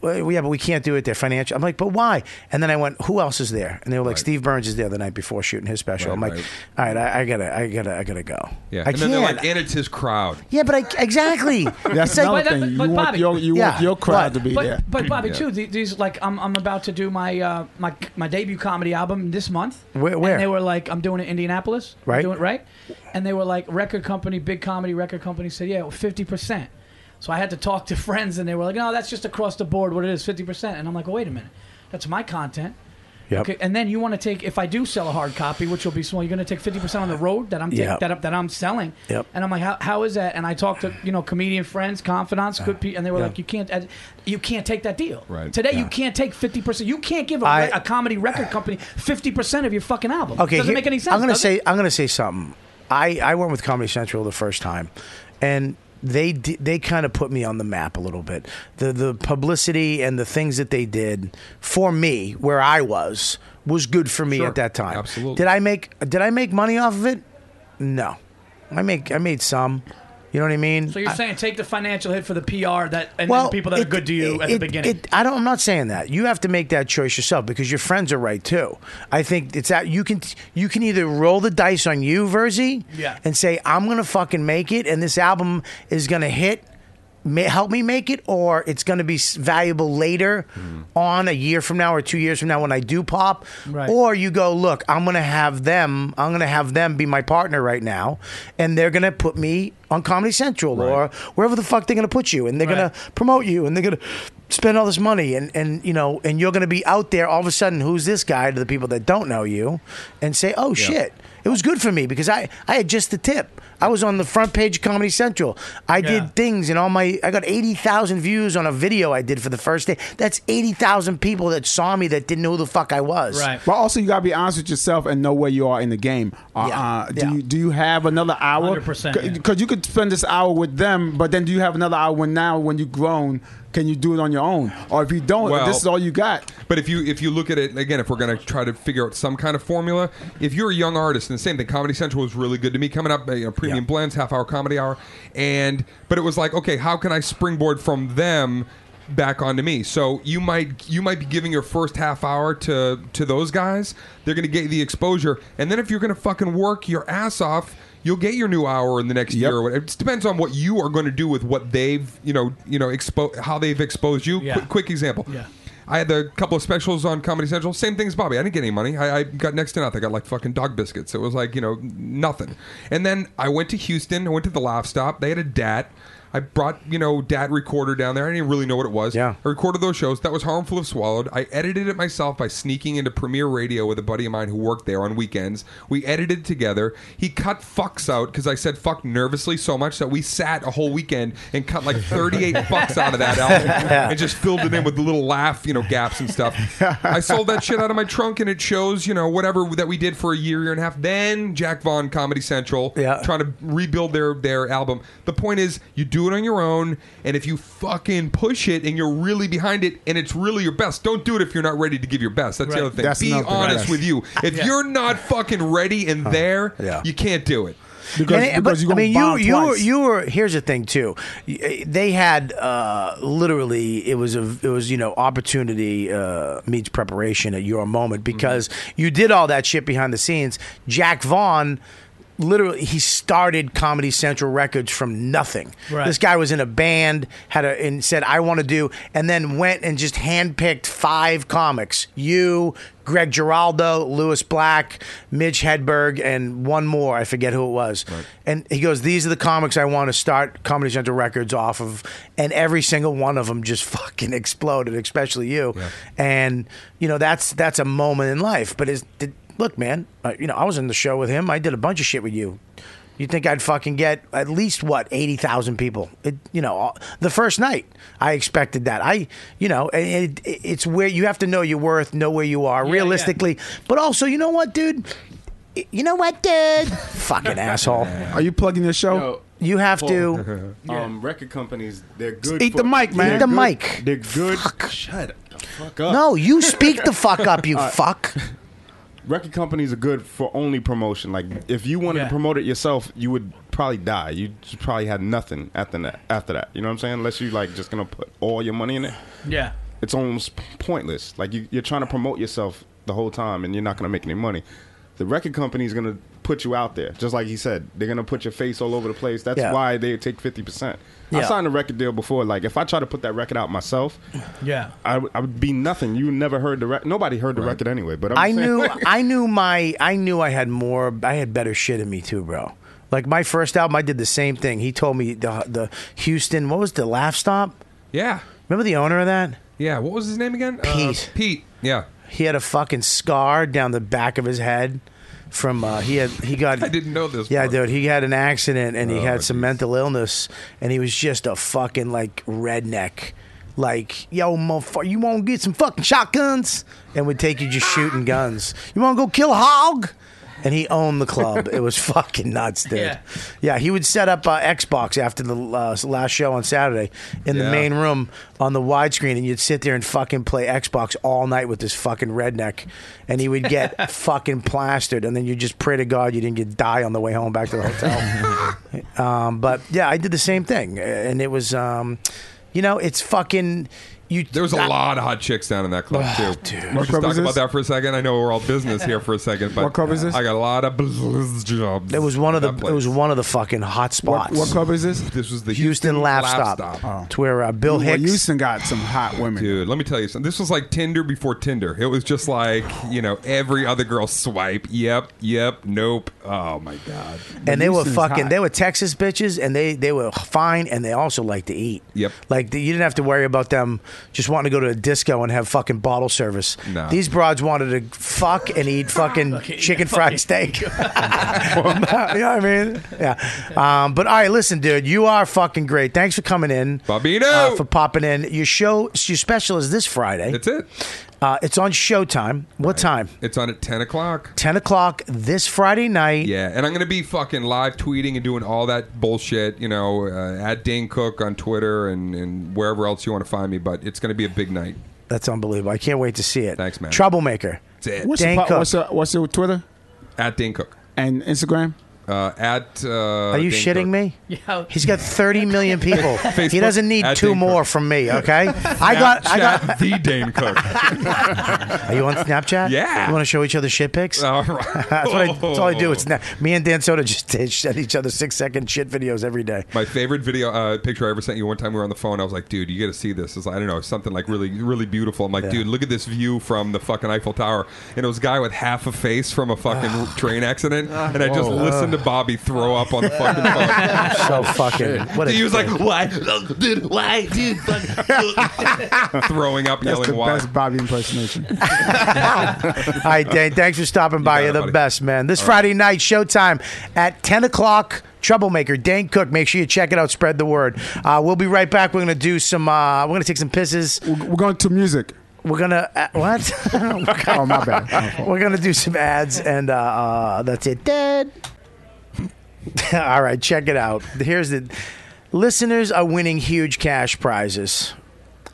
[SPEAKER 10] Well, yeah, but we can't do it. They're financial. I'm like, but why? And then I went, who else is there? And they were like, Steve Burns is there the night before shooting his special.
[SPEAKER 11] Right,
[SPEAKER 10] I'm like,
[SPEAKER 11] right.
[SPEAKER 10] all right, I, I gotta, I gotta, I gotta go.
[SPEAKER 11] Yeah,
[SPEAKER 10] I
[SPEAKER 11] and then they're
[SPEAKER 10] can't.
[SPEAKER 11] like, and it's his crowd.
[SPEAKER 10] yeah, but I exactly.
[SPEAKER 6] That's another But- thing. but- You but want Bobby- your- you want your
[SPEAKER 10] crowd
[SPEAKER 14] to be
[SPEAKER 6] but, But Bobby, too, the- these like I'm, I'm about to do my uh, my my debut comedy album this month.
[SPEAKER 10] Where- where?
[SPEAKER 6] And they were like, I'm doing it in Indianapolis. I'm
[SPEAKER 10] Right.
[SPEAKER 6] doing it right. And they were like, record company, big comedy record company said, yeah, fifty percent. So I had to talk to friends, and they were like, no, that's just across the board what it is, fifty percent. And I'm like, well, wait a minute, that's my content.
[SPEAKER 10] Yep.
[SPEAKER 6] Okay, and then you want to take if I do sell a hard copy, which will be small, you're going to take fifty percent on the road that I'm taking
[SPEAKER 10] Yep.
[SPEAKER 6] that up that I'm selling.
[SPEAKER 10] Yep.
[SPEAKER 6] And I'm like, how, how is that? And I talked to you know comedian friends, confidants, good people, and they were
[SPEAKER 10] Yeah.
[SPEAKER 6] like, you can't, uh, you can't take that deal.
[SPEAKER 10] Right.
[SPEAKER 6] Today
[SPEAKER 10] Yeah.
[SPEAKER 6] you can't take fifty percent. You can't give a,
[SPEAKER 10] I-
[SPEAKER 6] re- a comedy record company fifty percent of your fucking album.
[SPEAKER 10] Okay,
[SPEAKER 6] doesn't
[SPEAKER 10] here-
[SPEAKER 6] make any sense.
[SPEAKER 10] I'm gonna
[SPEAKER 6] does
[SPEAKER 10] say
[SPEAKER 6] it?
[SPEAKER 10] I'm gonna say something. I I went with Comedy Central the first time, and they di- they kind of put me on the map a little bit. The the publicity and the things that they did for me where I was was good for me at that time. Absolutely. Did I make Did I make money off of it? No, I make I made some. You know what I mean?
[SPEAKER 6] So you're
[SPEAKER 10] I-
[SPEAKER 6] saying take the financial hit for the PR that and
[SPEAKER 10] Well,
[SPEAKER 6] the people that are
[SPEAKER 10] it-
[SPEAKER 6] good to you at
[SPEAKER 10] it-
[SPEAKER 6] the beginning.
[SPEAKER 10] it- I don't. I'm not saying that. You have to make that choice yourself because your friends are right too. I think it's that you can you can either roll the dice on you, Verzi,
[SPEAKER 15] Yeah.
[SPEAKER 10] and say I'm gonna fucking make it, and this album is gonna hit. ma- Help me make it, or it's going to be s- valuable later
[SPEAKER 6] Hmm.
[SPEAKER 10] on a year from now or two years from now when I do pop.
[SPEAKER 15] Right.
[SPEAKER 10] Or you go, look, I'm going to have them. I'm going to have them be my partner right now, and they're going to put me on Comedy Central or wherever the fuck they're going to put you, and they're going to promote you, and they're going to spend all this money, and and you know, and you're going to be out there all of a sudden. Who's this guy to the people that don't know you, and say, oh shit, it was good for me because I I had just the tip. I was on the front page of Comedy Central. I did things and all my I got 80,000 views on a video I did for the first day. That's 80,000 people that saw me that didn't know who the fuck I was.
[SPEAKER 5] But also, you gotta be honest with yourself and know where you are in the game. Uh, uh, do you do you have another hour?
[SPEAKER 6] 100%, yeah.
[SPEAKER 5] Because you could spend this hour with them, but then do you have another hour when now when you grown? Can you do it on your own? Or if you don't,
[SPEAKER 11] Well-
[SPEAKER 5] this is all you got.
[SPEAKER 11] But if you if you look at it again, if we're going to try to figure out some kind of formula, if you're a young artist, and the same thing, Comedy Central was really good to me coming up, you know, premium blends, half hour comedy hour, and but it was like, okay, how can I springboard from them? back onto me so you might you might be giving your first half hour to to those guys they're gonna get you the exposure and then if you're gonna fucking work your ass off you'll get your new hour in the next year or whatever. it just depends on what you are going to do with what they've you know you know expo- how they've exposed you
[SPEAKER 15] Yeah.
[SPEAKER 11] quick, quick example
[SPEAKER 15] Yeah.
[SPEAKER 11] I had the couple of specials on Comedy Central. Same thing as Bobby. I didn't get any money. I, I got next to nothing. I got like fucking dog biscuits. It was like, you know, nothing. And then I went to Houston. I went to the Laugh Stop. They had a DAT. I brought, you know, DAT recorder down there. I didn't really know what it was. Yeah. I recorded those shows. That was Harmful If Swallowed. I edited it myself by sneaking into Premiere Radio with a buddy of mine who worked there on weekends. We edited together. He cut fucks out because I said fuck nervously so much that we sat a whole weekend and cut like 38 fucks out of that album and just filled it in with little laugh, you know, gaps and stuff. I sold that shit out of my trunk, and it shows, you know, whatever that we did for a year, year and a half. Then Jack Vaughn, Comedy Central, yeah. trying to rebuild their their album. The point is, you do it on your own, and if you fucking push it and you're really behind it, and it's really your best, don't do it if you're not ready to give your best. That's
[SPEAKER 15] Right.
[SPEAKER 11] the other thing.
[SPEAKER 15] That's
[SPEAKER 11] Be
[SPEAKER 15] another thing.
[SPEAKER 11] honest
[SPEAKER 15] Yes.
[SPEAKER 11] with you. If
[SPEAKER 15] Yeah.
[SPEAKER 11] you're not fucking ready and there,
[SPEAKER 15] yeah.
[SPEAKER 11] you can't do it.
[SPEAKER 5] Because-
[SPEAKER 10] And it-
[SPEAKER 5] because
[SPEAKER 10] but,
[SPEAKER 5] you're gonna
[SPEAKER 10] I mean,
[SPEAKER 5] bomb
[SPEAKER 10] you you were,
[SPEAKER 5] twice.
[SPEAKER 10] you were. Here's the thing too. Y- They had uh, literally it was a it was you know opportunity uh, meets preparation at your
[SPEAKER 5] Mm-hmm.
[SPEAKER 10] moment because you did all that shit behind the scenes. Jack Vaughn. Literally, he started Comedy Central Records from nothing.
[SPEAKER 15] Right.
[SPEAKER 10] This guy was in a band, had a and said, "I want to do," and then went and just handpicked five comics: you, Greg Giraldo, Lewis Black, Mitch Hedberg, and one more. I forget who it was. And he goes, These are the comics I want to start Comedy Central Records off of. And every single one of them just fucking exploded, especially you. And, you know, that's that's a moment in life. But it's, it, look, man, uh, you know, I was in the show with him, I did a bunch of shit with you. You think I'd fucking get at least what eighty thousand people? It, you know, all- the first night I expected that. I, you know, it, it, it's where you have to know your worth, know where you are realistically, but also, you know what, dude? You know what, dude? Fucking asshole! Are
[SPEAKER 5] you plugging the show?
[SPEAKER 10] you have to.
[SPEAKER 12] Paul, Um, record companies, they're good.
[SPEAKER 10] Eat
[SPEAKER 12] for-
[SPEAKER 10] the mic, man.
[SPEAKER 12] They're
[SPEAKER 10] Eat the
[SPEAKER 12] good-
[SPEAKER 10] mic.
[SPEAKER 12] They're good. Shut the fuck up.
[SPEAKER 10] No, you speak the fuck up, you
[SPEAKER 12] All right.
[SPEAKER 10] fuck.
[SPEAKER 12] Record companies are good for only promotion. Like, if you wanted to promote it yourself, you would probably die. You just probably had nothing after that. After that, you know what I'm saying? Unless you like just gonna put all your money in it,
[SPEAKER 6] Yeah.
[SPEAKER 12] it's almost pointless. Like you, you're trying to promote yourself the whole time, and you're not gonna make any money. The record company's gonna put you out there, just like he said. They're gonna put your face all over the place. That's
[SPEAKER 11] Yeah.
[SPEAKER 12] why they take fifty percent. I
[SPEAKER 11] Yeah.
[SPEAKER 12] signed a record deal before. Like, if I try to put that record out myself,
[SPEAKER 6] Yeah.
[SPEAKER 12] I would- I would be nothing. You never heard the record. Nobody heard the record anyway. But I'm
[SPEAKER 10] I
[SPEAKER 12] saying,
[SPEAKER 10] knew
[SPEAKER 12] like-
[SPEAKER 10] I knew my I knew I had more I had better shit in me too, bro. Like my first album, I did the same thing. He told me the the Houston, what was the Laugh Stop?
[SPEAKER 11] Yeah.
[SPEAKER 10] Remember the owner of that?
[SPEAKER 11] Yeah. What was his name again? Uh,
[SPEAKER 10] Pete.
[SPEAKER 11] Pete. Yeah.
[SPEAKER 10] He had a fucking scar down the back of his head from uh, he had he got
[SPEAKER 11] I didn't know this.
[SPEAKER 10] yeah, dude, he had an accident and he
[SPEAKER 11] Oh,
[SPEAKER 10] had some mental illness, and he was just a fucking like redneck. Like, yo, motherfucker, you want to get some fucking shotguns? And would take you just shooting guns. You want to go kill a hog? And he owned the club. it was fucking nuts, dude. Yeah, he would set up uh, Xbox after the uh, last show on Saturday in the
[SPEAKER 15] Yeah.
[SPEAKER 10] main room on the widescreen, and you'd sit there and fucking play Xbox all night with this fucking redneck, and he would get fucking plastered, and then you just pray to God you didn't get die on the way home back to the hotel. um, but yeah, I did the same thing, and it was, um, you know, it's fucking you.
[SPEAKER 11] There was a lot of hot chicks down in that club too.
[SPEAKER 10] Ah, dude.
[SPEAKER 11] Let's
[SPEAKER 10] What
[SPEAKER 11] just
[SPEAKER 10] club
[SPEAKER 11] talk
[SPEAKER 10] is
[SPEAKER 11] about
[SPEAKER 10] this?
[SPEAKER 11] that for a second. I know we're all business here for a second, but
[SPEAKER 10] What club is this?
[SPEAKER 11] I got a lot of buzz jobs.
[SPEAKER 10] It was one of the.
[SPEAKER 11] That
[SPEAKER 10] It was one of the fucking hot spots.
[SPEAKER 11] is this? This was the
[SPEAKER 10] Houston, Laugh, Stop. It's where uh, Bill Hicks.
[SPEAKER 11] Houston
[SPEAKER 5] got some hot women.
[SPEAKER 11] Dude, let me tell you something. This was like Tinder before Tinder. It was just like, you know, every other girl swipe. Yep, yep, nope. Oh my god.
[SPEAKER 10] and they were fucking they were texas bitches and they they were fine and they also liked to eat
[SPEAKER 11] Yep.
[SPEAKER 10] like the, you didn't have to worry about them just wanting to go to a disco and have fucking bottle service
[SPEAKER 11] No.
[SPEAKER 10] these broads wanted to fuck and eat fucking chicken fried steak you know what i mean yeah um, but all right listen dude you are fucking great thanks for coming in uh,
[SPEAKER 11] Bobino
[SPEAKER 10] for popping in your show your special is this friday
[SPEAKER 11] that's it
[SPEAKER 10] uh, it's on showtime what time
[SPEAKER 11] It's on at 10 o'clock.
[SPEAKER 10] 10 o'clock this friday night
[SPEAKER 11] Yeah, and I'm gonna be fucking live tweeting and doing all that bullshit, you know, uh, at Dane Cook on Twitter and, and wherever else you want to find me. But it's gonna be a big night.
[SPEAKER 10] That's unbelievable. I can't wait to see it.
[SPEAKER 11] Thanks, man.
[SPEAKER 10] Troublemaker.
[SPEAKER 11] That's it.
[SPEAKER 5] What's your, po- what's your what's your Twitter
[SPEAKER 11] at Dane Cook
[SPEAKER 5] and Instagram?
[SPEAKER 11] uh, at. Uh, Are
[SPEAKER 10] you shitting me? He's got 30 million people. he
[SPEAKER 11] Facebook
[SPEAKER 10] doesn't need
[SPEAKER 11] at
[SPEAKER 10] two
[SPEAKER 11] Dane
[SPEAKER 10] more from me, okay? I got I got
[SPEAKER 11] Snapchat the Dane Cook.
[SPEAKER 10] Are you on Snapchat?
[SPEAKER 11] Yeah. Oh.
[SPEAKER 10] You want to show each other shit pics?
[SPEAKER 11] All right.
[SPEAKER 10] that's, what I, that's all I do. It's na- me and Dan Soda just send each other six second shit videos every day.
[SPEAKER 11] My favorite video uh, picture I ever sent you. One time we were on the phone, I was like, "Dude, you got to see this." It's like, I don't know something like really, really beautiful. I'm like, "Dude, look at this view from the fucking Eiffel Tower," and it was a guy with half a face from a fucking train accident, and I just
[SPEAKER 10] Whoa.
[SPEAKER 11] listened to Bobby throw up on the fucking phone.
[SPEAKER 10] so fucking. What a
[SPEAKER 11] Oh, he was like,
[SPEAKER 10] dick.
[SPEAKER 11] "Why, dude? Why, dude?" fucking-" Throwing up,
[SPEAKER 5] That's
[SPEAKER 11] yelling,
[SPEAKER 5] the
[SPEAKER 11] "Why?"
[SPEAKER 5] best Bobby impersonation.
[SPEAKER 10] All right, Dan, thanks for stopping by. You're the best, man. This Friday night, showtime at 10 o'clock. Troublemaker, Dan Cook. Make sure you check it out. Spread the word. Uh, we'll be right back. We're going to do some, uh, we're going to take some pisses.
[SPEAKER 5] We're going to music.
[SPEAKER 10] We're going to, uh, what?
[SPEAKER 5] Oh, my bad. My fault.
[SPEAKER 10] We're going to do some ads, and uh, uh, that's it. Dead. All right, check it out. Here's the listeners are winning huge cash prizes.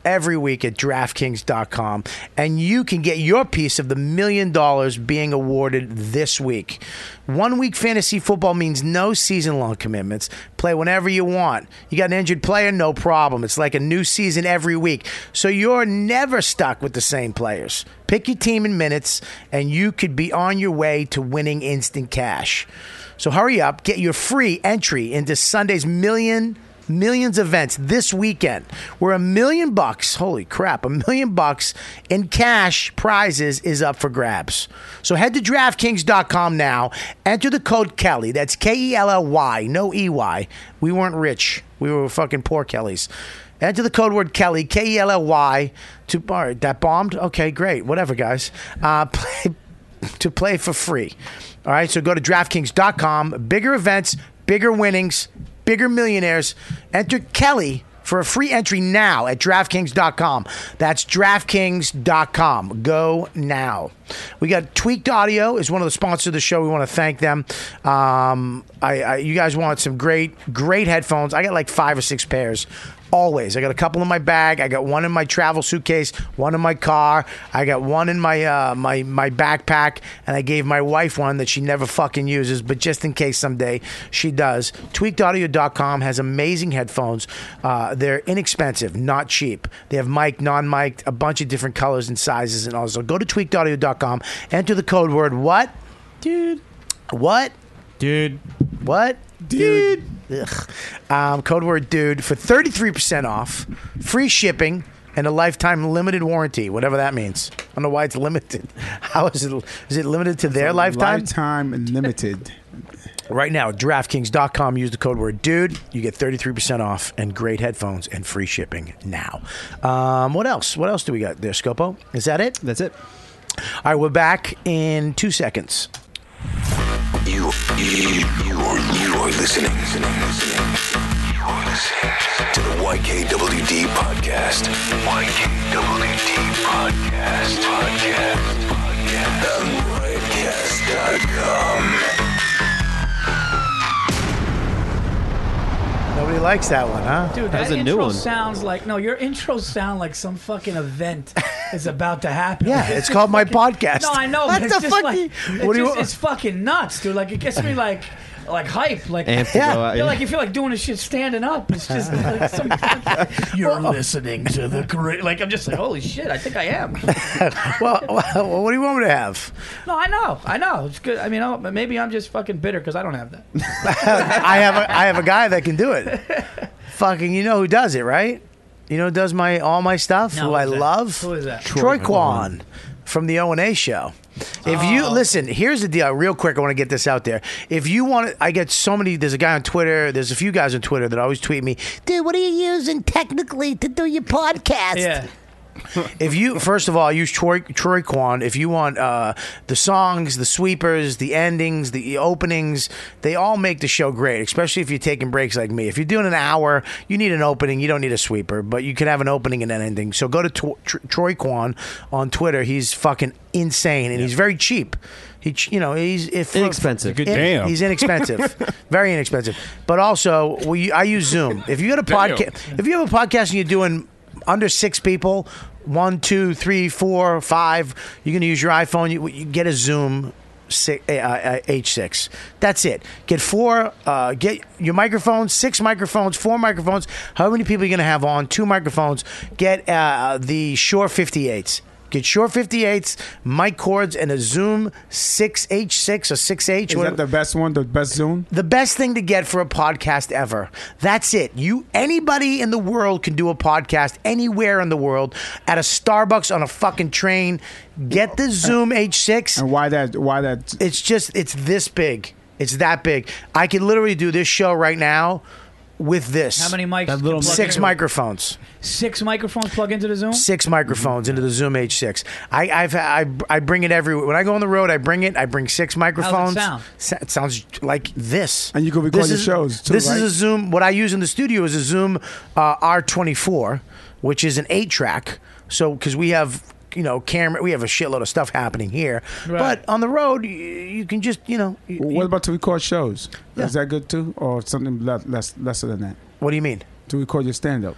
[SPEAKER 10] every week at DraftKings.com, and you can get your piece of the million dollars being awarded this week. One week fantasy football means no season long commitments. Play whenever you want. You got an injured player, no problem. It's like a new season every week. So you're never stuck with the same players. Pick your team in minutes, and you could be on your way to winning instant cash. So hurry up, get your free entry into Sunday's million millions events this weekend where a million bucks holy crap a million bucks in cash prizes is up for grabs so head to draftkings.com now enter the code kelly that's E k-e-l-l-y no e-y we weren't rich we were fucking poor kellys Enter the code word Kelly, K E L L Y, to all right, that bombed? Okay, great. Whatever, guys. Uh, play, to play for free. All right, so go to DraftKings.com. Bigger events, bigger winnings, bigger millionaires. Enter Kelly for a free entry now at DraftKings.com. That's DraftKings.com. Go now. We got Tweaked Audio is one of the sponsors of the show. We want to thank them. Um, I, I, you guys want some great, great headphones. I got like five or six pairs. Always, I got a couple in my bag. I got one in my travel suitcase, one in my car. I got one in my uh, my my backpack, and I gave my wife one that she never fucking uses, but just in case someday she does. Tweakedaudio.com has amazing headphones. Uh, they're inexpensive, not cheap. They have mic, non-mic, a bunch of different colors and sizes, and also go to tweakedaudio.com. Enter the code word what, dude, what, dude, what, dude. Ugh. Um, code word dude for 33% off, free shipping, and a lifetime limited warranty, whatever that means. I don't know why it's limited. How is it? Is it limited to their lifetime?
[SPEAKER 5] Lifetime limited.
[SPEAKER 10] Right now, DraftKings.com. Use the code word dude. You get 33% off and great headphones and free shipping now. Um, what else? What else do we got there, Scopo? Is that it?
[SPEAKER 13] That's it.
[SPEAKER 10] All right, we're back in two seconds.
[SPEAKER 4] You, you, you are, you are listening. You are listening to the YKWd podcast. YKWd podcast. Podcast. Podcast. On riotcast.com.
[SPEAKER 10] Nobody likes that one, huh?
[SPEAKER 6] Dude, that, intro sounds like no. Your intro sound like some fucking event is about to happen.
[SPEAKER 10] Yeah, it's called my podcast.
[SPEAKER 6] No, I know. but
[SPEAKER 10] That's
[SPEAKER 6] it's
[SPEAKER 10] the
[SPEAKER 6] just
[SPEAKER 10] fucking-
[SPEAKER 6] Like, it's,
[SPEAKER 10] What do you
[SPEAKER 6] just,
[SPEAKER 10] want?
[SPEAKER 6] it's fucking nuts, dude. Like it gets me like like hype. Like
[SPEAKER 10] Amped to Yeah. go out,
[SPEAKER 6] You're
[SPEAKER 10] yeah.
[SPEAKER 6] like you feel like doing this shit standing up. It's just like some. uh, You're listening to the great. Like I'm just like holy shit. I think I am.
[SPEAKER 10] well, well, what do you want me to have?
[SPEAKER 6] No, I know. I know. It's good. I mean, I'll- maybe I'm just fucking bitter because I don't have that.
[SPEAKER 10] I have a, I have a guy that can do it. Fucking, you know who does it, right? You know who does my all my stuff?
[SPEAKER 6] No,
[SPEAKER 10] who
[SPEAKER 6] who's
[SPEAKER 10] I
[SPEAKER 6] that?
[SPEAKER 10] love?
[SPEAKER 6] Who is that?
[SPEAKER 10] Troy
[SPEAKER 6] Troy
[SPEAKER 10] Kwan from the O and A show. If
[SPEAKER 6] Oh.
[SPEAKER 10] you listen, here's the deal. Real quick, I want to get this out there. If you want, to, I get so many. There's a guy on Twitter. There's a few guys on Twitter that always tweet me, dude. What are you using technically to do your podcast?
[SPEAKER 6] Yeah.
[SPEAKER 10] if you first of all use Troy Troy Kwan, if you want uh, the songs, the sweepers, the endings, the openings, they all make the show great. Especially if you're taking breaks like me. If you're doing an hour, you need an opening. You don't need a sweeper, but you can have an opening and an ending. So go to Tro- Tro- Troy Kwan on Twitter. He's fucking insane, and he's very cheap. He, ch- you know, he's if,
[SPEAKER 13] Inexpensive. Good
[SPEAKER 10] in-
[SPEAKER 13] damn.
[SPEAKER 10] He's inexpensive, very inexpensive. But also, we, I use Zoom. If you got a
[SPEAKER 13] Damn.
[SPEAKER 10] podcast, if you have a podcast and you're doing under six people, one, two, three, four, five, you're going to use your iPhone. You, you get a Zoom. si- uh, uh, H6. That's it. Get four, uh, get your microphones, six microphones, four microphones. How many people are you going to have on? Two microphones. Get uh, the Shure 58s. Get Shure 58s, mic cords, and a Zoom 6H6 or 6H.
[SPEAKER 5] Is
[SPEAKER 10] whatever-
[SPEAKER 5] that the best one? The best Zoom?
[SPEAKER 10] the best thing to get for a podcast ever. That's it. You anybody in the world can do a podcast anywhere in the world at a Starbucks on a fucking train. Get the Zoom H6. And
[SPEAKER 5] why that why that
[SPEAKER 10] It's just it's this big. It's that big. I could literally do this show right now with this.
[SPEAKER 6] How many mics That little can plug
[SPEAKER 10] Six
[SPEAKER 6] in?
[SPEAKER 10] microphones
[SPEAKER 6] Six microphones plug into the Zoom.
[SPEAKER 10] six microphones into the Zoom H6. I I've, I I bring it everywhere. When I go on the road, I bring it. I bring six microphones.
[SPEAKER 6] sound?
[SPEAKER 10] Sa- it sounds like this.
[SPEAKER 5] And you can record
[SPEAKER 10] this
[SPEAKER 5] your
[SPEAKER 10] is,
[SPEAKER 5] shows, too,
[SPEAKER 10] This
[SPEAKER 5] right?
[SPEAKER 10] is a Zoom. What I use in the studio is a Zoom uh, R24, which is an eight track. So because we have. You know, camera. We have a shitload of stuff happening here, but on the road, you, you can just you know. You,
[SPEAKER 5] What about to record shows? Is that good too, or something less, less lesser than that?
[SPEAKER 10] What do you mean?
[SPEAKER 5] To record your stand up.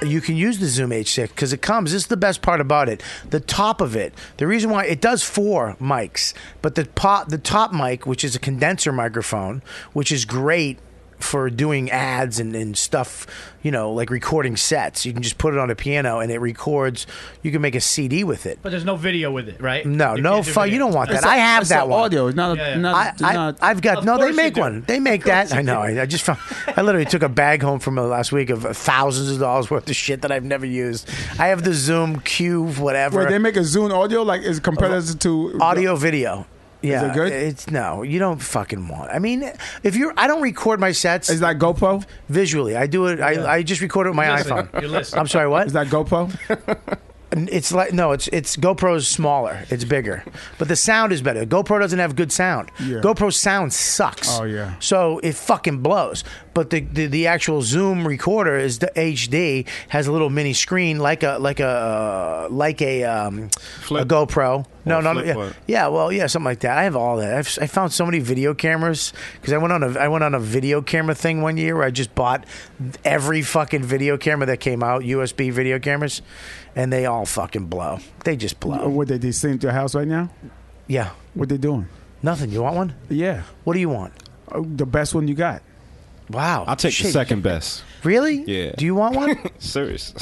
[SPEAKER 10] you can use the Zoom H6 because it comes. This is the best part about it. The top of it. The reason why it does four mics, but the pot, the top mic, which is a condenser microphone, which is great for doing ads and, and stuff, you know, like recording sets. You can just put it on a piano and it records. You can make a CD with it.
[SPEAKER 6] But there's no video with it, right?
[SPEAKER 10] No,
[SPEAKER 6] You
[SPEAKER 10] no,
[SPEAKER 6] can't do
[SPEAKER 10] fu-
[SPEAKER 6] video.
[SPEAKER 10] you don't want that. I have that one.
[SPEAKER 6] Yeah, yeah.
[SPEAKER 10] I, I, have got
[SPEAKER 6] Um, Of
[SPEAKER 10] no. They
[SPEAKER 6] course you
[SPEAKER 10] make
[SPEAKER 6] do.
[SPEAKER 10] one. They make that. I know. I, I just found. I literally took a bag home from uh, last week of thousands of dollars worth of shit that I've never used. I have the Zoom Q whatever.
[SPEAKER 5] Wait, they make a Zoom audio like is competitors to
[SPEAKER 10] audio video.
[SPEAKER 5] Is
[SPEAKER 10] Yeah,
[SPEAKER 5] it good?
[SPEAKER 10] It's no, you don't fucking want. I mean, if you're, I don't record my sets. Is that GoPro? Visually, I do it. I, I just record it with my
[SPEAKER 5] You're listening.
[SPEAKER 10] iPhone.
[SPEAKER 5] You're listening.
[SPEAKER 10] I'm sorry, what? Is
[SPEAKER 5] that GoPro?
[SPEAKER 10] It's like no, it's it's GoPro's smaller, it's bigger, but the sound is better. GoPro doesn't have good sound.
[SPEAKER 5] Yeah.
[SPEAKER 10] GoPro's sound sucks.
[SPEAKER 5] Oh, yeah.
[SPEAKER 10] So it fucking blows. But the, the, the actual Zoom recorder is the HD has a little mini screen like a like a uh, like a um, a GoPro. No,
[SPEAKER 15] Or
[SPEAKER 10] no, no,
[SPEAKER 15] flip
[SPEAKER 10] yeah,
[SPEAKER 15] what?
[SPEAKER 10] yeah, well, yeah, something like that. I have all that. I've, I found so many video cameras because I went on a I went on a video camera thing one year where I just bought every fucking video camera that came out, USB video cameras, and they all fucking blow. They just blow.
[SPEAKER 5] Uh, What they they sitting at your house right now?
[SPEAKER 10] Yeah.
[SPEAKER 5] What they doing?
[SPEAKER 10] Nothing. You want one?
[SPEAKER 5] Yeah.
[SPEAKER 10] What do you want?
[SPEAKER 5] the best one you got.
[SPEAKER 10] Wow.
[SPEAKER 5] I'll
[SPEAKER 10] take the Shit. second
[SPEAKER 12] best.
[SPEAKER 10] Really?
[SPEAKER 12] Yeah.
[SPEAKER 10] Do you want one?
[SPEAKER 12] Serious.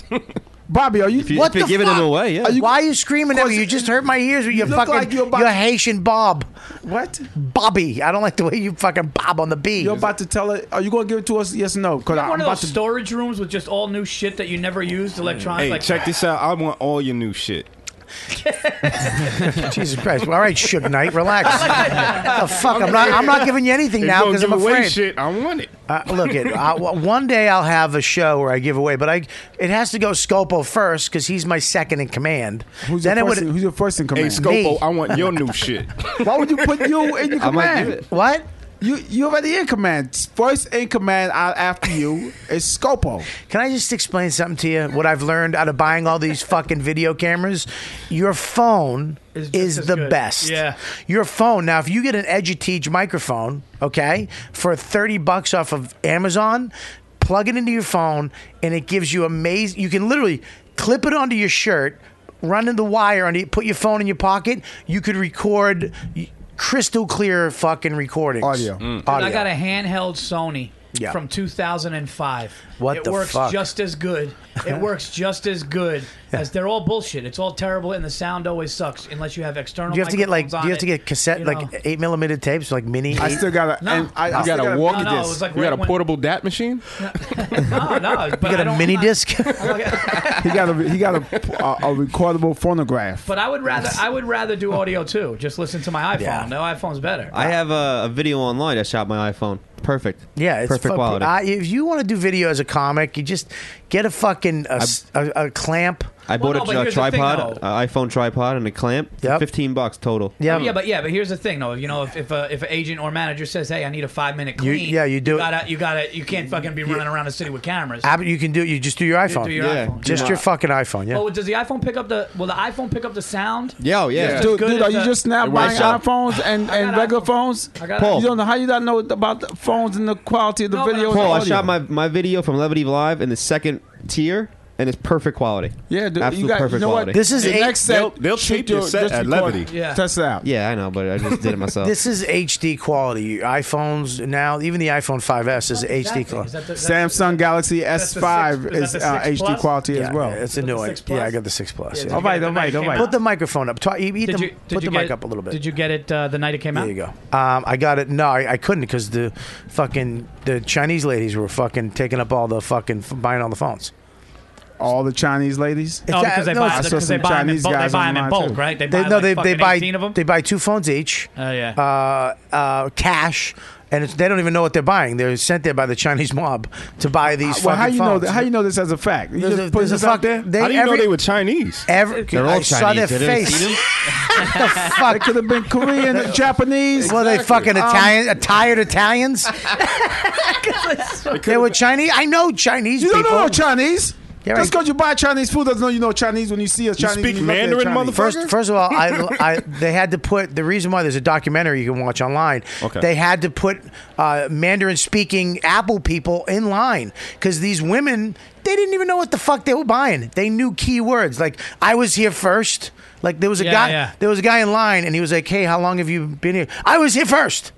[SPEAKER 5] Bobby, are you?
[SPEAKER 12] you-
[SPEAKER 10] what
[SPEAKER 12] if you're
[SPEAKER 10] the
[SPEAKER 12] giving
[SPEAKER 10] fuck?
[SPEAKER 12] them away, yeah.
[SPEAKER 10] Are you, Why are you screaming at me? You just hurt my ears with your
[SPEAKER 5] look
[SPEAKER 10] fucking
[SPEAKER 5] like you're about-
[SPEAKER 10] your Haitian bob.
[SPEAKER 5] What?
[SPEAKER 10] Bobby. I don't like the way you fucking bob on the B.
[SPEAKER 5] You're about to tell it. Are you going to give it to us? Yes or no? Because I'm
[SPEAKER 6] One of
[SPEAKER 5] about
[SPEAKER 6] those
[SPEAKER 5] to.
[SPEAKER 6] storage rooms with just all new shit that you never used, electronic.
[SPEAKER 12] Hey,
[SPEAKER 6] like
[SPEAKER 12] check this out. I want all your new shit.
[SPEAKER 10] Jesus Christ. Well, all right, Suge Knight, relax. the fuck? I'm not. I'm not giving you anything
[SPEAKER 12] If
[SPEAKER 10] now
[SPEAKER 12] you
[SPEAKER 10] because
[SPEAKER 12] don't
[SPEAKER 10] I'm
[SPEAKER 12] give away
[SPEAKER 10] afraid.
[SPEAKER 12] shit, I want it.
[SPEAKER 10] Uh, look, it, I, w- one day I'll have a show where I give away, but I it has to go Scopo first because he's my second in command.
[SPEAKER 5] Who's your, first, in- who's your first in
[SPEAKER 10] Hey,
[SPEAKER 5] command?
[SPEAKER 10] Scopo, I want your
[SPEAKER 12] new shit.
[SPEAKER 5] Why would you put you in your
[SPEAKER 10] I might
[SPEAKER 5] command?
[SPEAKER 10] give it. What?
[SPEAKER 5] You you already in command. First in command out after you is Scopo.
[SPEAKER 10] Can I just explain something to you? What I've learned out of buying all these fucking video cameras, your phone
[SPEAKER 6] Is just
[SPEAKER 10] is
[SPEAKER 6] as
[SPEAKER 10] the
[SPEAKER 6] good.
[SPEAKER 10] best.
[SPEAKER 6] Yeah.
[SPEAKER 10] Your phone. Now, if you get an Eduteach microphone, okay, for thirty bucks off of Amazon, plug it into your phone, and it gives you amazing. You can literally clip it onto your shirt, run in the wire, and put your phone in your pocket. You could record y- crystal clear fucking recordings. Audio.
[SPEAKER 6] Dude, Mm. I got a handheld Sony
[SPEAKER 10] Yeah.
[SPEAKER 6] from 2005.
[SPEAKER 10] What
[SPEAKER 6] it
[SPEAKER 10] the
[SPEAKER 6] works
[SPEAKER 10] fuck?
[SPEAKER 6] just as good. It works just as good as they're all bullshit. It's all terrible, and the sound always sucks unless you have external.
[SPEAKER 10] Do you have to get like? Do
[SPEAKER 6] microphones
[SPEAKER 10] you
[SPEAKER 6] on
[SPEAKER 10] have to
[SPEAKER 6] it,
[SPEAKER 10] get cassette,
[SPEAKER 6] you know.
[SPEAKER 10] like eight millimeter tapes, like mini?
[SPEAKER 5] I
[SPEAKER 10] eight-
[SPEAKER 5] still got a.
[SPEAKER 6] No.
[SPEAKER 5] and I, I
[SPEAKER 10] You
[SPEAKER 5] still
[SPEAKER 10] gotta
[SPEAKER 5] got
[SPEAKER 10] walk
[SPEAKER 6] No, no, it was like
[SPEAKER 12] you got
[SPEAKER 6] right
[SPEAKER 12] a
[SPEAKER 6] when-
[SPEAKER 12] portable DAT machine?
[SPEAKER 6] no, no, but
[SPEAKER 10] you
[SPEAKER 6] I
[SPEAKER 10] got a
[SPEAKER 6] don't-
[SPEAKER 10] mini disc.
[SPEAKER 5] he got a he got a, a, a recordable phonograph.
[SPEAKER 6] But I would rather I would rather do audio too. Just listen to my iPhone.
[SPEAKER 5] Yeah.
[SPEAKER 6] No, iPhone's better.
[SPEAKER 7] I have a, a video online I shot my iPhone. Perfect.
[SPEAKER 10] Yeah, it's
[SPEAKER 7] perfect
[SPEAKER 10] fuck-
[SPEAKER 7] quality.
[SPEAKER 10] I, if you want to do video as a comic, you just get a fucking a, s- a- a clamp.
[SPEAKER 7] I bought
[SPEAKER 6] no, but
[SPEAKER 7] a, a
[SPEAKER 6] here's the thing,
[SPEAKER 7] tripod, a uh, iPhone tripod, and a clamp. Yeah, fifteen bucks total.
[SPEAKER 6] Oh, yeah, but yeah, but here's the thing, though. You know, if if, a, if an agent or manager says, "Hey, I need a five minute
[SPEAKER 10] You-
[SPEAKER 6] clean,"
[SPEAKER 10] yeah, you do it.
[SPEAKER 6] Gotta, you gotta, you can't fucking be running around the city with cameras.
[SPEAKER 10] Ab- you can do you just do your
[SPEAKER 6] You do
[SPEAKER 10] iPhone.
[SPEAKER 6] your Yeah, iPhone.
[SPEAKER 10] just
[SPEAKER 6] yeah.
[SPEAKER 10] your fucking iPhone. Yeah.
[SPEAKER 6] Oh, does the iPhone pick up the? Will the iPhone pick up the sound?
[SPEAKER 7] Yeah, oh, yeah.
[SPEAKER 6] Just as
[SPEAKER 5] Dude,
[SPEAKER 6] good
[SPEAKER 5] dude,
[SPEAKER 6] as
[SPEAKER 5] are you
[SPEAKER 6] the-
[SPEAKER 5] just now buying iPhones and, and regular phones?
[SPEAKER 6] I got
[SPEAKER 7] Paul.
[SPEAKER 5] You don't know how you don't know about the phones and the quality of the video. and
[SPEAKER 7] Paul, I
[SPEAKER 5] audio.
[SPEAKER 7] shot my, my video from Levity Live in the second tier, and it's perfect quality.
[SPEAKER 5] Yeah, dude, you
[SPEAKER 7] absolute
[SPEAKER 5] got- you
[SPEAKER 7] perfect
[SPEAKER 5] know what?
[SPEAKER 7] quality.
[SPEAKER 5] This is The eight- next set,
[SPEAKER 12] They'll- they'll shoot tape your your- set just at record- Levity.
[SPEAKER 6] Yeah.
[SPEAKER 5] Test it out.
[SPEAKER 7] Yeah, I know, but I just did it myself.
[SPEAKER 10] This is HD quality. Your iPhones now, even the iPhone 5S is HD quality.
[SPEAKER 5] Samsung Galaxy
[SPEAKER 10] that's the
[SPEAKER 5] S5
[SPEAKER 10] six- is
[SPEAKER 5] is
[SPEAKER 10] that the
[SPEAKER 5] uh,
[SPEAKER 10] six
[SPEAKER 5] HD
[SPEAKER 10] plus?
[SPEAKER 5] quality
[SPEAKER 10] Yeah,
[SPEAKER 5] as well.
[SPEAKER 10] yeah, it's a new one. Yeah, I got the six plus.
[SPEAKER 5] Yeah,
[SPEAKER 10] Yeah.
[SPEAKER 5] did you Alright, get it the alright, night it alright. came out?
[SPEAKER 10] Put the microphone up. Talk, eat
[SPEAKER 6] Did
[SPEAKER 10] the,
[SPEAKER 6] you- did
[SPEAKER 10] put the
[SPEAKER 6] you get
[SPEAKER 10] mic
[SPEAKER 6] it-
[SPEAKER 10] up a little bit.
[SPEAKER 6] Did you get it uh, the night it came out?
[SPEAKER 10] There you go. Um, I got it. No, I, I couldn't because the fucking the Chinese ladies were fucking taking up all the fucking f- buying all the phones.
[SPEAKER 5] All the Chinese ladies?
[SPEAKER 10] It's- uh, no,
[SPEAKER 5] I
[SPEAKER 10] it's-
[SPEAKER 5] saw some Chinese guys online, too.
[SPEAKER 10] They, no, they, they buy they buy two phones each.
[SPEAKER 6] Oh yeah.
[SPEAKER 10] Uh, uh, cash, and it's, they don't even know what they're buying. They're sent there by the Chinese mob to buy these.
[SPEAKER 5] Uh,
[SPEAKER 10] fucking
[SPEAKER 5] Well, how you know
[SPEAKER 10] phones.
[SPEAKER 5] that, how you know this as a fact? You
[SPEAKER 10] There's
[SPEAKER 5] just
[SPEAKER 10] a-
[SPEAKER 5] put
[SPEAKER 10] there's a
[SPEAKER 5] this out
[SPEAKER 10] fuck-
[SPEAKER 5] there?
[SPEAKER 10] they- How do you know every- they
[SPEAKER 12] were Chinese?
[SPEAKER 10] Every,
[SPEAKER 5] They're all
[SPEAKER 10] I saw their
[SPEAKER 5] Chinese. They didn't
[SPEAKER 10] face.
[SPEAKER 5] see them?
[SPEAKER 10] What the fuck?
[SPEAKER 5] It could have been Korean, Japanese.
[SPEAKER 10] Were they fucking
[SPEAKER 5] Um,
[SPEAKER 10] Italian, uh, tired Italians? they were Chinese. I know Chinese.
[SPEAKER 5] You don't
[SPEAKER 10] people.
[SPEAKER 5] know Chinese.
[SPEAKER 10] Yeah,
[SPEAKER 5] Just
[SPEAKER 10] right.
[SPEAKER 5] because you buy Chinese food doesn't know you know Chinese when you see a Chinese. when look at a Chinese.
[SPEAKER 10] First, first of all, I, I they had to put the reason why there's a documentary you can watch online.
[SPEAKER 5] Okay.
[SPEAKER 10] They had to put uh, Mandarin speaking Apple people in line because these women They didn't even know what the fuck they were buying. They knew keywords like "I was here first. Like there was a
[SPEAKER 15] Yeah,
[SPEAKER 10] guy,
[SPEAKER 15] yeah.
[SPEAKER 10] there was a guy in line, and he was like, "Hey, how long have you been here? I was here first.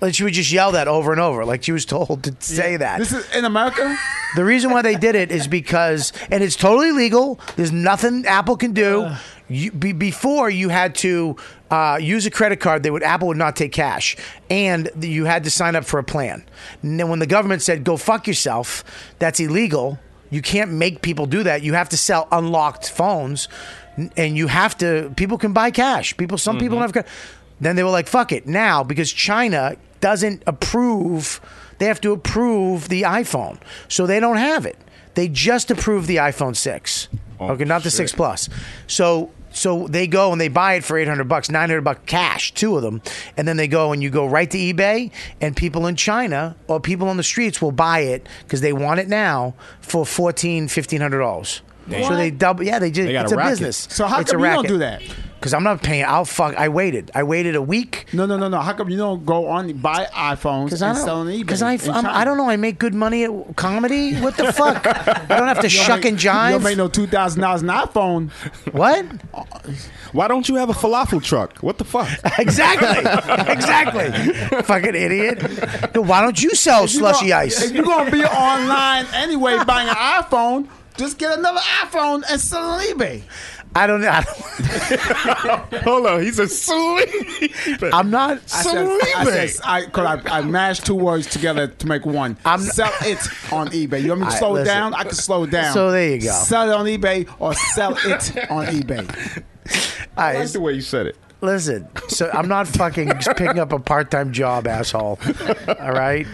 [SPEAKER 10] Like she would just yell that over and over, like she was told to say that. This
[SPEAKER 5] is in America.
[SPEAKER 10] The reason why they did it is because, and it's totally legal. There's nothing Apple can do. You, be, before you had to uh, use a credit card, they would Apple would not take cash, and you had to sign up for a plan. And then when the government said "go fuck yourself," that's illegal. You can't make people do that. You have to sell unlocked phones, n- and you have to. People can buy cash. People, some people don't have. ca- Then they were like, "Fuck it!" Now because China doesn't approve, they have to approve the iPhone, so they don't have it. They just approved the iPhone six.
[SPEAKER 5] Oh,
[SPEAKER 10] okay, not the six plus. So. So they go and they buy it for 800 bucks, 900 bucks cash, two of them. And then they go and you go right to eBay and people in China or people on the streets will buy it cuz they want it now for 14, 1500 dollars.
[SPEAKER 5] Damn.
[SPEAKER 10] So they double yeah, they just
[SPEAKER 5] They got
[SPEAKER 10] it's
[SPEAKER 5] a
[SPEAKER 10] a,
[SPEAKER 5] racket.
[SPEAKER 10] business.
[SPEAKER 5] So how
[SPEAKER 10] it's
[SPEAKER 5] come
[SPEAKER 10] a
[SPEAKER 5] you don't
[SPEAKER 10] racket.
[SPEAKER 5] do that?
[SPEAKER 10] Cuz I'm not paying. I'll fuck I waited. I waited a week.
[SPEAKER 5] No, no, no, no. How come you don't go on buy iPhones and
[SPEAKER 10] Because I
[SPEAKER 5] sell on
[SPEAKER 10] don't,
[SPEAKER 5] eBay?
[SPEAKER 10] because I,
[SPEAKER 5] in
[SPEAKER 10] I'm-
[SPEAKER 5] China?
[SPEAKER 10] I don't know. I make good money at comedy. What the fuck? I don't have to
[SPEAKER 5] You don't
[SPEAKER 10] shuck
[SPEAKER 5] make-
[SPEAKER 10] and jive.
[SPEAKER 5] You don't make no two thousand dollars an iPhone.
[SPEAKER 10] What?
[SPEAKER 12] Why don't you have a falafel truck? What the fuck?
[SPEAKER 10] exactly. Exactly. Fucking idiot. Dude, why don't you sell
[SPEAKER 5] If you
[SPEAKER 10] Oh, slushy
[SPEAKER 5] gonna-
[SPEAKER 10] ice?
[SPEAKER 5] If you're gonna be online anyway, buying an iPhone, just get another iPhone and sell it on eBay.
[SPEAKER 10] I don't know.
[SPEAKER 12] Hold on, he's a sleeper.
[SPEAKER 5] I'm not I said- I,
[SPEAKER 12] sleeping.
[SPEAKER 5] said- I, 'cause I, I mashed two words together to make one. I'm sell it on eBay. You want me to
[SPEAKER 10] I-
[SPEAKER 5] slow it
[SPEAKER 10] listen.
[SPEAKER 5] down? I can slow it down.
[SPEAKER 10] So there you go.
[SPEAKER 5] Sell it on eBay or sell it on eBay.
[SPEAKER 10] I
[SPEAKER 12] like the way you said it.
[SPEAKER 10] Listen, so I'm not fucking picking up a part-time job, asshole. All right.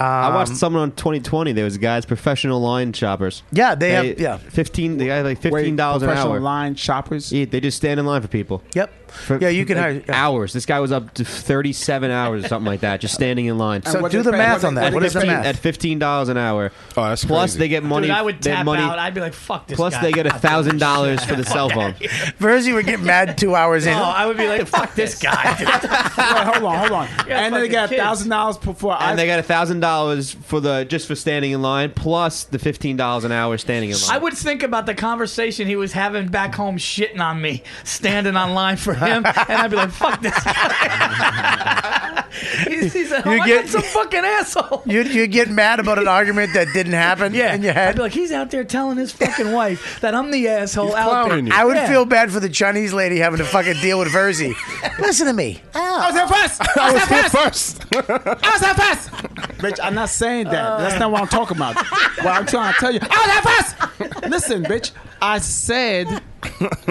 [SPEAKER 13] I watched
[SPEAKER 10] Um,
[SPEAKER 13] someone on 2020. There was guys, professional line shoppers.
[SPEAKER 10] Yeah, they have- yeah.
[SPEAKER 13] fifteen. They had like fifteen dollars an
[SPEAKER 5] professional
[SPEAKER 13] hour.
[SPEAKER 5] line shoppers.
[SPEAKER 13] Yeah, they just stand in line for people.
[SPEAKER 10] Yep.
[SPEAKER 13] For,
[SPEAKER 10] Yeah, you can
[SPEAKER 13] like,
[SPEAKER 10] hire-
[SPEAKER 13] hours. This guy was up to thirty-seven hours or something like that, just standing in line.
[SPEAKER 10] So And what do they the pay- math what on they- that. what What is they the pay? math?
[SPEAKER 13] At fifteen dollars an hour.
[SPEAKER 12] Oh, that's
[SPEAKER 13] plus
[SPEAKER 12] crazy.
[SPEAKER 13] they get money.
[SPEAKER 6] Dude, I would
[SPEAKER 13] they have
[SPEAKER 6] tap
[SPEAKER 13] money,
[SPEAKER 6] out. I'd be like, fuck this
[SPEAKER 13] Plus
[SPEAKER 6] guy.
[SPEAKER 13] they get a thousand dollars for the cell phone.
[SPEAKER 10] Verzi would get mad two hours in.
[SPEAKER 6] No, I would be like, fuck this guy.
[SPEAKER 5] Wait, hold on, hold on.
[SPEAKER 6] Yeah,
[SPEAKER 5] and then they got
[SPEAKER 6] fucking kids.
[SPEAKER 5] thousand dollars before I.
[SPEAKER 13] And they got a thousand dollars for
[SPEAKER 7] uh,
[SPEAKER 13] the just for standing in line, plus the fifteen dollars an hour standing in line.
[SPEAKER 6] I would think about the conversation he was having back home, shitting on me, standing on line for him, and I'd be like, "Fuck this guy." he's, he's a,
[SPEAKER 10] You
[SPEAKER 6] like,
[SPEAKER 10] get-
[SPEAKER 6] "That's a fucking asshole.
[SPEAKER 10] You you get mad about an argument that didn't happen yeah. in your head.
[SPEAKER 6] I'd be like, "He's out there telling his fucking wife that I'm the asshole out there."
[SPEAKER 10] I would
[SPEAKER 6] Yeah.
[SPEAKER 10] feel bad for the Chinese lady having to fucking deal with Verzi. Listen to me.
[SPEAKER 5] I was there first. I was there first. I was there first. Bitch, I'm not saying that.
[SPEAKER 6] Uh.
[SPEAKER 5] That's not what I'm talking about. what I'm trying to tell you, I was there first. Listen, bitch, I said,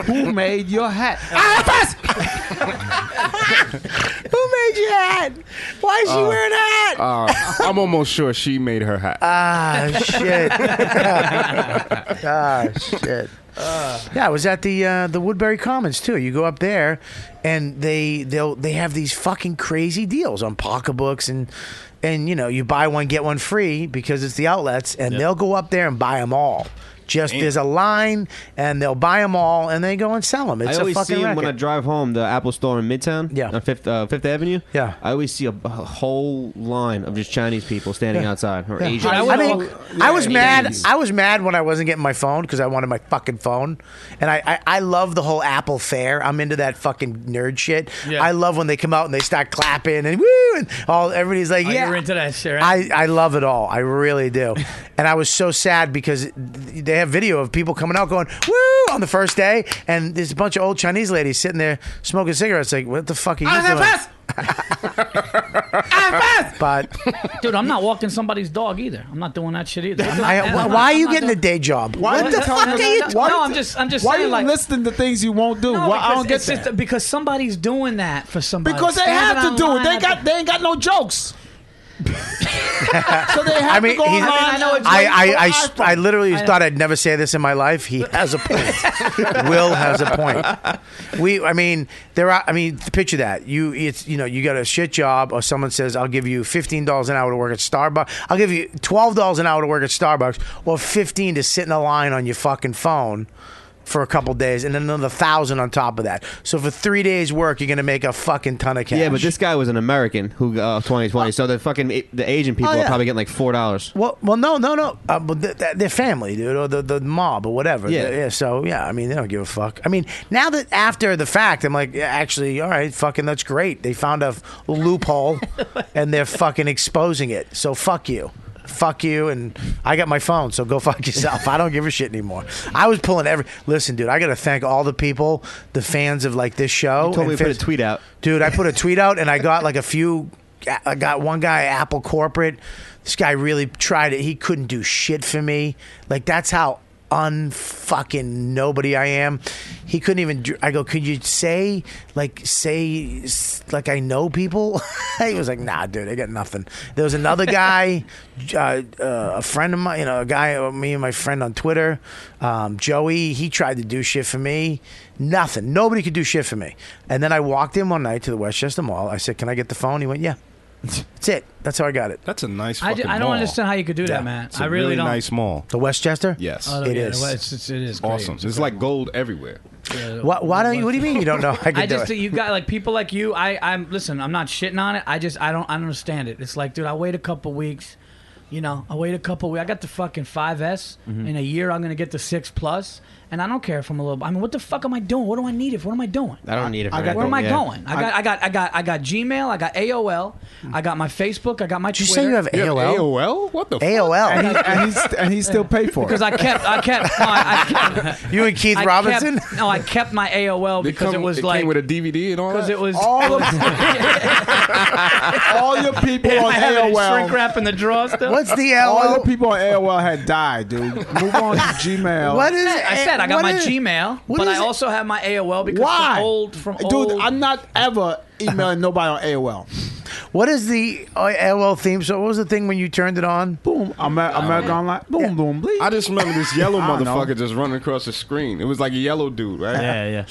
[SPEAKER 5] who made your hat? Ah, I was there first.
[SPEAKER 10] Who made your hat? Why is she
[SPEAKER 12] Uh,
[SPEAKER 10] wearing a hat?
[SPEAKER 12] Uh, I'm almost sure she made her hat.
[SPEAKER 6] Uh,
[SPEAKER 10] Ah shit! ah shit! Yeah, I was at the uh, the Woodbury Commons too. You go up there, and they they'll they have these fucking crazy deals on pocketbooks and and you know you buy one get one free because it's the outlets, and they'll go up there and buy them all. Just there's a line, and they'll buy them all, and they go and sell them. It's
[SPEAKER 13] I
[SPEAKER 10] a
[SPEAKER 13] always
[SPEAKER 10] fucking
[SPEAKER 13] see 'em when I
[SPEAKER 10] racket.
[SPEAKER 13] drive home, the Apple store in Midtown, yeah, on Fifth uh, Fifth Avenue, yeah. I always see a, a whole line of just Chinese people standing
[SPEAKER 10] Yeah.
[SPEAKER 13] outside or
[SPEAKER 10] Yeah.
[SPEAKER 13] Asian.
[SPEAKER 10] I, mean, I was mad. I was mad when I wasn't getting my phone because I wanted my fucking phone. And I, I, I love the whole Apple fair. I'm into that fucking nerd shit. I love when they come out and they start clapping and woo and all. Everybody's like,
[SPEAKER 6] Oh,
[SPEAKER 10] yeah.
[SPEAKER 6] you're into that shit, right?
[SPEAKER 10] I, I love it all. I really do. and I was so sad because they have video of people coming out going, woo, on the first day. And there's a bunch of old Chinese ladies sitting there smoking cigarettes. Like, what the fuck are you
[SPEAKER 6] I'm
[SPEAKER 10] doing?
[SPEAKER 6] the best.
[SPEAKER 10] But
[SPEAKER 6] Dude, I'm not walking somebody's dog either. I'm not doing that shit either. I'm not-
[SPEAKER 10] I,
[SPEAKER 6] I'm
[SPEAKER 10] why,
[SPEAKER 6] not-
[SPEAKER 10] why are
[SPEAKER 6] I'm
[SPEAKER 10] you
[SPEAKER 6] not
[SPEAKER 10] getting a
[SPEAKER 6] doing-
[SPEAKER 10] day job?
[SPEAKER 6] Why
[SPEAKER 10] What
[SPEAKER 6] the
[SPEAKER 10] the
[SPEAKER 6] hell-
[SPEAKER 10] fuck are
[SPEAKER 6] no,
[SPEAKER 10] you?
[SPEAKER 6] no,
[SPEAKER 10] why-
[SPEAKER 6] no, I'm just- I'm just
[SPEAKER 5] Why
[SPEAKER 6] saying,
[SPEAKER 5] you
[SPEAKER 6] like-
[SPEAKER 5] listening to things you won't do? Why I
[SPEAKER 6] because
[SPEAKER 5] don't get
[SPEAKER 6] it's
[SPEAKER 5] that.
[SPEAKER 6] just because somebody's doing that for somebody.
[SPEAKER 5] because they have to do
[SPEAKER 6] Standing
[SPEAKER 5] it. They
[SPEAKER 6] online
[SPEAKER 5] got they ain't got no jokes. so they have
[SPEAKER 10] I mean,
[SPEAKER 5] to go
[SPEAKER 10] he's-
[SPEAKER 5] online.
[SPEAKER 10] I, I, I, s- I literally thought I'd never say this in my life. He has a point. Will has a point. We, I mean, there are. I mean, picture that. You, it's you know, you got a shit job, or someone says, "I'll give you fifteen dollars an hour to work at Starbucks. I'll give you twelve dollars an hour to work at Starbucks, or fifteen to sit in a line on your fucking phone." for a couple days, and then another thousand on top of that. So for three days' work, you're gonna make a fucking ton of cash.
[SPEAKER 7] Yeah, but this guy was an American who uh, 2020. so the fucking the Asian people
[SPEAKER 10] Oh, yeah.
[SPEAKER 7] are probably getting like four dollars.
[SPEAKER 10] Well, well, no, no, no. Uh, but th- th- their family, dude, or the, the mob, or whatever.
[SPEAKER 7] Yeah.
[SPEAKER 10] The- So yeah, I mean, they don't give a fuck. I mean, now that after the fact, I'm like, yeah, actually, all right, fucking, that's great. They found a f- loophole, and they're fucking exposing it. So fuck you. Fuck you, and I got my phone, so go fuck yourself. I don't give a shit anymore. I was pulling every. Listen, dude, I got to thank all the people, the fans of like this show.
[SPEAKER 7] You told
[SPEAKER 10] and
[SPEAKER 7] me to put
[SPEAKER 10] fans-
[SPEAKER 7] a tweet out.
[SPEAKER 10] dude. I put a tweet out and I got like a few. I got one guy, Apple corporate. This guy really tried it. He couldn't do shit for me. Like that's how unfucking nobody I am. He couldn't even. dr- I go, could you say like say s- like I know people? he was like, nah, dude, I got nothing. There was another guy, uh, uh, a friend of mine, you know, a guy, uh, me and my friend on Twitter, um, Joey. He tried to do shit for me. Nothing. Nobody could do shit for me. And then I walked in one night to the Westchester Mall. I said, "Can I get the phone?" He went, "Yeah." That's it. That's how I got it.
[SPEAKER 12] That's a nice.
[SPEAKER 6] I, ju- I don't understand how you could do that, man. I really, don't.
[SPEAKER 12] mall.
[SPEAKER 10] The Westchester?
[SPEAKER 12] Yes,
[SPEAKER 6] Oh,
[SPEAKER 10] It
[SPEAKER 6] yeah,
[SPEAKER 10] is.
[SPEAKER 6] well, It's, it's, it is great.
[SPEAKER 12] awesome. It's like gold everywhere.
[SPEAKER 10] Why, why don't you? What do you mean you don't know? I
[SPEAKER 6] I,
[SPEAKER 10] can do
[SPEAKER 6] just
[SPEAKER 10] it.
[SPEAKER 6] you got like people like you. I I'm listen. I'm not shitting on it. I just I don't I don't understand it. It's like, dude, I wait a couple weeks. You know, I wait a couple weeks. I got the fucking 5S.
[SPEAKER 9] Mhm.
[SPEAKER 10] Mm-hmm.
[SPEAKER 6] In a year, I'm gonna get the six plus, and I don't care if I'm a little. I mean, what the fuck am I doing? What do I need it? for? What am I doing?
[SPEAKER 7] I don't need it. For
[SPEAKER 6] Where am I
[SPEAKER 7] yeah.
[SPEAKER 6] going? I got, I got, I got, I got Gmail. I got AOL. I got my Facebook. I got my. Did
[SPEAKER 10] you say you have You have AOL? AOL?
[SPEAKER 12] What the
[SPEAKER 10] AOL?
[SPEAKER 5] And he- and he's- and he still paid for it.
[SPEAKER 6] because I kept, I kept, no, I, I kept
[SPEAKER 10] you and Keith
[SPEAKER 6] I
[SPEAKER 10] Robinson?
[SPEAKER 6] Kept, no, I kept my AOL because it was like
[SPEAKER 12] came with a DVD and all.
[SPEAKER 6] because
[SPEAKER 12] that?
[SPEAKER 6] it was
[SPEAKER 12] All
[SPEAKER 6] it was-
[SPEAKER 5] All your people
[SPEAKER 6] Am
[SPEAKER 5] on
[SPEAKER 6] I having a shrink
[SPEAKER 5] AOL.
[SPEAKER 6] wrap in the drawer still?
[SPEAKER 5] All the people on AOL had died, dude. Move on to Gmail.
[SPEAKER 6] I said I got my Gmail,
[SPEAKER 5] what
[SPEAKER 6] but I
[SPEAKER 5] is-
[SPEAKER 6] also have my AOL because
[SPEAKER 5] Why?
[SPEAKER 6] from old from
[SPEAKER 5] Dude,
[SPEAKER 6] old.
[SPEAKER 5] I'm not ever emailing nobody on AOL.
[SPEAKER 10] What is the uh, AOL theme? So what was the thing when you turned it on?
[SPEAKER 5] Boom. I'm at, I'm at online. Boom, boom, bleep.
[SPEAKER 12] I just remember this yellow
[SPEAKER 5] I don't know.
[SPEAKER 12] motherfucker just running across the screen. It was like a yellow dude, right?
[SPEAKER 5] Yeah,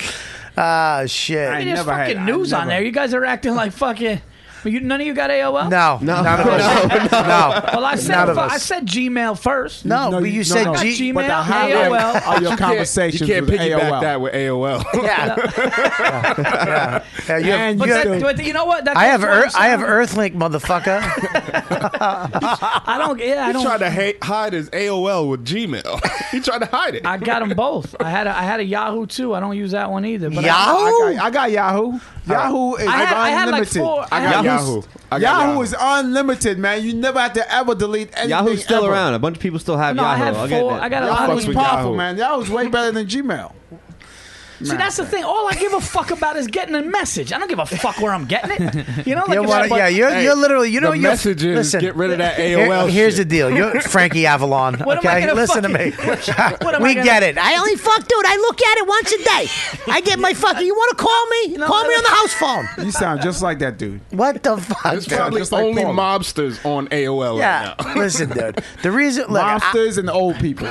[SPEAKER 10] Ah, shit.
[SPEAKER 6] I mean, there's fucking news on there. You guys are acting like fucking. But you, none of you got AOL?
[SPEAKER 10] No, No. none of us. No, no.
[SPEAKER 6] Well, I said
[SPEAKER 10] None of
[SPEAKER 6] fu-
[SPEAKER 10] us.
[SPEAKER 6] I said Gmail first.
[SPEAKER 10] No,
[SPEAKER 5] No, but you- you no, said no.
[SPEAKER 6] I got
[SPEAKER 5] G- but
[SPEAKER 6] Gmail,
[SPEAKER 5] the high end of your
[SPEAKER 6] AOL.
[SPEAKER 5] You can't-
[SPEAKER 12] You
[SPEAKER 5] conversations
[SPEAKER 12] can't
[SPEAKER 5] with
[SPEAKER 12] piggyback
[SPEAKER 5] AOL.
[SPEAKER 12] that with AOL.
[SPEAKER 10] Yeah. Yeah, uh, you have-
[SPEAKER 5] And
[SPEAKER 6] But,
[SPEAKER 10] you
[SPEAKER 6] that,
[SPEAKER 10] have-
[SPEAKER 6] but you know what? That
[SPEAKER 10] I have
[SPEAKER 6] goes for
[SPEAKER 10] Earth, I have
[SPEAKER 6] itself.
[SPEAKER 10] Earthlink, motherfucker.
[SPEAKER 6] I don't. Yeah, I
[SPEAKER 12] he
[SPEAKER 6] don't.
[SPEAKER 12] tried to ha- hide his AOL with Gmail. he tried to hide it.
[SPEAKER 6] I got them both. I had a, I had a Yahoo too. I don't use that one either. But I-
[SPEAKER 5] I got, I got Yahoo. Yahoo is
[SPEAKER 6] I had- I had like
[SPEAKER 5] unlimited.
[SPEAKER 6] four- I
[SPEAKER 5] Yahoo's-
[SPEAKER 6] had-
[SPEAKER 12] Yahoo. I got
[SPEAKER 5] Yahoo
[SPEAKER 12] Yahoo.
[SPEAKER 5] is unlimited, man. You never have to ever delete anything.
[SPEAKER 7] Yahoo's still
[SPEAKER 5] ever.
[SPEAKER 7] around. A bunch of people still have
[SPEAKER 5] No, I
[SPEAKER 7] Yahoo.
[SPEAKER 5] had
[SPEAKER 7] I'll get
[SPEAKER 5] four-
[SPEAKER 7] that.
[SPEAKER 5] I got a lot of Yahoo's powerful, man. Yahoo's way better than Gmail.
[SPEAKER 6] See, that's the thing. All I give a fuck about is getting a message. I don't give a fuck where I'm getting it. You know, like
[SPEAKER 10] Yeah,
[SPEAKER 6] if
[SPEAKER 10] well,
[SPEAKER 6] somebody-
[SPEAKER 10] yeah, you're,
[SPEAKER 6] Hey,
[SPEAKER 10] you're literally, you know,
[SPEAKER 12] the
[SPEAKER 10] you're,
[SPEAKER 12] message is
[SPEAKER 10] listen,
[SPEAKER 12] get rid of that
[SPEAKER 10] Here-
[SPEAKER 12] AOL
[SPEAKER 10] here's
[SPEAKER 12] shit.
[SPEAKER 10] the deal. You're Frankie Avalon.
[SPEAKER 12] What am I
[SPEAKER 10] okay,
[SPEAKER 12] gonna
[SPEAKER 10] listen to me.
[SPEAKER 12] fucking-
[SPEAKER 6] what am I
[SPEAKER 10] we
[SPEAKER 6] gonna-
[SPEAKER 10] get it. I only fuck, dude. I look at it once a day. I get my fucking. You want to call me? call me on the house phone.
[SPEAKER 5] You sound just like that dude.
[SPEAKER 10] What the fuck?
[SPEAKER 12] It's
[SPEAKER 10] dude?
[SPEAKER 12] probably only mobsters on AOL
[SPEAKER 10] Yeah,
[SPEAKER 12] right now.
[SPEAKER 10] listen, dude. The reason, look, I-
[SPEAKER 5] Mobsters and old people.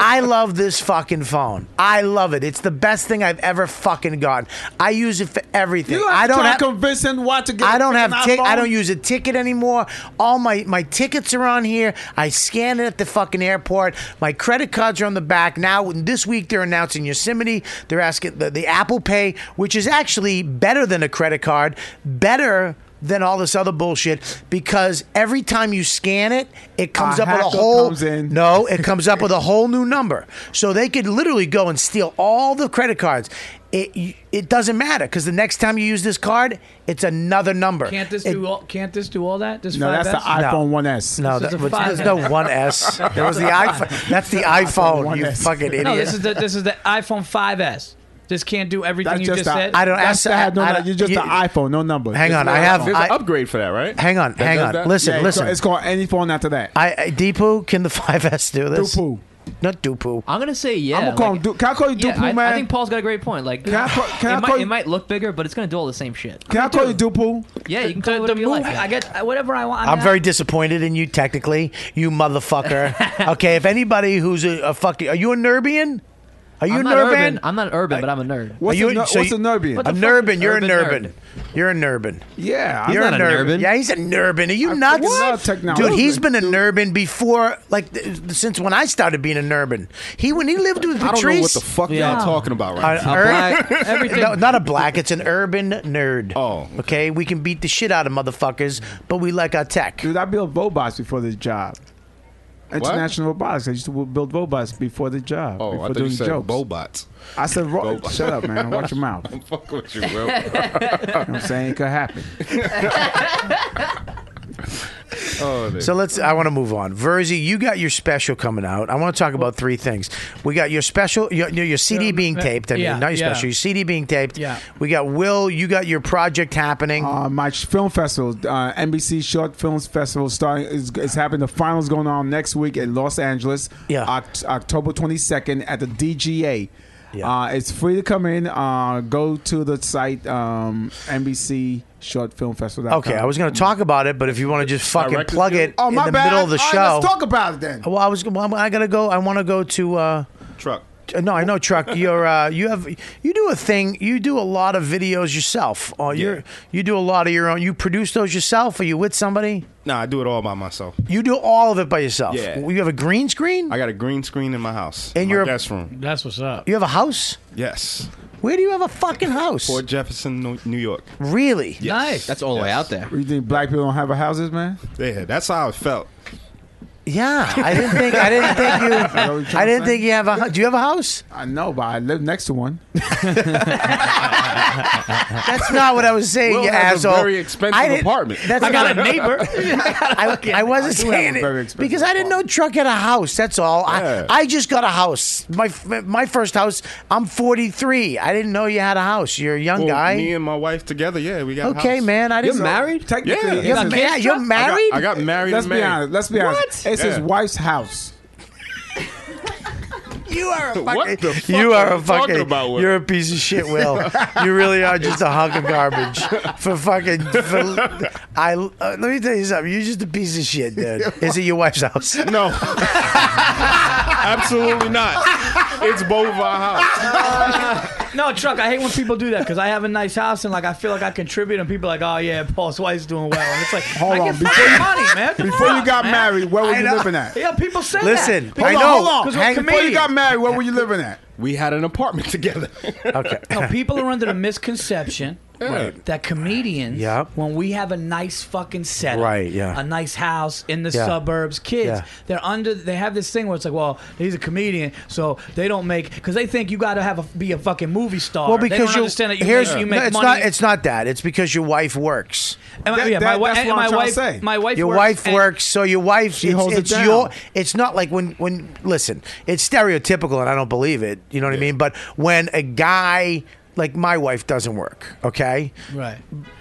[SPEAKER 10] I love this fucking phone. I love it. It's the best thing I've ever fucking gotten. I use it for everything.
[SPEAKER 5] You don't have
[SPEAKER 10] I
[SPEAKER 5] to
[SPEAKER 10] don't
[SPEAKER 5] try
[SPEAKER 10] have
[SPEAKER 5] to convince him why to get.
[SPEAKER 10] I don't
[SPEAKER 5] a
[SPEAKER 10] have
[SPEAKER 5] freaking
[SPEAKER 10] tick. I
[SPEAKER 5] iPhone.
[SPEAKER 10] don't use a ticket anymore. All my my tickets are on here. I scan it at the fucking airport. My credit cards are on the back. Now this week they're announcing Yosemite. They're asking the, the Apple Pay, which is actually better than a credit card, better than all this other bullshit because every time you scan it, it comes
[SPEAKER 5] A
[SPEAKER 10] up with a
[SPEAKER 5] hacker
[SPEAKER 10] whole
[SPEAKER 5] comes in.
[SPEAKER 10] no, it comes up with a whole new number. So they could literally go and steal all the credit cards. It it doesn't matter because the next time you use this card, it's another number.
[SPEAKER 6] Can't this
[SPEAKER 10] It-
[SPEAKER 6] do all? Can't this do all that? This
[SPEAKER 10] No, that's
[SPEAKER 6] 5S?
[SPEAKER 10] the iPhone
[SPEAKER 5] iPhone 1S.
[SPEAKER 10] no,
[SPEAKER 6] This
[SPEAKER 10] that-
[SPEAKER 6] is a
[SPEAKER 10] but there's
[SPEAKER 6] five.
[SPEAKER 10] no one S. There was the iPhone. That's the iPhone. You
[SPEAKER 6] 1S.
[SPEAKER 10] fucking idiot.
[SPEAKER 6] No, this is the this is the iPhone 5S. This can't do everything
[SPEAKER 5] That's
[SPEAKER 6] you
[SPEAKER 5] just
[SPEAKER 6] just,
[SPEAKER 5] a-
[SPEAKER 6] said.
[SPEAKER 10] I don't.
[SPEAKER 5] That's
[SPEAKER 10] ask,
[SPEAKER 5] that. No,
[SPEAKER 10] I, I
[SPEAKER 5] no,
[SPEAKER 10] don't-
[SPEAKER 5] you're just
[SPEAKER 10] you-
[SPEAKER 5] an iPhone, no number.
[SPEAKER 10] Hang on, I have.
[SPEAKER 12] There's
[SPEAKER 10] I,
[SPEAKER 12] an upgrade for that, right?
[SPEAKER 10] hang on,
[SPEAKER 12] That
[SPEAKER 10] hang
[SPEAKER 12] does
[SPEAKER 10] on.
[SPEAKER 12] that?
[SPEAKER 10] Listen,
[SPEAKER 5] Yeah, it's
[SPEAKER 10] listen.
[SPEAKER 5] called- It's called any phone after that.
[SPEAKER 10] I, I Deepu, can the 5S do this?
[SPEAKER 5] Dupu.
[SPEAKER 10] Not Dupu.
[SPEAKER 9] I'm gonna say yeah.
[SPEAKER 5] I'm gonna call him. Du- Can I call you
[SPEAKER 9] yeah,
[SPEAKER 5] Dupu,
[SPEAKER 9] I,
[SPEAKER 5] man?
[SPEAKER 9] I think Paul's got a great point. Like,
[SPEAKER 5] Can I call- can
[SPEAKER 9] it,
[SPEAKER 5] I
[SPEAKER 9] might,
[SPEAKER 5] call you-
[SPEAKER 9] it might look bigger, but it's gonna do all the same shit.
[SPEAKER 5] Can I call you Dupu?
[SPEAKER 9] Yeah, you can call it
[SPEAKER 6] the
[SPEAKER 9] whatever you
[SPEAKER 6] movie.
[SPEAKER 9] like.
[SPEAKER 6] I get whatever I want. I
[SPEAKER 10] I'm
[SPEAKER 6] mean,
[SPEAKER 10] very disappointed in you, technically, you motherfucker. okay, if anybody who's a, a fucking, are you a Nerbian? Are you
[SPEAKER 9] I'm
[SPEAKER 10] an
[SPEAKER 9] not
[SPEAKER 10] urban?
[SPEAKER 9] urban? I'm not urban, but I'm a nerd.
[SPEAKER 10] Are you- so you- A Nurbin. You're a Nurbin. You're a Nurbin.
[SPEAKER 5] Yeah,
[SPEAKER 9] I'm
[SPEAKER 10] you're
[SPEAKER 9] not a Nurbin.
[SPEAKER 10] Yeah, he's a Nurbin. Are you
[SPEAKER 5] Of
[SPEAKER 10] nuts?
[SPEAKER 5] course not, technology.
[SPEAKER 10] Dude, he's been a Nurbin before, like th- since when I started being a Nurbin. He when he lived with
[SPEAKER 12] I
[SPEAKER 10] Patrice. uh,
[SPEAKER 12] don't know what the fuck y'all Yeah. talking about right now. A black- everything.
[SPEAKER 10] no, not a black. It's an urban nerd. Oh, okay. We can beat the shit out of motherfuckers, but we like our tech.
[SPEAKER 5] Dude, I built robots before this job. International robotics. I used to build robots before the job.
[SPEAKER 12] Oh, I
[SPEAKER 5] before
[SPEAKER 12] thought you
[SPEAKER 5] doing
[SPEAKER 12] said
[SPEAKER 5] jokes.
[SPEAKER 12] bobots.
[SPEAKER 5] I said, ro-
[SPEAKER 12] Bobots.
[SPEAKER 5] shut up, man. Watch your mouth.
[SPEAKER 12] I'm fucking with you, bro.
[SPEAKER 5] You know what I'm saying? It could happen.
[SPEAKER 12] oh,
[SPEAKER 10] So let's. I want to move on. Verzi, you got your special coming out. I want to talk about three things. We got your special, your, your your CD being
[SPEAKER 6] ma-
[SPEAKER 10] taped. I mean,
[SPEAKER 6] yeah,
[SPEAKER 10] not your
[SPEAKER 6] yeah.
[SPEAKER 10] special, your CD being taped.
[SPEAKER 6] Yeah.
[SPEAKER 10] We got Will. You got your project happening.
[SPEAKER 5] Uh, my sh- film festival, uh, NBC Short Films Festival, starting is, is happening. The finals going on next week in Los Angeles. Yeah, October twenty second at the DGA. Yeah. Uh, it's free to come in. Uh, go to the site um, NBC Short Film Festival.
[SPEAKER 10] Okay, I was going to talk about it, but if you want to just fucking
[SPEAKER 5] Director's
[SPEAKER 10] plug
[SPEAKER 5] Guild?
[SPEAKER 10] it
[SPEAKER 5] Oh,
[SPEAKER 10] in
[SPEAKER 5] my
[SPEAKER 10] the
[SPEAKER 5] bad.
[SPEAKER 10] middle of the
[SPEAKER 5] All
[SPEAKER 10] show,
[SPEAKER 5] right, let's talk about it then.
[SPEAKER 10] Well, I was. Well, I gotta go. I want to go to uh,
[SPEAKER 12] truck.
[SPEAKER 10] No, I know truck. You're uh, you have you do a thing. You do a lot of videos yourself. Or you're you do a lot of your own. You produce those yourself. Are you with somebody?
[SPEAKER 12] Nah, I do it all by myself.
[SPEAKER 10] You do all of it by yourself.
[SPEAKER 12] Yeah.
[SPEAKER 10] You have a green screen.
[SPEAKER 12] I got a green screen in my house.
[SPEAKER 10] And
[SPEAKER 12] in
[SPEAKER 10] you're a-
[SPEAKER 12] my guest room.
[SPEAKER 6] That's what's up.
[SPEAKER 10] You have a house.
[SPEAKER 12] Yes.
[SPEAKER 10] Where do you have a fucking house?
[SPEAKER 12] Fort Jefferson, New- New York.
[SPEAKER 10] Really?
[SPEAKER 12] Nice. That's all the way out there.
[SPEAKER 5] Oh, You think black people don't have a houses, man?
[SPEAKER 12] Yeah, that's how it felt.
[SPEAKER 10] Yeah, I didn't think. I didn't think you. I didn't think you have a. hu- Do you have a house?
[SPEAKER 5] I know, but I live next to one.
[SPEAKER 10] That's not what I was saying,
[SPEAKER 5] Will
[SPEAKER 10] you
[SPEAKER 5] has a
[SPEAKER 10] asshole.
[SPEAKER 5] very expensive
[SPEAKER 10] I didn't-
[SPEAKER 5] apartment.
[SPEAKER 10] That's
[SPEAKER 5] I got
[SPEAKER 10] not-
[SPEAKER 5] a neighbor.
[SPEAKER 10] I, I wasn't
[SPEAKER 5] I do have a
[SPEAKER 10] saying
[SPEAKER 5] very
[SPEAKER 10] it
[SPEAKER 5] expensive
[SPEAKER 10] because I didn't know Truck had a house. That's all.
[SPEAKER 5] Yeah.
[SPEAKER 10] I, I just got a house. My my first house. I'm 43. I didn't know you had a house. You're a young
[SPEAKER 12] Well,
[SPEAKER 10] guy.
[SPEAKER 12] Me and my wife together. Yeah, we got. a
[SPEAKER 10] Okay,
[SPEAKER 12] house.
[SPEAKER 10] man, I You're didn't- married?
[SPEAKER 12] yeah,
[SPEAKER 10] Technically, You're it's ma- his- you're
[SPEAKER 12] I got-
[SPEAKER 10] married?
[SPEAKER 12] I got, married.
[SPEAKER 5] Let's
[SPEAKER 12] and
[SPEAKER 5] be
[SPEAKER 12] married.
[SPEAKER 5] honest. Let's be honest. It's his
[SPEAKER 12] Yeah.
[SPEAKER 5] wife's house.
[SPEAKER 10] You are a fucking.
[SPEAKER 12] What the fuck
[SPEAKER 10] you are
[SPEAKER 12] are
[SPEAKER 10] a
[SPEAKER 12] we talking
[SPEAKER 10] fucking.
[SPEAKER 12] about, Will?
[SPEAKER 10] you're a piece of shit, Will. you really are just a hunk of garbage for fucking. For, I uh, let me tell you something. You're just a piece of shit, dude. Is it your wife's house?
[SPEAKER 12] No. Absolutely not. It's both our house.
[SPEAKER 6] No, truck. I hate when people do that because I have a nice house and like I feel like I contribute and people are like, oh yeah, Paul's wife's doing well. And it's like,
[SPEAKER 5] Hold
[SPEAKER 6] I
[SPEAKER 5] on,
[SPEAKER 6] get
[SPEAKER 5] before
[SPEAKER 6] fucking
[SPEAKER 5] you-
[SPEAKER 6] money, man.
[SPEAKER 5] Before you got
[SPEAKER 6] man.
[SPEAKER 5] married, where were
[SPEAKER 6] I
[SPEAKER 5] you
[SPEAKER 6] know.
[SPEAKER 5] living at?
[SPEAKER 6] Yeah, people say
[SPEAKER 5] Listen,
[SPEAKER 6] that.
[SPEAKER 5] I
[SPEAKER 6] People-
[SPEAKER 5] know. Hold on.
[SPEAKER 6] 'cause we're
[SPEAKER 5] Hang- before you got
[SPEAKER 6] comedians.
[SPEAKER 5] married, where were you living at?
[SPEAKER 12] We had an apartment together.
[SPEAKER 10] Okay.
[SPEAKER 6] No, people are under the misconception
[SPEAKER 10] Right.
[SPEAKER 6] that comedians,
[SPEAKER 10] Yeah.
[SPEAKER 6] when we have a nice fucking setup,
[SPEAKER 10] Right, yeah.
[SPEAKER 6] a nice house in the
[SPEAKER 10] Yeah.
[SPEAKER 6] suburbs, kids,
[SPEAKER 10] Yeah.
[SPEAKER 6] they're under, they have this thing where it's like, well, he's a comedian, so they don't make, because they think you got to have a, be a fucking movie star.
[SPEAKER 10] Well,
[SPEAKER 6] they
[SPEAKER 10] because
[SPEAKER 6] don't
[SPEAKER 10] you
[SPEAKER 6] understand that you
[SPEAKER 10] here's
[SPEAKER 6] make, you make
[SPEAKER 10] no, it's
[SPEAKER 6] money.
[SPEAKER 10] not it's not that. It's because your wife works.
[SPEAKER 6] And my- That- yeah, my that- wi- that's and what I'm my trying to wife- say. my wife
[SPEAKER 10] Your
[SPEAKER 6] works
[SPEAKER 10] wife
[SPEAKER 6] and-
[SPEAKER 10] works, so your wife. She it's,
[SPEAKER 6] holds it
[SPEAKER 10] it's
[SPEAKER 6] down.
[SPEAKER 10] your. It's not like when when listen. It's stereotypical, and I don't believe it. You know what I mean? But when a guy like my wife doesn't work, okay.
[SPEAKER 6] right.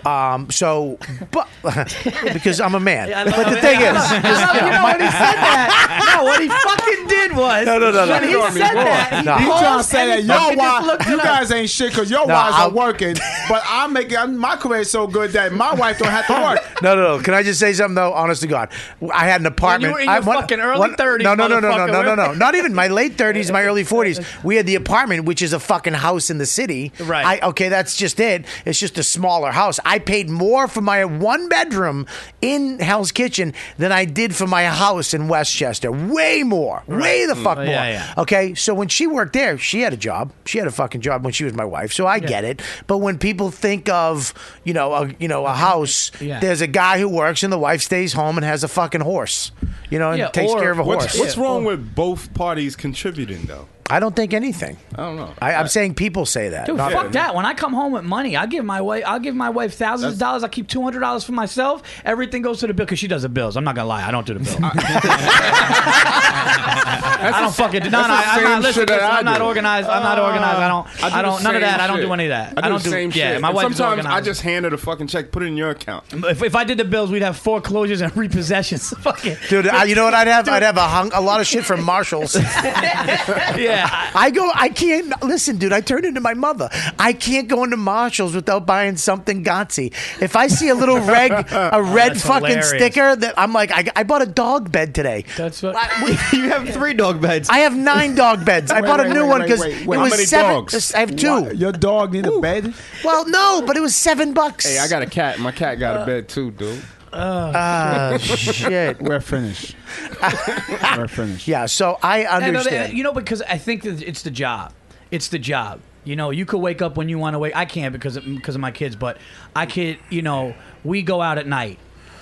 [SPEAKER 10] Um. So, but because I'm a man.
[SPEAKER 6] I love-
[SPEAKER 10] but the thing
[SPEAKER 6] I
[SPEAKER 10] is,
[SPEAKER 6] love- I love- you know when he said that. No, what he fucking did was
[SPEAKER 10] No, no, no, no.
[SPEAKER 6] when he
[SPEAKER 10] Go on,
[SPEAKER 6] said
[SPEAKER 10] go on.
[SPEAKER 6] that. he
[SPEAKER 10] No.
[SPEAKER 5] He
[SPEAKER 6] paused
[SPEAKER 5] trying to say
[SPEAKER 6] and
[SPEAKER 5] that
[SPEAKER 6] he
[SPEAKER 5] y'all
[SPEAKER 6] fucking just
[SPEAKER 5] wives,
[SPEAKER 6] looked it
[SPEAKER 5] you
[SPEAKER 6] up.
[SPEAKER 5] guys ain't shit because your
[SPEAKER 10] No,
[SPEAKER 5] wives
[SPEAKER 10] I'll-
[SPEAKER 5] are working, but I'm making I'm- my career is so good that my wife don't have to work.
[SPEAKER 10] No, no, no. Can I just say something though? Honest to God, I had an apartment.
[SPEAKER 6] were in
[SPEAKER 10] I-
[SPEAKER 6] your fucking early 30s,
[SPEAKER 10] No, no, no, no, no,
[SPEAKER 6] motherfucker.
[SPEAKER 10] no, no, no. Not even my late thirties, my early forties. We had the apartment, which is a fucking house in the city. Right. I, okay, that's just it. It's just a smaller house. I paid more for my one bedroom in Hell's Kitchen than I did for my house in Westchester. Way more. Way the
[SPEAKER 15] Mm.
[SPEAKER 10] fuck
[SPEAKER 15] Oh,
[SPEAKER 10] more.
[SPEAKER 15] yeah, yeah.
[SPEAKER 10] Okay, so when she worked there, she had a job. She had a fucking job when she was my wife. So I get it. But when people think of you know a you know a house,
[SPEAKER 6] Yeah.
[SPEAKER 10] there's a guy who works and the wife stays home and has a fucking horse. You know, and
[SPEAKER 6] Yeah,
[SPEAKER 10] takes
[SPEAKER 6] or-
[SPEAKER 10] care of a
[SPEAKER 12] what's,
[SPEAKER 10] horse.
[SPEAKER 12] What's wrong with both parties contributing though?
[SPEAKER 10] I don't think anything.
[SPEAKER 12] I don't know.
[SPEAKER 10] I, I'm saying people say that.
[SPEAKER 6] Dude,
[SPEAKER 10] not-
[SPEAKER 6] fuck that. When I come home with money, I give my wife. I give my wife thousands of dollars. I keep two hundred dollars for myself. Everything goes to the bill because she does the bills. I'm not gonna lie, I don't do the bill. I don't fucking do. No, no,
[SPEAKER 12] that's the
[SPEAKER 6] I'm
[SPEAKER 12] same
[SPEAKER 6] not. Listen,
[SPEAKER 12] shit that
[SPEAKER 6] listen,
[SPEAKER 12] I
[SPEAKER 6] I'm not
[SPEAKER 12] do.
[SPEAKER 6] organized. I'm not
[SPEAKER 12] Uh,
[SPEAKER 6] organized. I don't. I,
[SPEAKER 12] do the
[SPEAKER 6] don't. None of
[SPEAKER 12] same
[SPEAKER 6] that. I don't
[SPEAKER 12] shit.
[SPEAKER 6] do any of that.
[SPEAKER 12] I do
[SPEAKER 6] don't
[SPEAKER 12] the same
[SPEAKER 6] do. Yeah,
[SPEAKER 12] shit.
[SPEAKER 6] my
[SPEAKER 12] And
[SPEAKER 6] wife's
[SPEAKER 12] Sometimes
[SPEAKER 6] organized.
[SPEAKER 12] I just hand her the fucking check, put it in your account.
[SPEAKER 6] If, if I did the bills, we'd have foreclosures and repossessions. Fuck it.
[SPEAKER 10] Dude, I, you know what I'd have? I'd have a hung, a lot of shit from Marshalls.
[SPEAKER 6] yeah,
[SPEAKER 16] Yeah,
[SPEAKER 10] I, go. I can't listen, dude. I turned into my mother. I can't go into Marshalls without buying something Gatsby. If I see a little reg, a red
[SPEAKER 16] That's
[SPEAKER 10] fucking
[SPEAKER 16] hilarious.
[SPEAKER 10] sticker, that I'm like, I, I bought a dog bed today.
[SPEAKER 16] That's what
[SPEAKER 10] you have three dog beds. I have nine dog beds. I
[SPEAKER 17] Wait,
[SPEAKER 10] bought a
[SPEAKER 17] wait,
[SPEAKER 10] new
[SPEAKER 17] wait,
[SPEAKER 10] one
[SPEAKER 17] wait,
[SPEAKER 10] because
[SPEAKER 17] wait,
[SPEAKER 10] it
[SPEAKER 17] wait.
[SPEAKER 10] was seven. I have two.
[SPEAKER 17] Why- Your dog need a bed?
[SPEAKER 10] Well, no, but it was seven bucks.
[SPEAKER 5] Hey, I got a cat. My cat got a bed too, dude.
[SPEAKER 10] Ah, shit.
[SPEAKER 17] We're finished. We're finished.
[SPEAKER 10] Yeah, so I
[SPEAKER 6] Yeah, no,
[SPEAKER 10] understand.
[SPEAKER 6] they- you know, because I think that it's the job. It's the job. You know, you could wake up when you want to wake. I can't because of, because of my kids, but I could. You know, we go out at night,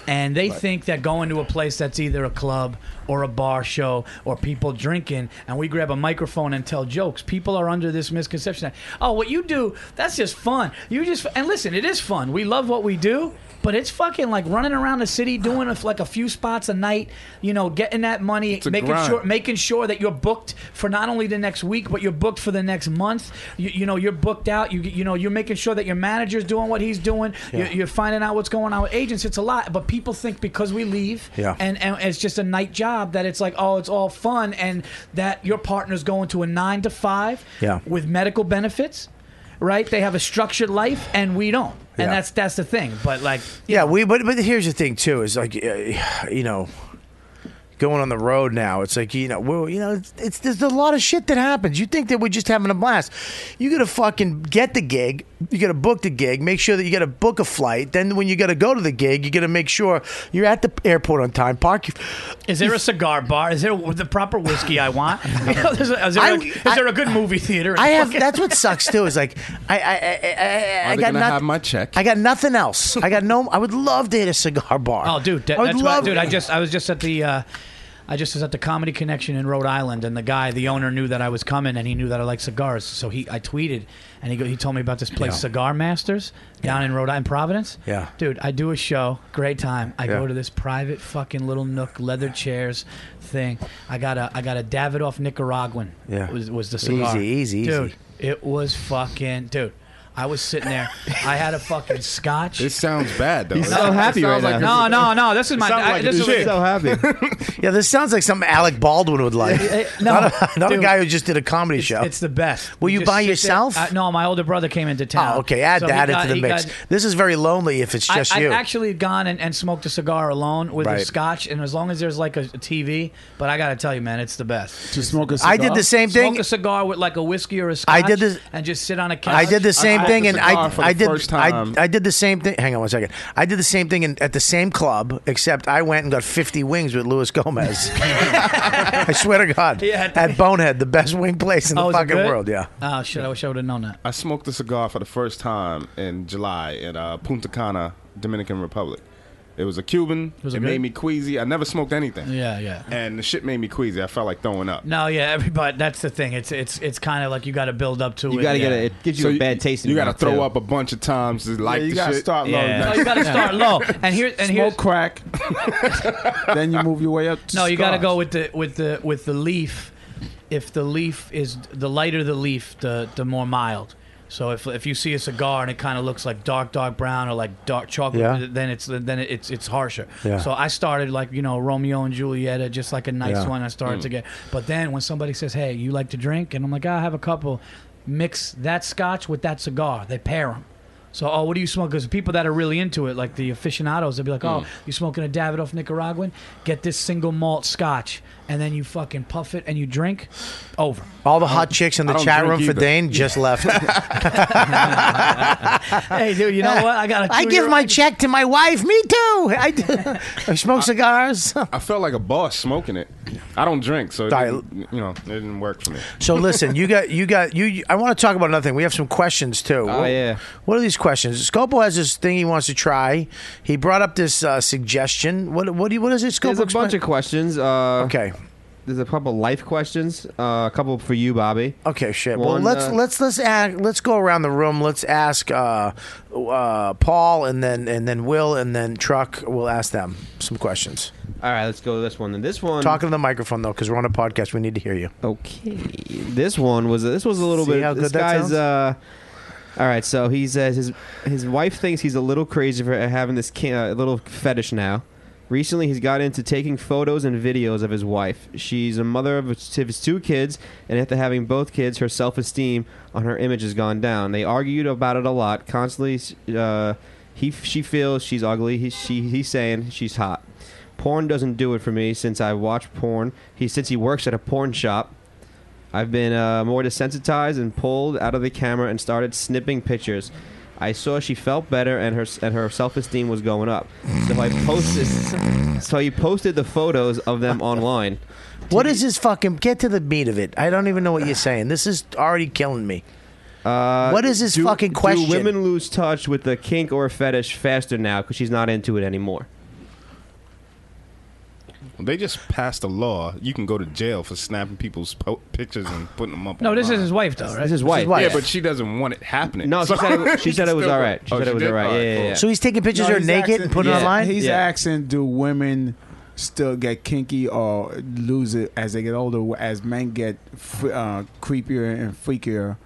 [SPEAKER 6] and they think that going to a place that's either a club or a bar show or people drinking, and we grab a microphone and tell jokes. People are under this misconception that oh, what you do that's just fun. You just and listen, it is fun. We love what we do. But it's fucking like running around the city doing a, like a few spots a night, you know, getting that money,
[SPEAKER 16] a
[SPEAKER 6] making
[SPEAKER 16] grind.
[SPEAKER 6] sure making sure that you're booked for not only the next week, but you're booked for the next month. You, you know, you're booked out. You you know, you're making sure that your manager's doing what he's doing.
[SPEAKER 16] Yeah.
[SPEAKER 6] You're, you're finding out what's going on with agents. It's a lot, but people think because we leave,
[SPEAKER 16] Yeah.
[SPEAKER 6] and, and it's just a night job that it's like, oh, it's all fun, and that your partner's going to a nine to five,
[SPEAKER 10] Yeah.
[SPEAKER 6] with medical benefits, right? They have a structured life, and we don't,
[SPEAKER 10] Yeah.
[SPEAKER 6] and that's that's the thing. But like,
[SPEAKER 10] yeah, we. But but here's the thing too is like, uh, you know, going on the road now. It's like you know, well, you know, it's, it's there's a lot of shit that happens. You think that we're just having a blast. You gotta fucking get the gig. You gotta book the gig. Make sure that you gotta book a flight. Then when you gotta go to the gig, you gotta make sure you're at the airport on time. Park. your-
[SPEAKER 6] Is there a cigar bar? Is there the proper whiskey I want? You know, is, there, is, there a, is there a good movie theater?
[SPEAKER 10] I have. That's what sucks too. Is like I I I, I, I
[SPEAKER 6] they
[SPEAKER 10] got
[SPEAKER 6] gonna
[SPEAKER 10] nothing.
[SPEAKER 6] have
[SPEAKER 5] my check.
[SPEAKER 10] I got nothing else. I got no. I would love to hit a cigar bar.
[SPEAKER 6] Oh, dude, that,
[SPEAKER 10] I would
[SPEAKER 6] that's
[SPEAKER 10] love-
[SPEAKER 6] what, dude. I just I was just at the. Uh, I just was at the Comedy Connection in Rhode Island, and the guy, the owner, knew that I was coming, and he knew that I like cigars. So he, I tweeted, and he go, he told me about this place,
[SPEAKER 16] Yeah.
[SPEAKER 6] Cigar Masters, down in Rhode Island, Providence.
[SPEAKER 16] Yeah.
[SPEAKER 6] dude, I do a show, great time. I
[SPEAKER 16] Yeah.
[SPEAKER 6] go to this private fucking little nook, leather chairs thing. I got a I got a Davidoff Nicaraguan.
[SPEAKER 10] Yeah.
[SPEAKER 6] was, was the cigar.
[SPEAKER 10] Easy, easy,
[SPEAKER 6] dude.
[SPEAKER 10] easy.
[SPEAKER 6] It was fucking dude. I was sitting there. I had a fucking scotch.
[SPEAKER 5] It sounds bad though.
[SPEAKER 6] He's so happy right now. No, no, no, this is my- I- this is- He's so
[SPEAKER 5] happy.
[SPEAKER 10] yeah, this sounds like something Alec Baldwin would like.
[SPEAKER 6] no,
[SPEAKER 10] not, a, not a
[SPEAKER 6] dude.
[SPEAKER 10] guy who just did a comedy show.
[SPEAKER 6] It's the best.
[SPEAKER 10] Were
[SPEAKER 6] We
[SPEAKER 10] you
[SPEAKER 6] just
[SPEAKER 10] by
[SPEAKER 6] sit there-
[SPEAKER 10] yourself?
[SPEAKER 6] Uh, no, my older brother came into town.
[SPEAKER 10] oh, okay. Add
[SPEAKER 6] So he
[SPEAKER 10] that
[SPEAKER 6] got-
[SPEAKER 10] into the
[SPEAKER 6] he
[SPEAKER 10] mix.
[SPEAKER 6] got-
[SPEAKER 10] this is very lonely if it's just
[SPEAKER 6] I,
[SPEAKER 10] you.
[SPEAKER 6] I've actually gone and, and smoked a cigar alone with a
[SPEAKER 10] Right.
[SPEAKER 6] scotch, and as long as there's like a, a TV. But I gotta tell you, man, it's the best.
[SPEAKER 17] To smoke a
[SPEAKER 10] I did the same thing.
[SPEAKER 6] Smoke a cigar with like a whiskey or a scotch.
[SPEAKER 10] I did this-
[SPEAKER 6] and just sit on a couch.
[SPEAKER 10] I did the same thing, and I I did I,
[SPEAKER 6] I,
[SPEAKER 10] I did the same thing. Hang on one second. I did the same thing in, at the same club, except I went and got fifty wings with Luis Gomez. I swear to God,
[SPEAKER 6] Yeah.
[SPEAKER 10] at Bonehead, the best wing place in
[SPEAKER 6] Oh,
[SPEAKER 10] the
[SPEAKER 6] is it
[SPEAKER 10] fucking
[SPEAKER 6] good?
[SPEAKER 10] world. Yeah.
[SPEAKER 6] oh shit! I wish I would have known that.
[SPEAKER 5] I smoked a cigar for the first time in July in uh, Punta Cana, Dominican Republic. It was a Cuban.
[SPEAKER 6] Was
[SPEAKER 5] it
[SPEAKER 6] it
[SPEAKER 5] made
[SPEAKER 6] good?
[SPEAKER 5] me queasy. I never smoked anything.
[SPEAKER 6] Yeah, yeah.
[SPEAKER 5] And the shit made me queasy. I felt like throwing up.
[SPEAKER 6] No, yeah, everybody. That's the thing. It's it's it's kind of like you got to build up to it. yeah.
[SPEAKER 5] So You got to throw up a bunch of times. To like
[SPEAKER 6] you
[SPEAKER 5] the
[SPEAKER 6] gotta
[SPEAKER 5] shit.
[SPEAKER 6] start low. Yeah. No, you gotta start low. And here- and
[SPEAKER 17] Smoke
[SPEAKER 6] here's-
[SPEAKER 17] crack. then you move your way up. To
[SPEAKER 6] No, you got to
[SPEAKER 17] scotch.
[SPEAKER 6] go with the with the with the leaf. If the leaf is the lighter the leaf, the the more mild. So if if you see a cigar and it kind of looks like dark dark brown or like dark chocolate,
[SPEAKER 16] Yeah.
[SPEAKER 6] then it's then it's it's harsher.
[SPEAKER 16] Yeah.
[SPEAKER 6] So I started like you know Romeo and Juliet, uh, just like a nice
[SPEAKER 16] Yeah.
[SPEAKER 6] one. I started
[SPEAKER 16] Mm.
[SPEAKER 6] to get, but then when somebody says, "Hey, you like to drink?" and I'm like, "Ah, "I have a couple," mix that scotch with that cigar. They pair them. So, oh, what do you smoke? Because people that are really into it, like the aficionados, they'll be like, oh,
[SPEAKER 16] Mm.
[SPEAKER 6] you smoking a Davidoff Nicaraguan? Get this single malt scotch, and then you fucking puff it and you drink. Over.
[SPEAKER 10] All the hot chicks in
[SPEAKER 6] I
[SPEAKER 10] the
[SPEAKER 6] don't
[SPEAKER 10] chat
[SPEAKER 6] drink
[SPEAKER 10] room for
[SPEAKER 6] either.
[SPEAKER 10] Dane just left.
[SPEAKER 6] hey, dude, you know what? I got. a
[SPEAKER 10] I give
[SPEAKER 6] two-year-old-
[SPEAKER 10] my check to my wife. Me too. I, do. I smoke cigars.
[SPEAKER 5] I felt like a boss smoking it. I don't drink, so it
[SPEAKER 10] Diet-
[SPEAKER 5] didn't- you know it didn't work for me.
[SPEAKER 10] So listen, you got you got you. I want to talk about another thing. We have some questions too.
[SPEAKER 5] Oh, yeah.
[SPEAKER 10] What are these questions? Scopo has this thing he wants to try. He brought up this uh, suggestion. What what do you, what is it? Scopo
[SPEAKER 13] There's a bunch of questions. Uh,
[SPEAKER 10] okay.
[SPEAKER 13] There's a couple life questions. Uh, a couple for you, Bobby.
[SPEAKER 10] Okay, shit. well, let's
[SPEAKER 13] uh,
[SPEAKER 10] let's let's ask, let's go around the room. Let's ask uh, uh, Paul and then and then Will and then Truck. We'll ask them some questions.
[SPEAKER 13] All right, let's go to this one. And this one.
[SPEAKER 10] Talking to the microphone though, because we're on a podcast. We need to hear you.
[SPEAKER 13] Okay. This one was this was a little
[SPEAKER 10] See
[SPEAKER 13] bit.
[SPEAKER 10] how good
[SPEAKER 13] this
[SPEAKER 10] that
[SPEAKER 13] guy's.
[SPEAKER 10] sounds?
[SPEAKER 13] Uh, all right, so he says his his wife thinks he's a little crazy for having this can, uh, little uh, fetish now. Recently, he's got into taking photos and videos of his wife. She's a mother of his of his two kids, and after having both kids, her self esteem on her image has gone down. They argued about it a lot, constantly. Uh, he, she feels she's ugly. He, she, he's saying she's hot. Porn doesn't do it for me since I watch porn. He since he works at a porn shop. I've been uh, more desensitized and pulled out of the camera and started snipping pictures. I saw she felt better and her and her self esteem was going up. So I posted. so he posted the photos of them online.
[SPEAKER 10] What is this fucking? Get to the beat of it. I don't even know what you're saying. This is already killing me.
[SPEAKER 13] Uh,
[SPEAKER 10] What is this
[SPEAKER 13] do-
[SPEAKER 10] fucking question?
[SPEAKER 13] Do women lose touch with the kink or fetish faster now because she's not into it anymore?
[SPEAKER 12] They just passed a law. You can go to jail for snapping people's po- pictures and putting them up.
[SPEAKER 6] No, this
[SPEAKER 12] online.
[SPEAKER 6] is his wife, though, right? This is his
[SPEAKER 10] wife.
[SPEAKER 12] Yeah, but she doesn't want it happening.
[SPEAKER 13] No,
[SPEAKER 12] So-
[SPEAKER 13] she said it- she said it was
[SPEAKER 12] still-
[SPEAKER 13] all right. She
[SPEAKER 12] Oh,
[SPEAKER 13] said it was
[SPEAKER 12] did?
[SPEAKER 13] all right.
[SPEAKER 12] All
[SPEAKER 13] Yeah,
[SPEAKER 12] cool.
[SPEAKER 13] yeah, yeah.
[SPEAKER 10] So he's taking pictures of
[SPEAKER 5] No,
[SPEAKER 10] her
[SPEAKER 5] he's
[SPEAKER 10] naked and
[SPEAKER 5] asking-
[SPEAKER 10] putting it
[SPEAKER 5] he's-
[SPEAKER 10] online.
[SPEAKER 5] He's asking, do women still get kinky or lose it as they get older, as men get f- uh, creepier and freakier?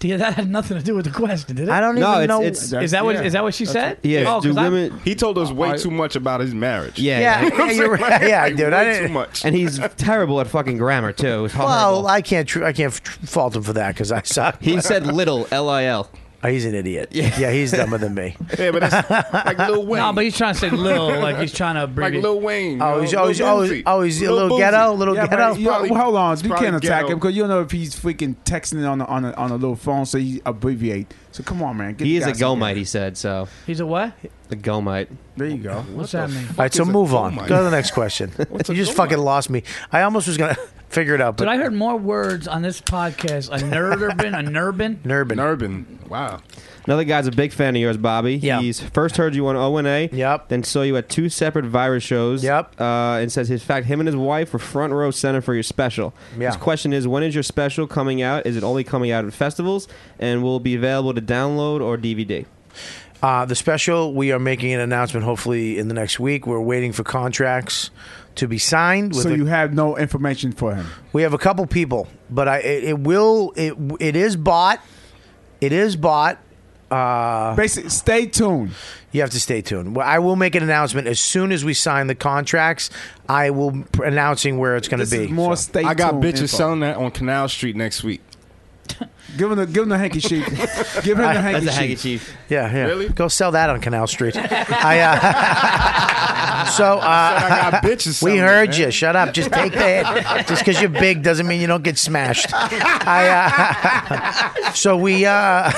[SPEAKER 6] Yeah, that had nothing to do with the question, did it? is that what is that what she said? Oh, 'cause I-
[SPEAKER 12] He told us way
[SPEAKER 6] I-
[SPEAKER 12] too much about his marriage.
[SPEAKER 13] Yeah,
[SPEAKER 10] Yeah,
[SPEAKER 12] You know what I'm
[SPEAKER 10] you're
[SPEAKER 12] saying?
[SPEAKER 10] right. Yeah,
[SPEAKER 12] Like,
[SPEAKER 10] dude,
[SPEAKER 12] way
[SPEAKER 10] I didn't-
[SPEAKER 12] too much.
[SPEAKER 13] And he's terrible at fucking grammar too. It was horrible.
[SPEAKER 10] Well, I can't. Tr- I can't f- fault him for that because I suck. Oh,
[SPEAKER 13] He said little, L I L.
[SPEAKER 10] He's an idiot. Yeah. he's dumber than me.
[SPEAKER 12] yeah, but that's like Lil Wayne.
[SPEAKER 6] No, but he's trying to say little, like he's trying to
[SPEAKER 12] like
[SPEAKER 6] abbreviate.
[SPEAKER 12] Lil Wayne.
[SPEAKER 10] Oh,
[SPEAKER 12] you
[SPEAKER 10] he's-
[SPEAKER 12] know,
[SPEAKER 10] oh, he's-
[SPEAKER 12] Lil
[SPEAKER 10] oh, he's-
[SPEAKER 12] Boosie.
[SPEAKER 10] oh, he's a little
[SPEAKER 12] Boosie.
[SPEAKER 10] ghetto, little
[SPEAKER 5] Yeah, but you- well, hold on, you
[SPEAKER 12] probably
[SPEAKER 5] can't attack
[SPEAKER 12] ghetto.
[SPEAKER 5] him because you don't know if he's freaking texting on the, on a, on a little phone, so he abbreviate. So come on, man. Get the
[SPEAKER 13] He is
[SPEAKER 5] guy
[SPEAKER 13] a
[SPEAKER 5] some-
[SPEAKER 13] gomite. He said so.
[SPEAKER 6] He's a what?
[SPEAKER 13] A gomite.
[SPEAKER 5] There you go.
[SPEAKER 6] What's that mean?
[SPEAKER 10] All right, so move
[SPEAKER 13] oh
[SPEAKER 10] on. Go to the next question. you just fucking lost me. I almost was gonna figure it out,
[SPEAKER 6] Dude,
[SPEAKER 10] but
[SPEAKER 6] I heard more words on this podcast. A nerdurban, a nurbin.
[SPEAKER 10] Nurbin.
[SPEAKER 12] Nurbin. Wow.
[SPEAKER 13] Another guy's a big fan of yours, Bobby.
[SPEAKER 6] Yeah.
[SPEAKER 13] He's first heard you on O and A.
[SPEAKER 10] Yep.
[SPEAKER 13] Then saw you at two separate virus shows. Yep. Uh, and says his fact, him and his wife were front row center for your special.
[SPEAKER 10] Yeah.
[SPEAKER 13] His question is, when is your special coming out? Is it only coming out at festivals? And will it be available to download or DVD?
[SPEAKER 10] Uh, the special, we are making an announcement hopefully in the next week. We're waiting for contracts to be signed. With
[SPEAKER 5] So
[SPEAKER 10] the-
[SPEAKER 5] you have no information for him.
[SPEAKER 10] we have a couple people, but I it, it will it it is bought. It is bought. Uh,
[SPEAKER 5] Basically, stay tuned.
[SPEAKER 10] You have to stay tuned. Well, I will make an announcement as soon as we sign the contracts. I will p- announcing where it's going to be. so.
[SPEAKER 12] I got bitches selling that on Canal Street next week.
[SPEAKER 5] Give him the give him the handkerchief. give him the handkerchief.
[SPEAKER 10] Yeah, yeah. Really? Go sell that on Canal Street. I, uh, so uh,
[SPEAKER 12] I got bitches
[SPEAKER 10] we
[SPEAKER 12] selling
[SPEAKER 10] heard
[SPEAKER 12] it,
[SPEAKER 10] you.
[SPEAKER 12] man.
[SPEAKER 10] Shut up. Just take the hit. Just because you're big doesn't mean you don't get smashed. I, uh, so we, uh,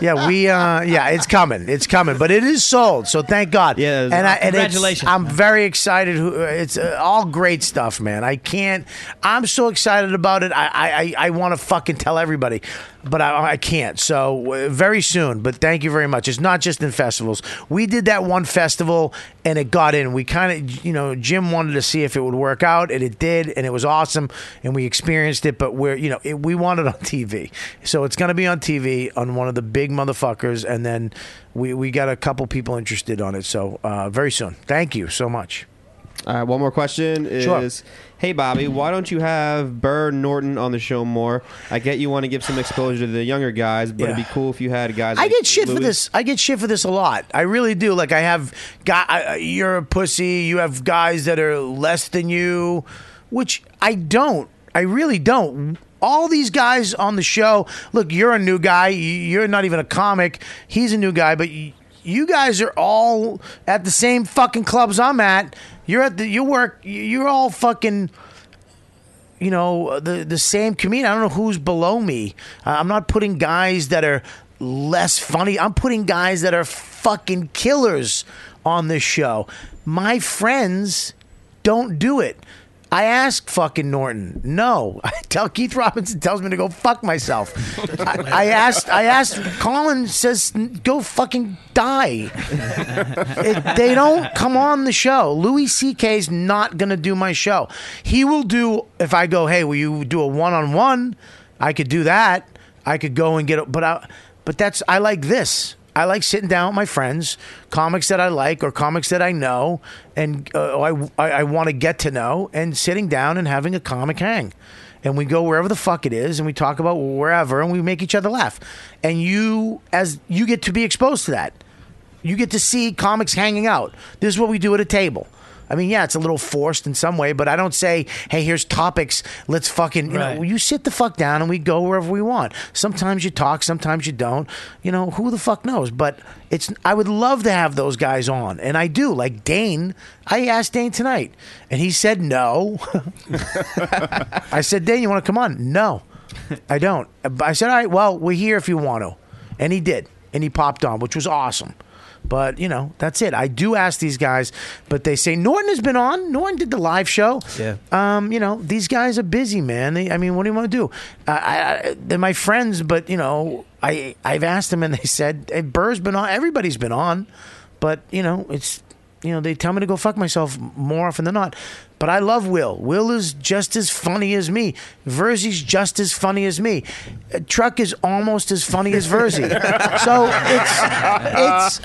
[SPEAKER 10] yeah, we, uh, yeah, it's coming. It's coming. But it is sold. So thank God. Yeah. And, I, and it's-
[SPEAKER 6] Congratulations,
[SPEAKER 10] I'm very excited. Who- It's uh, all great stuff, man. I can't. I'm so excited about it. I I, I- I want to fucking tell everybody, but I, I can't. So uh, very soon. But thank you very much. It's not just in festivals. We did that one festival and it got in. We kind of you know Jim wanted to see if it would work out and it did and it was awesome and we experienced it. But we're you know it, we want it on TV, so it's gonna be on TV on one of the big motherfuckers and then. We, we got a couple people interested on it, so uh, very soon. Thank you so much.
[SPEAKER 13] All right, one more question is
[SPEAKER 10] Sure.
[SPEAKER 13] Hey, Bobby, why don't you have Burr Norton on the show more? I get you want to give some exposure to the younger guys, but it'd be cool if you had guys.
[SPEAKER 10] I
[SPEAKER 13] like
[SPEAKER 10] get shit for
[SPEAKER 13] Louis.
[SPEAKER 10] this. I get shit for this a lot. I really do. Like I have guy, I- I- you're a pussy. You have guys that are less than you, which I don't. I really don't. All these guys on the show. Look, you're a new guy. You- You're not even a comic. He's a new guy, but y- you guys are all at the same fucking clubs I'm at. You're at the you work. You're all fucking you know the the same comedian. I don't know who's below me. Uh, I'm not putting guys that are less funny. I'm putting guys that are fucking killers on this show. My friends don't do it. I ask fucking Norton. No, I tell Keith Robinson tells me to go fuck myself. I, I asked. I asked. Colin says go fucking die. It- they don't come on the show. Louis C.K.'s not going to do my show. He will do if I go. Hey, will you do a one on one? I could do that. I could go and get. a- But I, but that's I like this. I like sitting down with my friends, comics that I like or comics that I know, and uh, I I, I want to get to know, and sitting down and having a comic hang and we go wherever the fuck it is and we talk about wherever and we make each other laugh and you as you get to be exposed to that you get to see comics hanging out this is what we do at a table I mean, yeah, it's a little forced in some way, but I don't say, hey, here's topics. Let's fucking, you know, you sit the fuck down and we go wherever we want. Sometimes you talk, sometimes you don't. You know, who the fuck knows? But it's, I would love to have those guys on. And I do. Like Dane, I asked Dane tonight and he said no. I said, Dane, you want to come on? No, I don't. I said, all right, well, we're here if you want to. And he did. And he popped on, which was awesome. But you know, that's it. I do ask these guys, but they say Norton has been on. Norton did the live show.
[SPEAKER 18] Yeah.
[SPEAKER 10] Um, you know, these guys are busy, man. They, I mean, what do you want to do? Uh, I, I, they're my friends, but you know, I I've asked them, and they said hey, Burr's been on. Everybody's been on, but you know, it's you know, they tell me to go fuck myself more often than not. But I love Will. Will is just as funny as me. Verzi's just as funny as me. Uh, Truck is almost as funny as Verzi. so it's,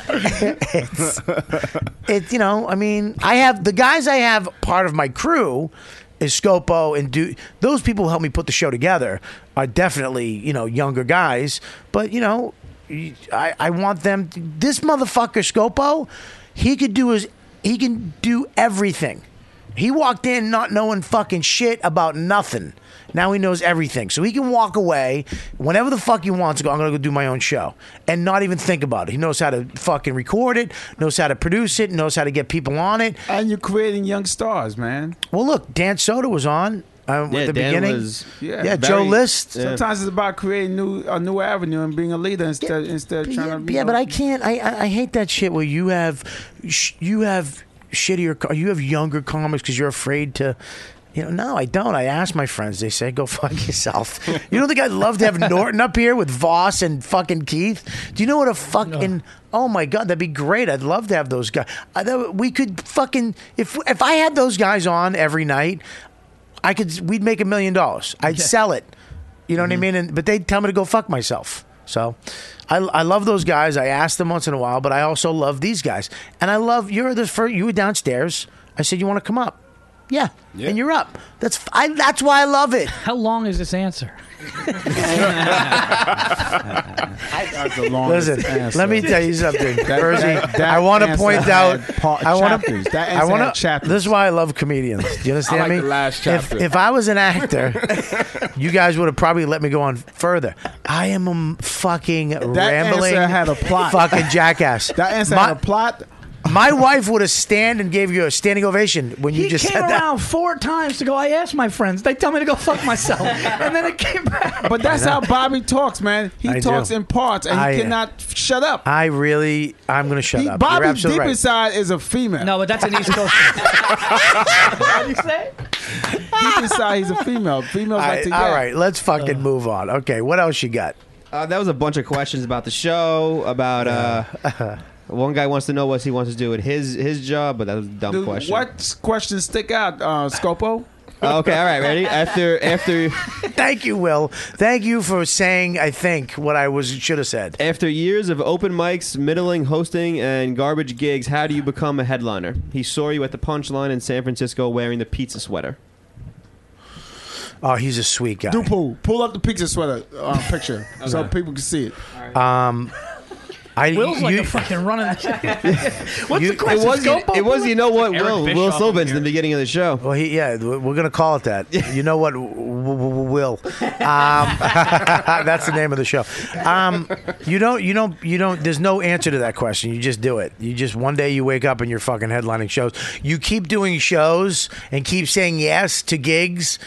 [SPEAKER 10] it's, it's, it, you know, I mean, I have the guys I have part of my crew is Scopo and do those people who help me put the show together are definitely, you know, younger guys. But, you know, I, I want them, this motherfucker Scopo, he could do his he can do everything. He walked in not knowing fucking shit about nothing. Now he knows everything. So he can walk away whenever the fuck he wants to go, I'm gonna go do my own show. And not even think about it. He knows how to fucking record it, knows how to produce it, knows how to get people on it.
[SPEAKER 5] And you're creating young stars, man.
[SPEAKER 10] Well look, Dan Soda was on. Uh,
[SPEAKER 13] Yeah,
[SPEAKER 10] at the
[SPEAKER 13] Dan
[SPEAKER 10] beginning,
[SPEAKER 13] was-
[SPEAKER 10] yeah, Joe List.
[SPEAKER 5] Sometimes it's about creating new a new avenue and being a leader instead instead of trying
[SPEAKER 10] yeah,
[SPEAKER 5] to.
[SPEAKER 10] yeah, but I can't. I, I I hate that shit where you have sh- you have shittier co- you have younger comics because you're afraid to. You know, no, I don't. I ask my friends. They say, "Go fuck yourself." you don't think I'd love to have Norton up here with Voss and fucking Keith? Do you know what a fucking? Oh my god, that'd be great. I'd love to have those guys. I, that, we could fucking if if I had those guys on every night, I could we'd make a million dollars. I'd sell it. You know what I
[SPEAKER 5] Mm-hmm.
[SPEAKER 10] mean? And, but they'd tell me to go fuck myself. So I, I love those guys. I ask them once in a while, but I also love these guys. And I love you're the first you were downstairs. I said you want to come up. Yeah. And you're up. That's f- I, that's why I love it.
[SPEAKER 6] How long is this answer?
[SPEAKER 5] That's the longest
[SPEAKER 10] Listen,
[SPEAKER 5] answer.
[SPEAKER 10] let me tell you something,
[SPEAKER 5] That-
[SPEAKER 10] Verzi.
[SPEAKER 5] that- that
[SPEAKER 10] I want to
[SPEAKER 5] answer
[SPEAKER 10] point out.
[SPEAKER 5] had part-
[SPEAKER 10] I want
[SPEAKER 5] chapters.
[SPEAKER 10] to.
[SPEAKER 5] That
[SPEAKER 10] I
[SPEAKER 5] answer
[SPEAKER 10] want
[SPEAKER 5] had
[SPEAKER 10] to.
[SPEAKER 5] chapters.
[SPEAKER 10] This is why I love comedians. Do you understand
[SPEAKER 5] I like
[SPEAKER 10] me?
[SPEAKER 5] the last
[SPEAKER 10] if,
[SPEAKER 5] chapter.
[SPEAKER 10] if I was an actor, you guys would have probably let me go on further. I am a m- fucking rambling,
[SPEAKER 5] answer had a plot.
[SPEAKER 10] fucking jackass.
[SPEAKER 5] That answer
[SPEAKER 10] My-
[SPEAKER 5] had a plot.
[SPEAKER 10] My wife would have stand and gave you a standing ovation when you
[SPEAKER 6] He
[SPEAKER 10] just
[SPEAKER 6] came
[SPEAKER 10] said that.
[SPEAKER 6] around four times to go. I asked my friends. They tell me to go fuck myself, and then it came back.
[SPEAKER 5] But that's how Bobby talks, man. He
[SPEAKER 10] I do.
[SPEAKER 5] talks in parts, and he
[SPEAKER 10] I, uh,
[SPEAKER 5] cannot shut up.
[SPEAKER 10] I really, I'm gonna shut
[SPEAKER 5] He-
[SPEAKER 10] up. You're
[SPEAKER 5] Bobby deep
[SPEAKER 10] absolutely right.
[SPEAKER 5] inside is a female.
[SPEAKER 6] No, but that's an East Coast. What'd you say?
[SPEAKER 5] deep inside he's a female. Females like
[SPEAKER 10] I-
[SPEAKER 5] to yell.
[SPEAKER 10] all right, let's fucking move on. Okay, what else you got?
[SPEAKER 13] Uh, that was a bunch of questions about the show. About uh, one guy wants to know what he wants to do at his his job, but that was a dumb
[SPEAKER 5] Dude,
[SPEAKER 13] question.
[SPEAKER 5] what questions stick out, uh, Scopo?
[SPEAKER 13] Uh, okay, all right, ready? After after
[SPEAKER 10] Thank you, Will. Thank you for saying. I think what I was should have said.
[SPEAKER 6] Eh.
[SPEAKER 13] after years of open mics, middling, hosting, and garbage gigs, how do you become a headliner? He saw you at the punchline in San Francisco wearing the pizza sweater.
[SPEAKER 10] Oh, he's a sweet guy.
[SPEAKER 5] Do pull pull up the pizza sweater uh, picture so people can see it.
[SPEAKER 10] Um, I
[SPEAKER 6] Will's like
[SPEAKER 10] you-
[SPEAKER 6] a fucking running. What's
[SPEAKER 10] You-
[SPEAKER 6] the question?
[SPEAKER 13] It was
[SPEAKER 6] Scopo?
[SPEAKER 13] it was you know what
[SPEAKER 6] Eric
[SPEAKER 13] Will Will
[SPEAKER 6] Bischoff in
[SPEAKER 13] Sylvan's in the beginning of the show.
[SPEAKER 10] Well, he, yeah, w- we're gonna call it that. You know what, w- w- w- Will? Um, that's the name of the show. Um, you don't, you don't, you don't. There's no answer to that question. You just do it. You just one day you wake up and you're fucking headlining shows. You keep doing shows and keep saying yes to gigs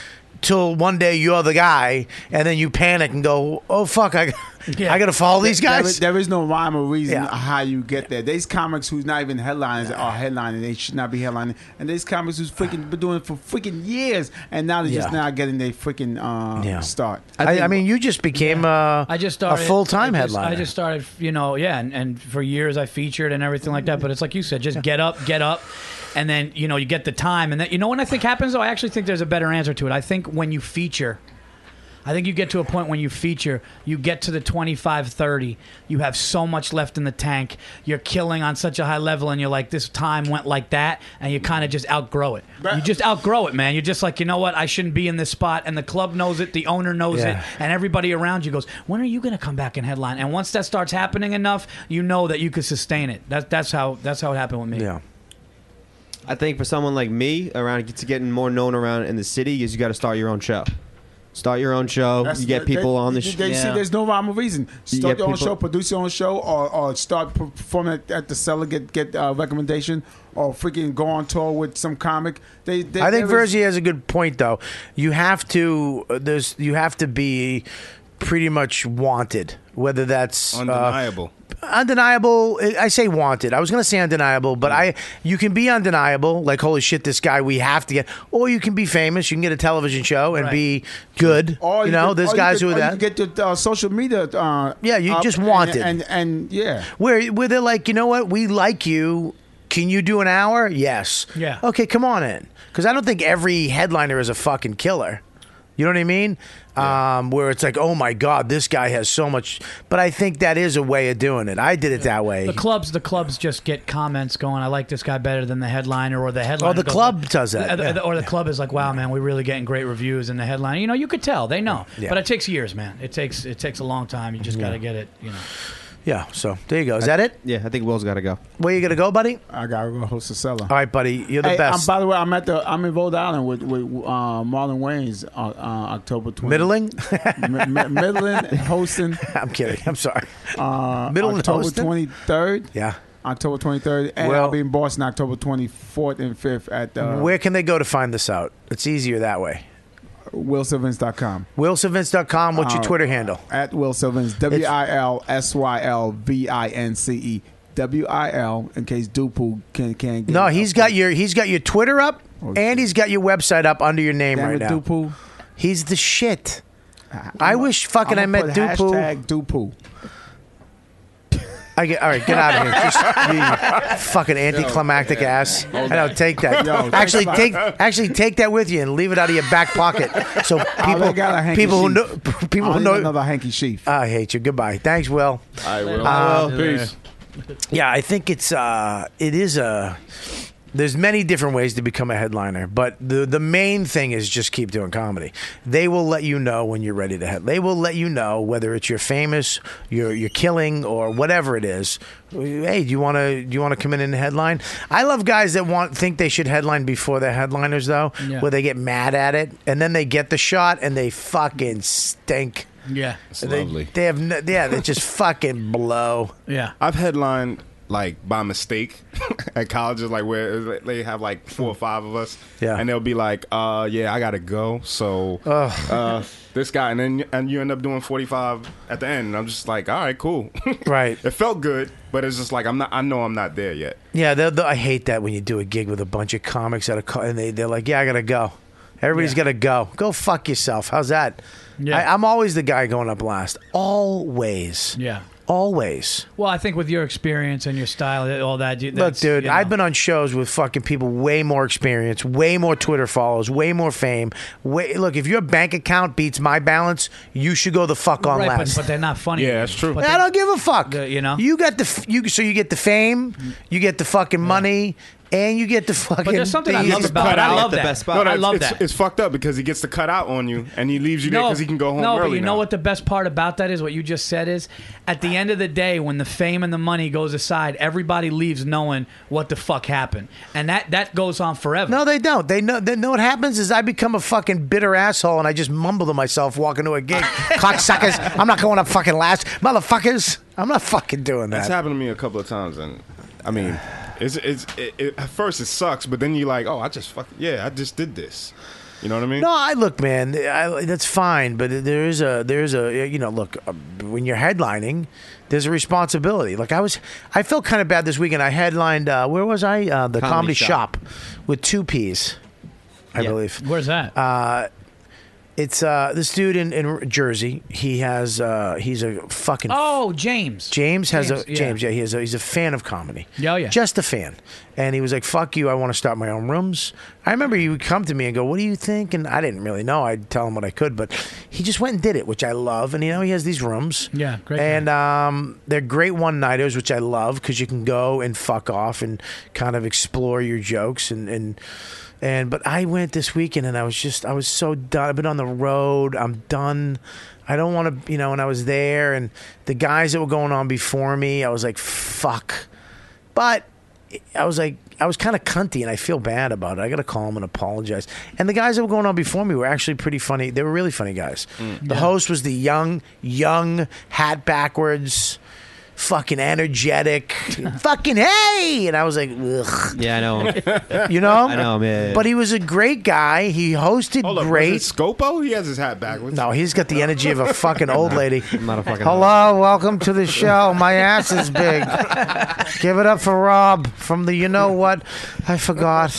[SPEAKER 10] till one day you're the guy, and then you panic and go, "Oh fuck, I, I gotta follow these
[SPEAKER 5] There-
[SPEAKER 10] guys."
[SPEAKER 5] There is, no rhyme or reason
[SPEAKER 10] Yeah.
[SPEAKER 5] how you get there. There's comics who's not even headliners are headlining. They should not be headlining. And there's comics who's freaking been doing it for freaking years, and now they're just
[SPEAKER 10] Yeah.
[SPEAKER 5] now getting their freaking uh,
[SPEAKER 10] Yeah.
[SPEAKER 5] start.
[SPEAKER 10] I, I, mean, you just became uh,
[SPEAKER 6] I just started
[SPEAKER 10] a full time
[SPEAKER 6] I just-
[SPEAKER 10] headliner.
[SPEAKER 6] I just started, you know, yeah, and, and for years I featured and everything like that. But it's like you said, just get up, get up, and then you know you get the time, and then you know what I think happens though. I actually think there's a better answer to it. I think when you feature. I think you get to a point when you feature, you get to the 25 30, you have so much left in the tank, you're killing on such a high level, and you're like, this time went like that, and you kind of just outgrow it. You just outgrow it, man. You're just like, you know what? I shouldn't be in this spot, and the club knows it, the owner knows
[SPEAKER 10] Yeah.
[SPEAKER 6] it, and everybody around you goes, when are you going to come back and headline? And once that starts happening enough, you know that you could sustain it. That, that's how that's how it happened with me.
[SPEAKER 10] yeah.
[SPEAKER 7] I think for someone like me, around to getting more known around in the city, is you got to start your own show. Start your own show.
[SPEAKER 5] That's-
[SPEAKER 7] you get
[SPEAKER 5] they-
[SPEAKER 7] people
[SPEAKER 5] they-
[SPEAKER 7] on the
[SPEAKER 5] they-
[SPEAKER 7] show.
[SPEAKER 5] They see there's no rhyme or reason.
[SPEAKER 7] You
[SPEAKER 5] Start
[SPEAKER 7] get
[SPEAKER 5] your own
[SPEAKER 7] people-
[SPEAKER 5] show, produce your own show, or, or start performing at, at the cellar, get get uh, recommendation, or freaking go on tour with some comic. They, they
[SPEAKER 10] I think
[SPEAKER 5] there is-
[SPEAKER 10] Verzi has a good point though. You have to uh, there's you have to be pretty much wanted, whether that's uh,
[SPEAKER 12] Undeniable.
[SPEAKER 10] undeniable. I- I say wanted. I was gonna say undeniable, but I you can be undeniable, like holy shit, this guy we have to get, or you can be famous. You can get a television show and be good.
[SPEAKER 5] or
[SPEAKER 10] you know,
[SPEAKER 5] could-
[SPEAKER 10] there's
[SPEAKER 5] or you
[SPEAKER 10] guys
[SPEAKER 5] could-
[SPEAKER 10] who
[SPEAKER 5] or
[SPEAKER 10] are that.
[SPEAKER 5] You get the uh, social media. Uh,
[SPEAKER 10] Yeah, you
[SPEAKER 5] up
[SPEAKER 10] just wanted.
[SPEAKER 5] and, and and yeah,
[SPEAKER 10] where where they're like, you know what, we like you. Can you do an hour? Yes.
[SPEAKER 5] Yeah.
[SPEAKER 10] Okay, come on in, because I don't think every headliner is a fucking killer. You know what I mean? Um, where it's like, oh my god, this guy has so much. But I think that is a way of doing it. I did it that way.
[SPEAKER 9] The clubs, the clubs just get comments going. I like this guy better than the headliner, or the headliner.
[SPEAKER 10] Oh, the
[SPEAKER 9] goes
[SPEAKER 10] club
[SPEAKER 9] like-
[SPEAKER 10] does that,
[SPEAKER 9] Uh, the-
[SPEAKER 10] yeah.
[SPEAKER 9] the- or the club is like, "Wow, man, we're really getting great reviews." And the headliner, you know, you could tell they know.
[SPEAKER 10] Yeah.
[SPEAKER 9] But it takes years, man. It takes it takes a long time. You just got to get it. You know.
[SPEAKER 10] yeah. So there you go. Is that it?
[SPEAKER 7] Yeah, I think Will's got to go.
[SPEAKER 10] Where you gonna go, buddy?
[SPEAKER 5] I gotta go host a cellar. All
[SPEAKER 10] right, buddy. You're the
[SPEAKER 5] Hey,
[SPEAKER 10] best.
[SPEAKER 5] I'm, by the way, I'm at the I'm in Rhode Island with with uh, Marlon Wayne's uh, uh, October 20th.
[SPEAKER 10] Middling?
[SPEAKER 5] Mi- mi- middling, hosting.
[SPEAKER 10] I'm kidding. I'm sorry.
[SPEAKER 5] Uh,
[SPEAKER 10] Middling,
[SPEAKER 5] October
[SPEAKER 10] hosting?
[SPEAKER 5] 23rd.
[SPEAKER 10] Yeah.
[SPEAKER 5] October 23rd, and
[SPEAKER 10] Well-
[SPEAKER 5] I'll be in Boston October 24th and 5th at uh,
[SPEAKER 10] Where can they go to find this out? It's easier that way.
[SPEAKER 5] WillSilvins.com.
[SPEAKER 10] WillSilvins.com. What's your
[SPEAKER 5] Uh,
[SPEAKER 10] Twitter handle?
[SPEAKER 5] At Will Silvins, W I L S Y L V I N C E. W I L, in case Dupu can, can get
[SPEAKER 10] No, he's got your he's got your Twitter up
[SPEAKER 5] Oh,
[SPEAKER 10] and he's got your website up under your name
[SPEAKER 5] Damn
[SPEAKER 10] right
[SPEAKER 5] it,
[SPEAKER 10] now.
[SPEAKER 5] Dupu.
[SPEAKER 10] He's the shit.
[SPEAKER 5] Uh,
[SPEAKER 10] I wish fucking I
[SPEAKER 5] I'ma
[SPEAKER 10] met
[SPEAKER 5] put
[SPEAKER 10] Dupu.
[SPEAKER 5] Hashtag Dupu.
[SPEAKER 10] I get all right. Get out of here. Just you fucking anticlimactic ass. I know. Take that.
[SPEAKER 5] Yo, thanks
[SPEAKER 10] actually,
[SPEAKER 5] a lot.
[SPEAKER 10] take actually take that with you and leave it out of your back pocket. So people,
[SPEAKER 5] I got a hanky
[SPEAKER 10] people who
[SPEAKER 5] sheath.
[SPEAKER 10] know, people
[SPEAKER 5] I'll
[SPEAKER 10] who
[SPEAKER 5] need
[SPEAKER 10] know.
[SPEAKER 5] another hanky sheath.
[SPEAKER 10] I hate you. Goodbye. Thanks, Will.
[SPEAKER 12] I will.
[SPEAKER 10] Uh,
[SPEAKER 12] Peace.
[SPEAKER 10] Yeah, I think it's uh, it is a. There's many different ways to become a headliner, but the the main thing is just keep doing comedy. They will let you know when you're ready to head. They will let you know whether it's you're famous, you're you're killing, or whatever it is. Hey, do you want to do you want to come in and headline? I love guys that want think they should headline before they're headliners though,
[SPEAKER 9] Yeah.
[SPEAKER 10] where they get mad at it and then they get the shot and they fucking stink.
[SPEAKER 9] Yeah.
[SPEAKER 10] They- They, have no, yeah, they just fucking blow.
[SPEAKER 9] Yeah.
[SPEAKER 12] I've headlined like by mistake at colleges, like where it's like- they have like four or five of us,
[SPEAKER 10] Yeah.
[SPEAKER 12] and they'll be like, "Uh, yeah, I gotta go," so uh, this guy, and then and you end up doing forty five at the end, and I'm just like, "All right, cool,
[SPEAKER 10] right."
[SPEAKER 12] It felt good, but it's just like I'm not. I know I'm not there yet.
[SPEAKER 10] Yeah, they'll, they'll- I hate that when you do a gig with a bunch of comics at a co- and they they're like, "Yeah, I gotta go. Everybody's
[SPEAKER 9] Yeah.
[SPEAKER 10] gotta go. Go fuck yourself." How's that?
[SPEAKER 9] Yeah.
[SPEAKER 10] I, I'm always the guy going up last. Always.
[SPEAKER 9] Yeah.
[SPEAKER 10] Always.
[SPEAKER 9] Well, I think with your experience and your style, all that. you-
[SPEAKER 10] Look,
[SPEAKER 9] that's,
[SPEAKER 10] dude,
[SPEAKER 9] you know.
[SPEAKER 10] I've been on shows with fucking people way more experience, way more Twitter follows, way more fame. Way, look, if your bank account beats my balance, you should go the fuck on
[SPEAKER 9] right, but-
[SPEAKER 10] last.
[SPEAKER 9] But, they're not funny. Yeah, that's true.
[SPEAKER 10] I don't give a fuck.
[SPEAKER 9] you know,
[SPEAKER 10] you got the f- you so you get the fame, you get the fucking money, and you get the fucking.
[SPEAKER 9] there's something I
[SPEAKER 10] the-
[SPEAKER 9] love about it. I love that.
[SPEAKER 12] No, no,
[SPEAKER 9] I love
[SPEAKER 12] it's,
[SPEAKER 9] that.
[SPEAKER 12] It's fucked up because he gets to cut out on you, and he leaves you there because he can go home
[SPEAKER 9] no,
[SPEAKER 12] early.
[SPEAKER 9] but you
[SPEAKER 12] now.
[SPEAKER 9] know what the best part about that is? What you just said is, at the end of the day, when the fame and the money goes aside, everybody leaves knowing what the fuck happened, and that that goes on forever.
[SPEAKER 10] No, they don't. They know. They know what happens is I become a fucking bitter asshole and I just mumble to myself walking to a gig. Cocksuckers! I'm not going up fucking last, motherfuckers! I'm not fucking doing
[SPEAKER 12] That's
[SPEAKER 10] that.
[SPEAKER 12] happened to me a couple of times, and I mean, it's it's it, it, at first it sucks, but then you're like, oh, I just fuck yeah, I just did this. You know what I mean?
[SPEAKER 10] No, I look, man. I, that's fine, but there is a there is a you know, look. uh, When you're headlining, there's a responsibility. Like I was, I felt kind of bad this weekend. I headlined. Uh, where was I? Uh, the Comedy,
[SPEAKER 9] Comedy
[SPEAKER 10] Shop.
[SPEAKER 9] Shop.
[SPEAKER 10] with two P's, I believe.
[SPEAKER 9] Where's that?
[SPEAKER 10] Uh, it's uh, this dude in, in Jersey. He has uh, he's a fucking
[SPEAKER 9] Oh, James.
[SPEAKER 10] James has a
[SPEAKER 9] yeah.
[SPEAKER 10] James. Yeah, he has a, he's a fan of comedy.
[SPEAKER 9] Yeah, oh, yeah.
[SPEAKER 10] just a fan. And he was like, "Fuck you! I want to start my own rooms." I remember he would come to me and go, "What do you think?" And I didn't really know. I'd tell him what I could, but he just went and did it, which I love. And you know, he has these rooms.
[SPEAKER 9] Yeah, great.
[SPEAKER 10] And um, they're great one nighters, which I love because you can go and fuck off and kind of explore your jokes and and and. But I went this weekend and I was just I was so done. I've been on the road. I'm done. I don't want to, you know. And I was there and the guys that were going on before me, I was like, fuck. But I was like, I was kind of cunty and I feel bad about it. I got to call him and apologize. And the guys that were going on before me were actually pretty funny. They were really funny guys.
[SPEAKER 19] Mm.
[SPEAKER 10] The
[SPEAKER 19] Yeah.
[SPEAKER 10] host was the young, young, hat backwards, fucking energetic, fucking hey. And I was like, ugh.
[SPEAKER 13] Yeah, I know. him.
[SPEAKER 10] you know?
[SPEAKER 13] I know him. Yeah, yeah, yeah.
[SPEAKER 10] But he was a great guy. He hosted
[SPEAKER 12] was
[SPEAKER 10] great.
[SPEAKER 12] it Scopo? He has his hat backwards.
[SPEAKER 10] No, he's got the energy of a fucking old lady.
[SPEAKER 13] Not a fucking
[SPEAKER 10] Hello, welcome to the show. My ass is big. Give it up for Rob from the you know what? I forgot.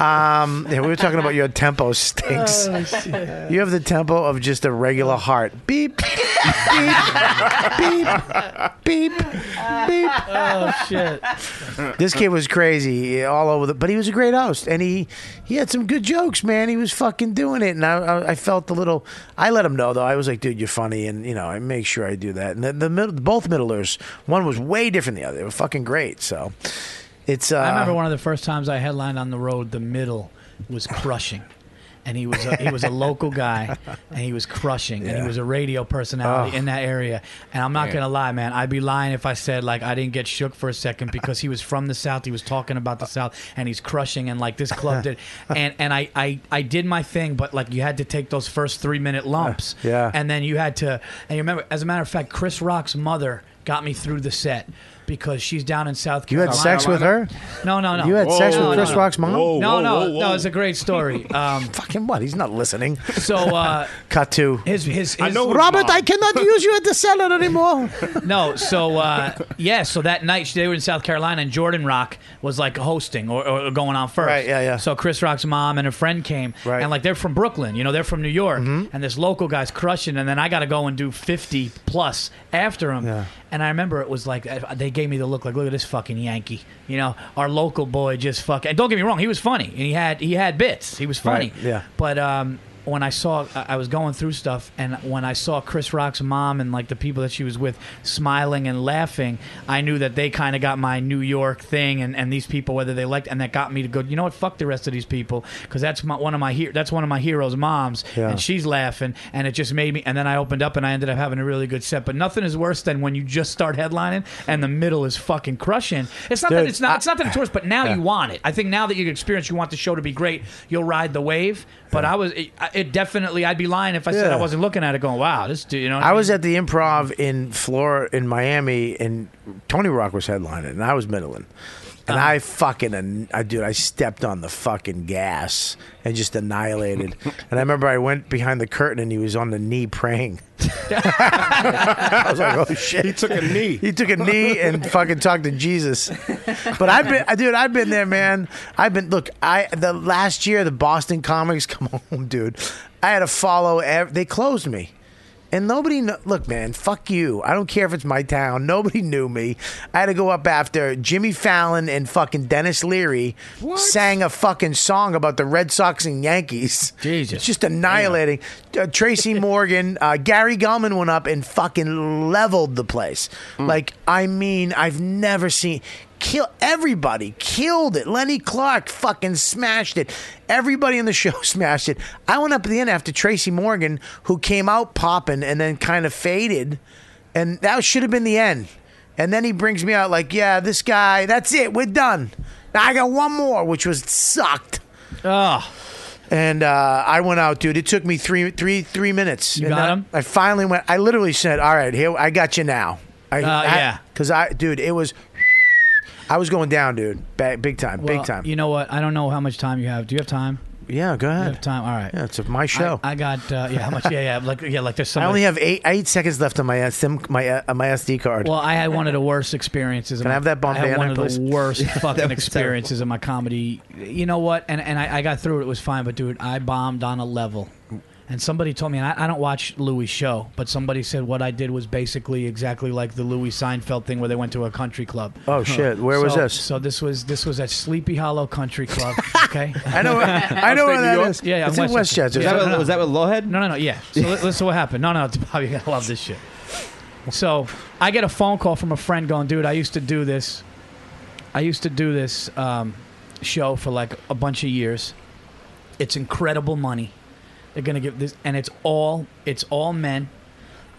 [SPEAKER 10] Um, yeah, we were talking about your tempo stinks.
[SPEAKER 19] Oh, shit.
[SPEAKER 10] you have the tempo of just a regular heart. Beep, beep, beep, beep.
[SPEAKER 19] Oh
[SPEAKER 20] shit.
[SPEAKER 10] This kid was crazy all over the, but he was a great host, and he he had some good jokes, man. He was fucking doing it, and I I, I felt a little. I let him know though. I was like, dude, you're funny, and you know, I make sure I do that. And the, the middle, both middlers, one was way different than the other. They were fucking great. So it's. Uh,
[SPEAKER 6] I remember one of the first times I headlined on the road. The middle was crushing, and he was a, he was a local guy, and he was crushing, and
[SPEAKER 20] Yeah.
[SPEAKER 6] he was a radio personality
[SPEAKER 20] Oh.
[SPEAKER 6] in that area. And I'm not
[SPEAKER 20] Yeah.
[SPEAKER 6] gonna lie, man, I'd be lying if I said like I didn't get shook for a second because he was from the south. He was talking about the south, and he's crushing, and like this club did, and and I I, I did my thing, but like you had to take those first three minute lumps.
[SPEAKER 10] Uh, Yeah.
[SPEAKER 6] And then you had to, and you remember, as a matter of fact, Chris Rock's mother got me through the set because she's down in South
[SPEAKER 10] You
[SPEAKER 6] Carolina.
[SPEAKER 10] had sex with her?
[SPEAKER 6] No, no, no.
[SPEAKER 10] You had sex with
[SPEAKER 6] No,
[SPEAKER 10] Chris
[SPEAKER 6] no, no.
[SPEAKER 10] Rock's mom?
[SPEAKER 6] no, no, no. It's a great story. Um,
[SPEAKER 10] Fucking what? He's not listening.
[SPEAKER 6] So uh,
[SPEAKER 10] cut to
[SPEAKER 6] his his. his
[SPEAKER 10] Robert. I cannot use you at the cellar anymore.
[SPEAKER 6] no, so uh, yeah, so that night they were in South Carolina, and Jordan Rock was like hosting or, or going on first. Right, yeah, yeah. So Chris Rock's mom and a friend came, right. Mm-hmm. and like they're from Brooklyn, you know, they're from New York, and this local guy's crushing, and then I got to go and do fifty plus after him. And I remember it was like uh, they gave me the look, like look at this fucking Yankee, you know, our local boy just fucking. And don't get me wrong, he was funny, and he had he had bits, he was funny,
[SPEAKER 10] Right, yeah.
[SPEAKER 6] but um, when I saw, I I was going through stuff, and when I saw Chris Rock's mom and like the people that she was with smiling and laughing, I knew that they kind of got my New York thing, and, and these people whether they liked, and that got me to go. You know what? Fuck the rest of these people, because that's my, one of my he- that's one of my heroes' moms,
[SPEAKER 10] Yeah.
[SPEAKER 6] and she's laughing, and it just made me. And then I opened up, and I ended up having a really good set. But nothing is worse than when you just start headlining, and the middle is fucking crushing. It's not that
[SPEAKER 10] Dude,
[SPEAKER 6] it's not it's not that it's worse, but now
[SPEAKER 10] Yeah.
[SPEAKER 6] you want it. I think now that you've experienced, you want the show to be great. You'll ride the wave. But I was, it, it definitely, I'd be lying if I said
[SPEAKER 10] Yeah.
[SPEAKER 6] I wasn't looking at it, going, "Wow, this dude." You know, what
[SPEAKER 10] I
[SPEAKER 6] mean?
[SPEAKER 10] was at the improv in Florida, in Miami, and Tony Rock was headlining, and I was middling. And
[SPEAKER 6] Uh-huh.
[SPEAKER 10] I fucking, an- I dude, I stepped on the fucking gas and just annihilated. and I remember I went behind the curtain and he was on the knee praying. I was like, oh shit. He took a knee. he took a knee and fucking talked to Jesus. But I've been, dude, I've been there, man. I've been, look, I, the last year, the Boston comics, come on, dude. I had to follow, ev- they closed me. And nobody, kn- look, man, fuck you. I don't care if it's my town. Nobody knew me. I had to go up after Jimmy Fallon and fucking Dennis Leary sang a fucking song about the Red Sox and Yankees. Jesus. Just annihilating. Uh, Tracy Morgan, uh, Gary Gulman went up and fucking leveled the place. Like, I mean, I've never seen kill everybody killed it lenny clark fucking smashed it everybody in the show smashed it i went up at the end after tracy morgan who came out popping and then kind of faded and that should have been the end and then he brings me out like yeah this guy that's it we're done now i got one more which was sucked
[SPEAKER 6] oh
[SPEAKER 10] and uh, I went out, dude. It took me three, three, three minutes. You
[SPEAKER 6] got
[SPEAKER 10] I,
[SPEAKER 6] him?
[SPEAKER 10] I finally went. I literally said, "All right, here, I got you now." I,
[SPEAKER 6] Uh, yeah.
[SPEAKER 10] Because I, dude, it was. I was going down, dude. Ba- big time,
[SPEAKER 6] Well,
[SPEAKER 10] big time.
[SPEAKER 6] You know what? I don't know how much time you have. Do you have time?
[SPEAKER 10] Yeah, go ahead.
[SPEAKER 6] have time. All right.
[SPEAKER 10] Yeah, it's my show.
[SPEAKER 6] I, I got uh, yeah. How much? Yeah, yeah. Like yeah, like there's some.
[SPEAKER 10] I only have eight, eight seconds left on my uh, sim, my uh, my SD card.
[SPEAKER 6] Well, I had one of the worst experiences.
[SPEAKER 10] Can I have that bomb
[SPEAKER 6] I had
[SPEAKER 10] banner,
[SPEAKER 6] one of
[SPEAKER 10] please?
[SPEAKER 6] the worst
[SPEAKER 10] Yeah, that
[SPEAKER 6] fucking
[SPEAKER 10] was
[SPEAKER 6] experiences in my comedy. You know what? And and I, I got through it. It was fine. But dude, I bombed on a level. And somebody told me, and I, I don't watch Louis show, but somebody said what I did was basically exactly like the Louis Seinfeld thing where they went to a country club.
[SPEAKER 10] Oh, shit. Where was
[SPEAKER 6] So-
[SPEAKER 10] this?
[SPEAKER 6] So this was this was at Sleepy Hollow Country Club. Okay,
[SPEAKER 10] I know- I know where Upstate New that York? is.
[SPEAKER 6] Yeah, yeah,
[SPEAKER 10] It's in Westchester. Was that with- was
[SPEAKER 6] that with Lowhead? No, no, no. Yeah. So let, us see what happened. No, no, Bobby, you're gonna love this shit. So I get a phone call from a friend going, dude, I used to do this. I used to do this um, show for like a bunch of years. It's incredible money. They're gonna give this, and it's all it's all men.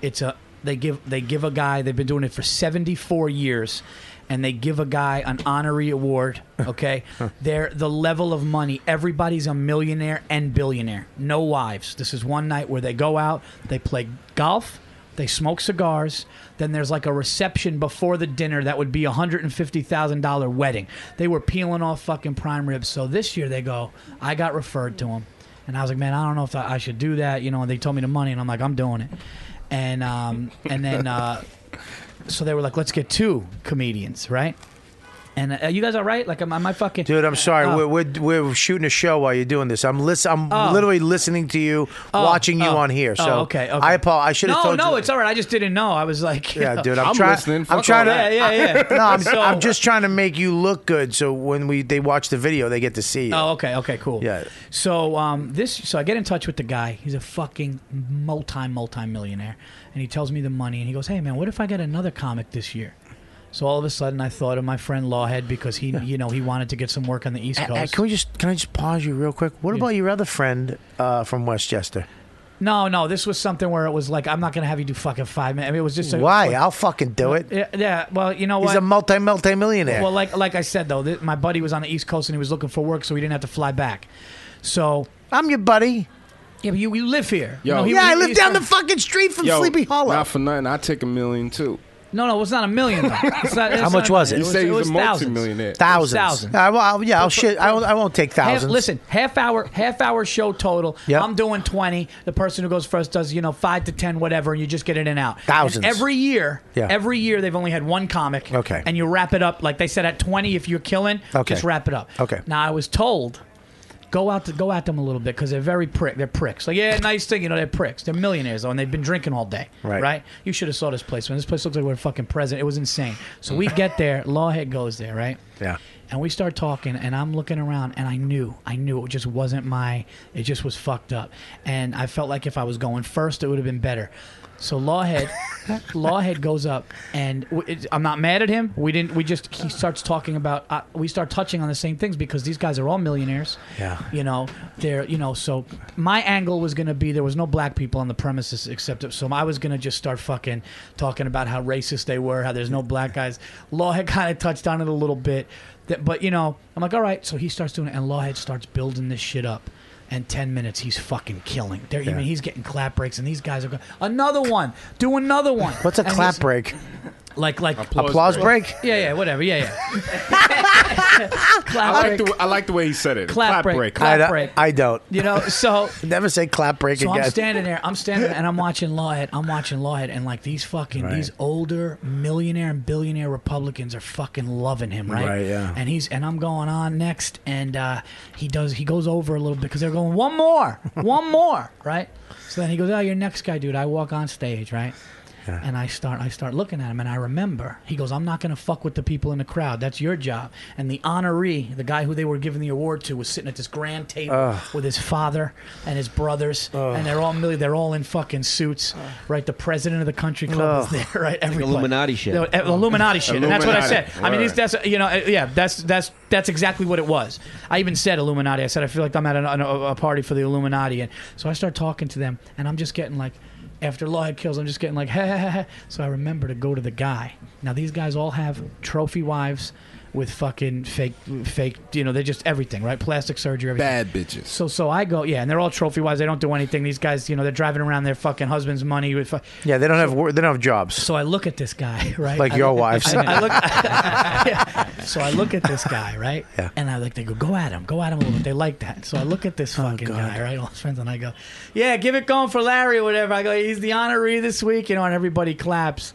[SPEAKER 6] It's a They give they give a guy. They've been doing it for 74 years, and they give a guy an honorary award. Okay, they're the level of money. Everybody's a millionaire and billionaire. No wives. This is one night where they go out. They play golf. They smoke cigars. Then there's like a reception before the dinner that would be a hundred and fifty thousand dollar wedding. They were peeling off fucking prime ribs. So this year they go. I got referred to them, and I was like, man, I don't know if I I should do that. You know, and they told me the money, and I'm like, I'm doing it. And um, and then uh, so they were like, let's get two comedians, right? And uh, you guys all right? Like, am, am I fucking?
[SPEAKER 10] Dude, I'm sorry. We're,
[SPEAKER 6] Oh.
[SPEAKER 10] we're we're shooting a show while you're doing this. I'm lis- I'm
[SPEAKER 6] Oh.
[SPEAKER 10] literally listening to you,
[SPEAKER 6] Oh,
[SPEAKER 10] watching you
[SPEAKER 6] oh,
[SPEAKER 10] on here.
[SPEAKER 6] oh,
[SPEAKER 10] So
[SPEAKER 6] okay, okay.
[SPEAKER 10] I apologize. I should have
[SPEAKER 6] no,
[SPEAKER 10] told
[SPEAKER 6] no,
[SPEAKER 10] you.
[SPEAKER 6] it's all right. I just didn't know. I was like, you
[SPEAKER 10] Yeah,
[SPEAKER 6] know.
[SPEAKER 10] dude, I'm, trying. I'm trying to.
[SPEAKER 6] Yeah, yeah, yeah.
[SPEAKER 10] no, I'm,
[SPEAKER 6] So-
[SPEAKER 10] I'm just trying to make you look good, so when we they watch the video, they get to see you.
[SPEAKER 6] Oh, okay, okay, cool.
[SPEAKER 10] Yeah.
[SPEAKER 6] So um, this, so I get in touch with the guy. He's a fucking multi multi millionaire, and he tells me the money, and he goes, "Hey man, what if I get another comic this year?" So all of a sudden, I thought of my friend Lawhead because he, you know, he wanted to get some work on the East
[SPEAKER 10] Uh, uh,
[SPEAKER 6] Coast.
[SPEAKER 10] can we just can I just pause you real quick? What about your other friend uh, from Westchester?
[SPEAKER 6] no, no, this was something where it was like, I'm not gonna have you do fucking five minutes. I mean, it was just a,
[SPEAKER 10] Why? I'll fucking do it.
[SPEAKER 6] Yeah, yeah, well, you know what?
[SPEAKER 10] He's a multi multi millionaire.
[SPEAKER 6] Well, like like I said though, th- my buddy was on the East Coast and he was looking for work, so he didn't have to fly back. So
[SPEAKER 10] I'm your buddy.
[SPEAKER 6] Yeah, but you, you live here. You
[SPEAKER 10] Yo.
[SPEAKER 6] know, he-
[SPEAKER 10] Yeah, I
[SPEAKER 6] he-
[SPEAKER 10] live
[SPEAKER 6] he-
[SPEAKER 10] down the fucking street from Sleepy Hollow.
[SPEAKER 12] Not for nothing. I take a million too.
[SPEAKER 6] No, no, it's not a million. Though. It's not, it's
[SPEAKER 10] How much
[SPEAKER 6] not-
[SPEAKER 10] was it?
[SPEAKER 12] You say he's a
[SPEAKER 6] thousands.
[SPEAKER 12] multi-millionaire.
[SPEAKER 10] Thousands.
[SPEAKER 6] It was thousands.
[SPEAKER 10] Uh, well, I'll- yeah, I'll shit. I won't, I won't take
[SPEAKER 6] Half-
[SPEAKER 10] thousands.
[SPEAKER 6] listen, half hour, half hour show total.
[SPEAKER 10] Yep.
[SPEAKER 6] I'm doing twenty. The person who goes first does you know five to ten, whatever, and you just get in and out.
[SPEAKER 10] Thousands.
[SPEAKER 6] And every year.
[SPEAKER 10] Yeah.
[SPEAKER 6] Every year they've only had one comic.
[SPEAKER 10] Okay.
[SPEAKER 6] And you wrap it up like they said at twenty. If you're killing,
[SPEAKER 10] Okay.
[SPEAKER 6] just wrap it up.
[SPEAKER 10] Okay.
[SPEAKER 6] Now I was told. Go out to go at them a little bit because they're very prick. They're pricks. Like yeah, nice thing, you know. They're pricks. They're millionaires though, and they've been drinking all day.
[SPEAKER 10] Right.
[SPEAKER 6] Right. You should have saw this place. Man, this place looks like we're fucking present. It was insane. So we get there. Lawhead goes there. Right.
[SPEAKER 10] Yeah.
[SPEAKER 6] And we start talking, and I'm looking around, and I knew, I knew it just wasn't my, it just was fucked up. And I felt like if I was going first, it would have been better. So Lawhead, Lawhead goes up, and w- it, I'm not mad at him. We didn't, we just, he starts talking about, uh, we start touching on the same things because these guys are all millionaires.
[SPEAKER 10] Yeah.
[SPEAKER 6] You know, they're, you know, so my angle was going to be there was no black people on the premises except, so I was going to just start fucking talking about how racist they were, how there's no black guys. Lawhead kind of touched on it a little bit. That, but, you know, I'm like, all right. So he starts doing it, and Lawhead starts building this shit up. And 10 minutes, he's fucking killing. There, I
[SPEAKER 10] Yeah.
[SPEAKER 6] mean, he's getting clap breaks, and these guys are going, another one, do another one.
[SPEAKER 10] What's a
[SPEAKER 6] And
[SPEAKER 10] clap
[SPEAKER 6] he's-
[SPEAKER 10] break?
[SPEAKER 6] Like, like,
[SPEAKER 10] Applause Applause break. break?
[SPEAKER 6] Yeah, yeah, whatever. Yeah, yeah.
[SPEAKER 12] I
[SPEAKER 6] clap
[SPEAKER 12] like
[SPEAKER 6] break.
[SPEAKER 12] the I like the way he said it.
[SPEAKER 6] Clap break. Clap
[SPEAKER 10] I, don't-
[SPEAKER 6] break.
[SPEAKER 10] I don't.
[SPEAKER 6] You know, so
[SPEAKER 10] never say clap break
[SPEAKER 6] So
[SPEAKER 10] again.
[SPEAKER 6] I'm standing there. I'm standing there, and I'm watching Lawhead. I'm watching Lawhead, and like these fucking
[SPEAKER 10] Right.
[SPEAKER 6] these older millionaire and billionaire Republicans are fucking loving him, right?
[SPEAKER 10] Right, yeah.
[SPEAKER 6] And he's and I'm going on next, and uh, he does he goes over a little bit because they're going one more, one more, right? So then he goes, "Oh, you're next guy, dude." I walk on stage, right? And I start I start looking at him and I remember he goes I'm not going to fuck with the people in the crowd that's your job and the honoree the guy who they were giving the award to was sitting at this grand table
[SPEAKER 10] Ugh.
[SPEAKER 6] with his father and his brothers
[SPEAKER 10] Ugh.
[SPEAKER 6] and they're all milli- they're all in fucking suits right the president of the country club is
[SPEAKER 13] Ugh.
[SPEAKER 6] there right
[SPEAKER 13] Like
[SPEAKER 6] Every
[SPEAKER 13] Illuminati shit.
[SPEAKER 6] No, eh, Illuminati shit and that's what I said
[SPEAKER 13] Illuminati.
[SPEAKER 6] I mean
[SPEAKER 13] Word.
[SPEAKER 6] it's, that's you know eh, yeah that's that's that's exactly what it was I even said Illuminati I said I feel like I'm at an, an- a, a party for the Illuminati and so I start talking to them and I'm just getting like after Lawhead kills, I'm just getting like, so I remember to go to the guy. Now these guys all have trophy wives with fucking fake, fake, you know, they're just everything, right? Plastic surgery, everything.
[SPEAKER 12] Bad bitches.
[SPEAKER 6] So, so I go, yeah, and they're all trophy wives. They don't do anything. These guys, you know, they're driving around their fucking husband's money with. Fu-
[SPEAKER 10] yeah, they don't have wor- they don't have jobs.
[SPEAKER 6] So I look at this guy, right?
[SPEAKER 10] Like
[SPEAKER 6] I
[SPEAKER 10] your
[SPEAKER 6] look-
[SPEAKER 10] wives.
[SPEAKER 6] I, I look. yeah. So I look at this guy, right? Yeah. And I like they go, go at him, go at him a little bit. They like that. So I look at
[SPEAKER 10] Oh,
[SPEAKER 6] this fucking guy, right? All his friends, and I go, yeah, give it going for Larry or whatever. I go, he's the honoree this week, you know, and everybody claps.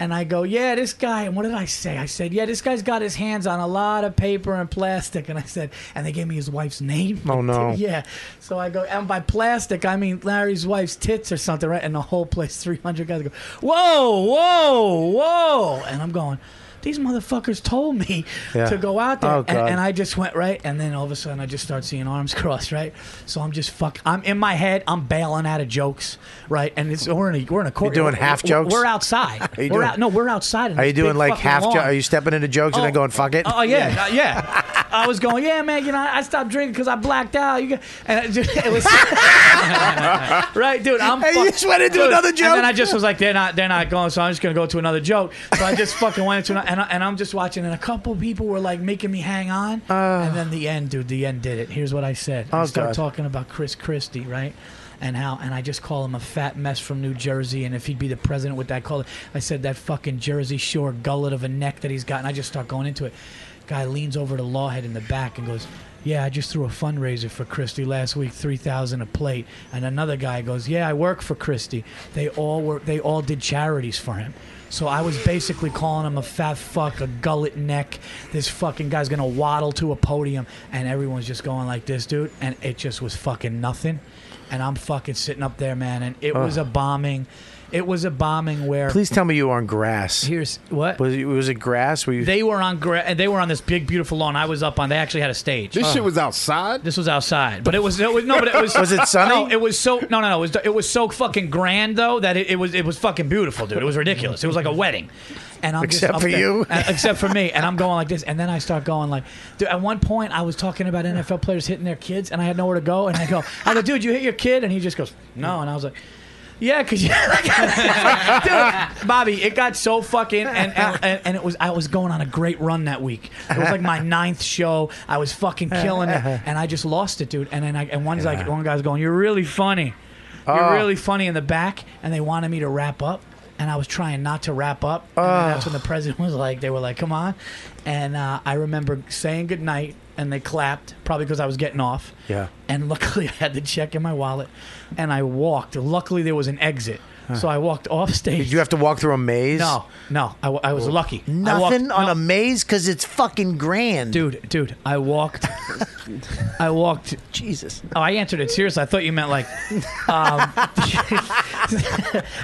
[SPEAKER 6] And I go, yeah, this guy. And what did I say? I said, yeah, this guy's got his hands on a lot of paper and plastic. And I said, and they gave me his wife's name.
[SPEAKER 10] Oh, no.
[SPEAKER 6] yeah. So I go, and by plastic, I mean Larry's wife's tits or something, right? And the whole place, 300 guys go, whoa, whoa, whoa. And I'm going, these motherfuckers told me
[SPEAKER 10] Yeah.
[SPEAKER 6] to go out there.
[SPEAKER 10] Oh,
[SPEAKER 6] and,
[SPEAKER 10] God.
[SPEAKER 6] and I just went, right? And then all of a sudden, I just start seeing arms crossed, right? So I'm just fuck. I'm in my head, I'm bailing out of jokes, right? And it's we're in a, we're in a court.
[SPEAKER 10] doing
[SPEAKER 6] we're-
[SPEAKER 10] half
[SPEAKER 6] we're-
[SPEAKER 10] jokes?
[SPEAKER 6] We're outside.
[SPEAKER 10] Are you
[SPEAKER 6] we're
[SPEAKER 10] doing-
[SPEAKER 6] out, no, we're outside. in
[SPEAKER 10] Are you
[SPEAKER 6] this big
[SPEAKER 10] doing like
[SPEAKER 6] fucking
[SPEAKER 10] half? Jo-
[SPEAKER 6] lawn.
[SPEAKER 10] are you stepping into jokes and then going fuck it?
[SPEAKER 6] Oh yeah, Oh, uh, yeah. I was going, yeah, man, you know, I stopped drinking because I blacked out. You got, and it, just, it was right, dude. I'm
[SPEAKER 9] And you just went into another joke?
[SPEAKER 6] and then I just was like, they're not, they're not going, so I'm just gonna go to another joke. So I just fucking went into another, and, I, and I'm just watching, and a couple people were like making me hang on,
[SPEAKER 9] Uh.
[SPEAKER 6] and then the end, dude, the end did it. Here's what I said. I
[SPEAKER 10] Oh,
[SPEAKER 6] started
[SPEAKER 10] God.
[SPEAKER 6] talking about Chris Christie, right? And how, and I just call him a fat mess from New Jersey. And if he'd be the president with that color, I said that fucking Jersey Shore gullet of a neck that he's got. And I just start going into it. Guy leans over to Lawhead in the back and goes, "Yeah, I just threw a fundraiser for Christie last week, three thousand a plate." And another guy goes, "Yeah, I work for Christie. They all work. They all did charities for him." So I was basically calling him a fat fuck, a gullet neck. This fucking guy's gonna waddle to a podium, and everyone's just going like this, dude. And it just was fucking nothing. And I'm fucking sitting up there, man. And it was a
[SPEAKER 10] Ugh.
[SPEAKER 6] bombing. It was a bombing where
[SPEAKER 10] Please tell me you were on grass.
[SPEAKER 6] Here's what
[SPEAKER 10] was it, was it grass? Were you?
[SPEAKER 6] they were on gra- and they were on this big beautiful lawn. I was up on. They actually had a stage.
[SPEAKER 10] This shit was
[SPEAKER 6] outside. This was outside, but it was, it was no, but it was
[SPEAKER 10] Was it sunny?
[SPEAKER 6] No, it was so no, no, no. It was it was so fucking grand though that it, it was it was fucking beautiful, dude. It was ridiculous. It was like a wedding, and I'm
[SPEAKER 10] Except
[SPEAKER 6] just up
[SPEAKER 10] for
[SPEAKER 6] there-
[SPEAKER 10] you?
[SPEAKER 6] uh, except for me, and I'm going like this, and then I start going like, dude. At one point, I was talking about NFL players hitting their kids, and I had nowhere to go, and I go, I go, dude, you hit your kid, and he just goes, no, and I was like. Yeah, cause you, dude, Bobby, it got so fucking and, and and- and it was I was going on a great run that week. It was like my ninth show. I was fucking killing it, and I just lost it, dude. And then I, and one's like
[SPEAKER 9] Yeah.
[SPEAKER 6] one guy's going, "You're really funny, you're
[SPEAKER 9] Oh.
[SPEAKER 6] really funny in the back," and they wanted me to wrap up, and I was trying not to wrap up. And
[SPEAKER 9] Oh.
[SPEAKER 6] then that's when the president was like, "They were like, come on," and uh, I remember saying goodnight, and they clapped probably because I was getting off.
[SPEAKER 10] Yeah.
[SPEAKER 6] And luckily, I had the check in my wallet, and I walked. Luckily, there was an exit, so I walked off stage.
[SPEAKER 10] Did you have to walk through a maze?
[SPEAKER 6] No, no. I, w- I was lucky. I
[SPEAKER 10] Nothing
[SPEAKER 6] walked-
[SPEAKER 10] on
[SPEAKER 6] no.
[SPEAKER 10] a maze because it's fucking grand,
[SPEAKER 6] dude. Dude, I walked. I walked.
[SPEAKER 10] Jesus.
[SPEAKER 6] Oh, I answered it seriously. I thought you meant like. Um,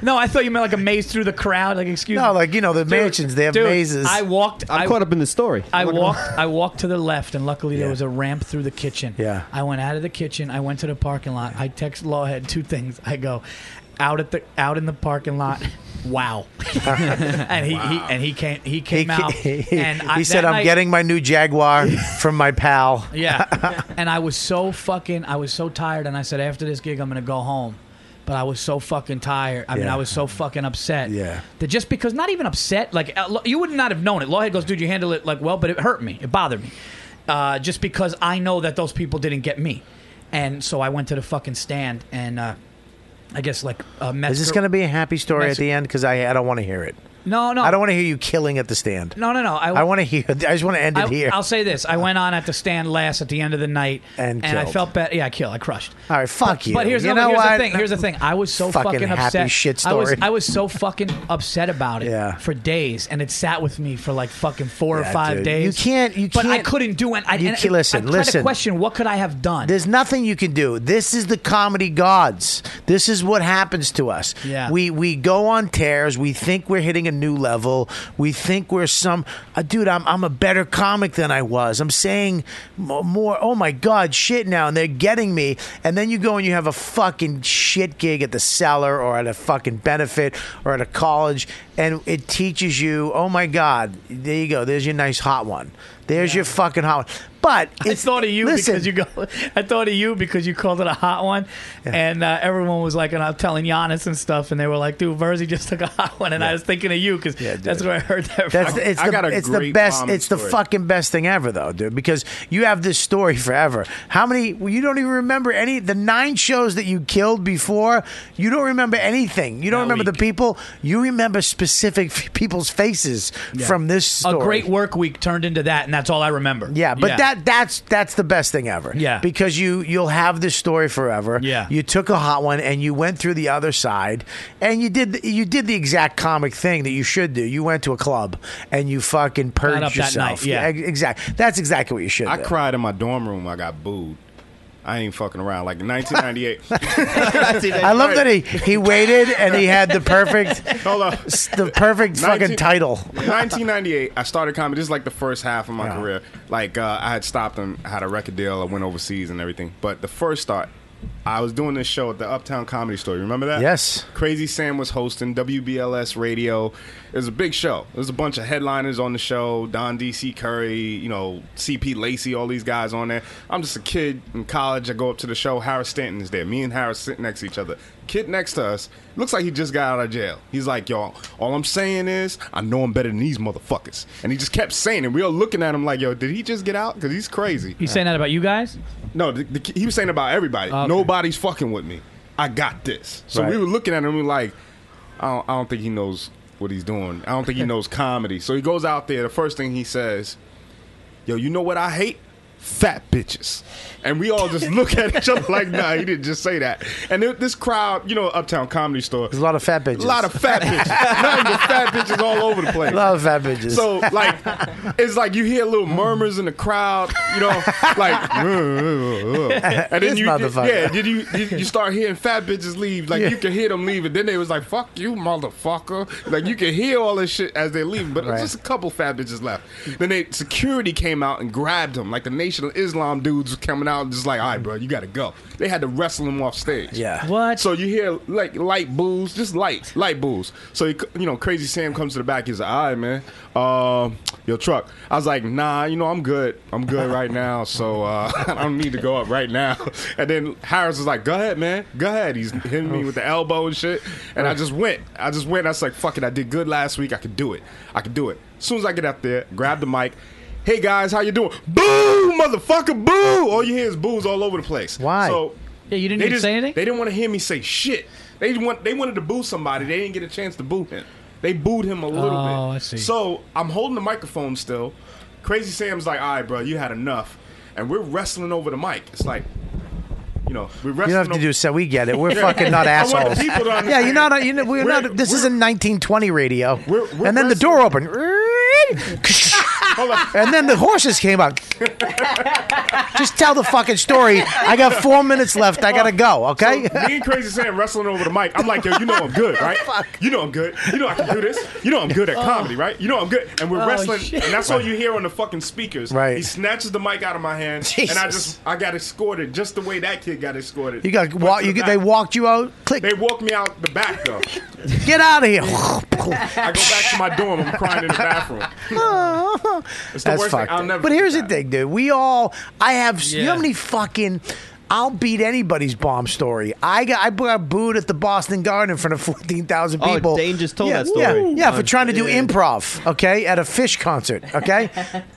[SPEAKER 6] no, I thought you meant like a maze through the crowd. Like, excuse me.
[SPEAKER 10] No, like you know the mansions, they have
[SPEAKER 6] dude,
[SPEAKER 10] mazes.
[SPEAKER 6] I walked.
[SPEAKER 10] I'm
[SPEAKER 6] I-
[SPEAKER 10] caught up in the story.
[SPEAKER 6] I
[SPEAKER 10] Look at
[SPEAKER 6] walked.
[SPEAKER 10] him.
[SPEAKER 6] I walked to the left, and luckily there was a ramp through the kitchen.
[SPEAKER 10] Yeah.
[SPEAKER 6] I went out of the kitchen. I went to the parking lot. I text Lawhead two things. I go out at the out in the parking lot. Wow. and he, he and he came he came out and I,
[SPEAKER 10] he said,
[SPEAKER 6] that
[SPEAKER 10] "I'm
[SPEAKER 6] night-
[SPEAKER 10] getting my new Jaguar from my pal."
[SPEAKER 6] yeah. and I was so fucking, I was so tired. And I said, after this gig, I'm going to go home. But I was so fucking tired. I mean,
[SPEAKER 10] Yeah.
[SPEAKER 6] I was so fucking upset.
[SPEAKER 10] Yeah.
[SPEAKER 6] That just because, not even upset, like, uh, lo- you would not have known it. Lawhead goes, dude, you handle it like well, but it hurt me. It bothered me. Uh, just because I know that those people didn't get me. And so I went to the fucking stand and, uh, I guess like uh,
[SPEAKER 10] Is this going to be a happy story at the end? Because I, I don't want to hear it.
[SPEAKER 6] No, no.
[SPEAKER 10] I don't want to hear you killing at the stand.
[SPEAKER 6] No, no, no. I,
[SPEAKER 10] I want to hear. I just want to end it
[SPEAKER 6] I,
[SPEAKER 10] here.
[SPEAKER 6] will say this: I went on at the stand last at the end of the night, and, I
[SPEAKER 10] killed.
[SPEAKER 6] felt bad. Yeah, I killed. I crushed.
[SPEAKER 10] All right, fuck
[SPEAKER 6] but,
[SPEAKER 10] you.
[SPEAKER 6] But here's,
[SPEAKER 10] You
[SPEAKER 6] no, but
[SPEAKER 10] know
[SPEAKER 6] here's
[SPEAKER 10] what?
[SPEAKER 6] the thing. Here's the thing. I was so
[SPEAKER 10] Fucking
[SPEAKER 6] fucking,
[SPEAKER 10] happy
[SPEAKER 6] upset.
[SPEAKER 10] shit
[SPEAKER 6] I
[SPEAKER 10] story.
[SPEAKER 6] was, I was so fucking upset about it for days, and it sat with me for like fucking four
[SPEAKER 10] Yeah,
[SPEAKER 6] or five
[SPEAKER 10] dude.
[SPEAKER 6] days.
[SPEAKER 10] You can't. You
[SPEAKER 6] but
[SPEAKER 10] can't.
[SPEAKER 6] I couldn't do it. I,
[SPEAKER 10] you
[SPEAKER 6] and
[SPEAKER 10] ca-
[SPEAKER 6] it-
[SPEAKER 10] listen.
[SPEAKER 6] I tried
[SPEAKER 10] listen.
[SPEAKER 6] To question: What could I have done?
[SPEAKER 10] There's nothing you can do. This is the comedy gods. This is what happens to us.
[SPEAKER 6] Yeah.
[SPEAKER 10] We we go on tears. We think we're hitting a new level. We think we're some uh, dude. I'm I'm a better comic than I was. I'm saying mo- more. Oh my god, shit now, and they're getting me. And then you go and you have a fucking shit gig at the cellar or at a fucking benefit or at a college, and it teaches you. Oh my god, there you go. There's your nice hot one. There's your fucking hot one. But
[SPEAKER 6] I thought of you
[SPEAKER 10] listen,
[SPEAKER 6] because you go. I thought of you because you called it a hot one, and uh, everyone was like, and I'm telling Giannis and stuff, and they were like, "Dude, Verzi just took a hot one," and I was thinking of you because that's where I heard that.
[SPEAKER 10] That's
[SPEAKER 6] from.
[SPEAKER 10] the, it's the, it's the best. It's the fucking best thing ever, though, dude. Because you have this story forever. How many? well, You don't even remember any. The nine shows that you killed before. You don't remember anything. You don't remember the people. You remember specific f- people's faces
[SPEAKER 6] Yeah.
[SPEAKER 10] from this story.
[SPEAKER 6] A great work week turned into that, and that's all I remember.
[SPEAKER 10] Yeah, but that that's that's the best thing ever.
[SPEAKER 6] Yeah.
[SPEAKER 10] because you you'll have this story forever.
[SPEAKER 6] Yeah.
[SPEAKER 10] you took a hot one and you went through the other side, and you did the- you did the exact comic thing that you should do. You went to a club and you fucking purged
[SPEAKER 12] up that
[SPEAKER 10] yourself.
[SPEAKER 12] night, yeah.
[SPEAKER 10] exactly. That's exactly what you should.
[SPEAKER 12] I
[SPEAKER 10] do.
[SPEAKER 12] cried in my dorm room. I got booed. I ain't fucking around. Like in 1998.
[SPEAKER 10] I love that he, he waited and he had the perfect
[SPEAKER 12] Hold on.
[SPEAKER 10] s- the perfect fucking
[SPEAKER 12] 19
[SPEAKER 10] title.
[SPEAKER 12] 1998, I started comedy. This is like the first half of my career. Like, uh, I had stopped and had a record deal. I went overseas and everything. But the first start, I was doing this show at the Uptown Comedy Store. You remember that?
[SPEAKER 10] Yes.
[SPEAKER 12] Crazy Sam was hosting WBLS Radio. It was a big show. There was a bunch of headliners on the show. Don DC Curry, you know, CP Lacey, all these guys on there. I'm just a kid in college. I go up to the show. Harris Stanton is there. Me and Harris sit next to each other. Kid next to us looks like he just got out of jail. He's like, y'all, all I'm saying is I know him better than these motherfuckers. And he just kept saying it. We all looking at him like, yo, did he just get out? Because he's crazy.
[SPEAKER 9] He's saying that about you guys?
[SPEAKER 12] No, the, the, he was saying about everybody.
[SPEAKER 9] Okay.
[SPEAKER 12] Nobody's fucking with me. I got this. So
[SPEAKER 9] Right.
[SPEAKER 12] we were looking at him. We were like, I don't, I don't think he knows what he's doing. I don't think he knows comedy. So he goes out there. The first thing he says, "Yo, you know what I hate? Fat bitches." And we all just look at each other like, "Nah, he didn't just say that." And th- this crowd, you know, Uptown Comedy Store, there's
[SPEAKER 10] a lot of fat bitches.
[SPEAKER 12] A lot of fat bitches. Nothing but fat bitches all over the place.
[SPEAKER 10] Love fat bitches.
[SPEAKER 12] So like, it's like you hear little murmurs in the crowd, you know, like, and
[SPEAKER 10] This
[SPEAKER 12] then you,
[SPEAKER 10] motherfucker.
[SPEAKER 12] yeah, did you, you you start hearing fat bitches leave, like
[SPEAKER 10] Yeah.
[SPEAKER 12] you can hear them leave, and then they was like, "Fuck you, motherfucker!" Like you can hear all this shit as they leave, but
[SPEAKER 10] Right.
[SPEAKER 12] just a couple fat bitches left. Then they security came out and grabbed them, like the Nation of Islam dudes were coming out, and just like, "All right, bro, you got to go." They had to wrestle him off stage.
[SPEAKER 10] Yeah.
[SPEAKER 12] What? So you hear like light boos, just light, light boos. So he c- you know, Crazy Sam comes to the back. He's like, "All right, man, uh, your truck." I was like, "Nah, you know, I'm good. I'm good right now. So uh, I don't need to go up right now." And then Harris was like, "Go ahead, man. Go ahead." He's hitting
[SPEAKER 9] Oh.
[SPEAKER 12] me with the elbow and shit. And I just went. I just went. I was like, "Fuck it. I did good last week. I could do it. I could do it." As soon as I get up there, grab the mic. Hey guys, how you doing? Boo, motherfucker, boo! All you hear is boos all over the place. Why? So
[SPEAKER 9] yeah, you didn't
[SPEAKER 12] they
[SPEAKER 9] even
[SPEAKER 12] just-
[SPEAKER 9] say anything?
[SPEAKER 12] They didn't want to hear me say shit. They want they wanted to boo somebody. They didn't get a chance to boo him. They booed him a little bit.
[SPEAKER 9] Oh, I see.
[SPEAKER 12] So I'm holding the microphone still. Crazy Sam's like, all right, bro, you had enough. And we're wrestling over the mic. It's like, you know, we're
[SPEAKER 10] You
[SPEAKER 12] wrestling
[SPEAKER 10] don't have to
[SPEAKER 12] over-
[SPEAKER 10] do so. We get it. We're
[SPEAKER 12] Yeah.
[SPEAKER 10] fucking not
[SPEAKER 12] I want
[SPEAKER 10] assholes.
[SPEAKER 12] the people to
[SPEAKER 10] yeah, you're not. You know, we're,
[SPEAKER 12] We're-
[SPEAKER 10] not. This isn't 1920 radio.
[SPEAKER 12] we're
[SPEAKER 10] and then the door opened. and then the horses came out. Just tell the fucking story. I got four minutes left. I gotta go. Okay.
[SPEAKER 12] me and Crazy Sam wrestling over the mic. I'm like, yo, you know I'm good, right? You know I'm good. You know I can do this. You know I'm good at
[SPEAKER 10] Oh.
[SPEAKER 12] comedy, right? You know I'm good. And we're
[SPEAKER 10] Oh,
[SPEAKER 12] wrestling,
[SPEAKER 10] shit.
[SPEAKER 12] and that's all you hear on the fucking speakers.
[SPEAKER 10] Right.
[SPEAKER 12] He snatches the mic out of my hand,
[SPEAKER 10] Jesus.
[SPEAKER 12] and I just I got escorted just the way that kid got escorted.
[SPEAKER 10] You got
[SPEAKER 12] Went
[SPEAKER 10] walk.
[SPEAKER 12] to
[SPEAKER 10] You
[SPEAKER 12] the
[SPEAKER 10] get, they
[SPEAKER 12] back.
[SPEAKER 10] walked you out. Click.
[SPEAKER 12] They walked me out the back though.
[SPEAKER 10] Get out of here.
[SPEAKER 12] I go back to my dorm. I'm crying in the bathroom. It's the
[SPEAKER 10] Oh. That's
[SPEAKER 12] worst thing.
[SPEAKER 10] fucked.
[SPEAKER 12] I'll
[SPEAKER 10] up.
[SPEAKER 12] never.
[SPEAKER 10] but here's the thing, dude. We all. I have. You know
[SPEAKER 12] Yeah.
[SPEAKER 10] how many fucking. I'll beat anybody's bomb story. I got I got booed at the Boston Garden in front of fourteen thousand
[SPEAKER 7] Oh,
[SPEAKER 10] people.
[SPEAKER 7] Dane just told
[SPEAKER 10] yeah,
[SPEAKER 7] that story.
[SPEAKER 10] Yeah, yeah, for
[SPEAKER 7] On-
[SPEAKER 10] trying to do
[SPEAKER 7] yeah.
[SPEAKER 10] improv. Okay, at a fish concert. Okay,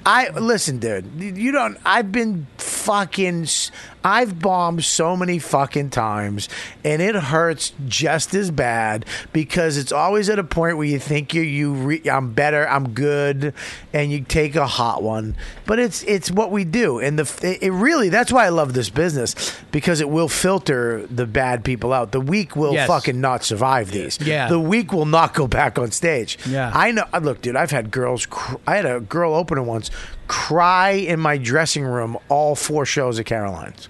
[SPEAKER 10] I listen, dude. You don't. I've been fucking. s- I've bombed so many fucking times, and it hurts just as bad because it's always at a point where you think you you re, I'm better, I'm good, and you take a hot one. But it's it's what we do, and the f- it it really that's why I love this business because it will filter the bad people out. The weak will
[SPEAKER 9] Yes.
[SPEAKER 10] fucking not survive these.
[SPEAKER 9] Yeah.
[SPEAKER 10] the weak will not go back on stage.
[SPEAKER 9] Yeah.
[SPEAKER 10] I know. uh, Look, dude, I've had girls. Cr- I had a girl opener once cry in my dressing room all four shows at Caroline's.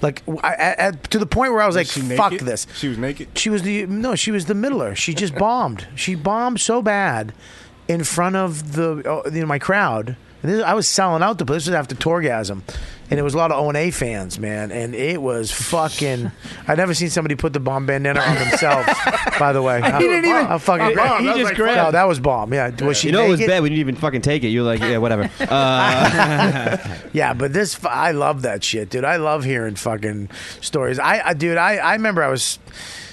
[SPEAKER 10] Like w- I- at, at- to the point where I was,
[SPEAKER 12] she
[SPEAKER 10] like, "Fuck
[SPEAKER 12] naked?
[SPEAKER 10] this."
[SPEAKER 12] She was naked.
[SPEAKER 10] She was the no. She was the middler. She just bombed. She bombed so bad in front of the uh, you know, my crowd. And this, I was selling out the place. This was after Torgasm, and it was a lot of O and A fans, man. And it was fucking. I'd never seen somebody put the bomb bandana on themselves. by the way,
[SPEAKER 7] He didn't even-
[SPEAKER 10] I'm fucking.
[SPEAKER 7] He Bomb, that was just like grabbed-
[SPEAKER 10] No, that was bomb. Yeah, was she
[SPEAKER 7] you know it was
[SPEAKER 10] naked?
[SPEAKER 7] bad when you didn't even fucking take it. You were like, yeah, whatever. Uh,
[SPEAKER 10] Yeah, but this f- I love that shit, dude. I love hearing fucking stories. I, I dude, I, I remember I was,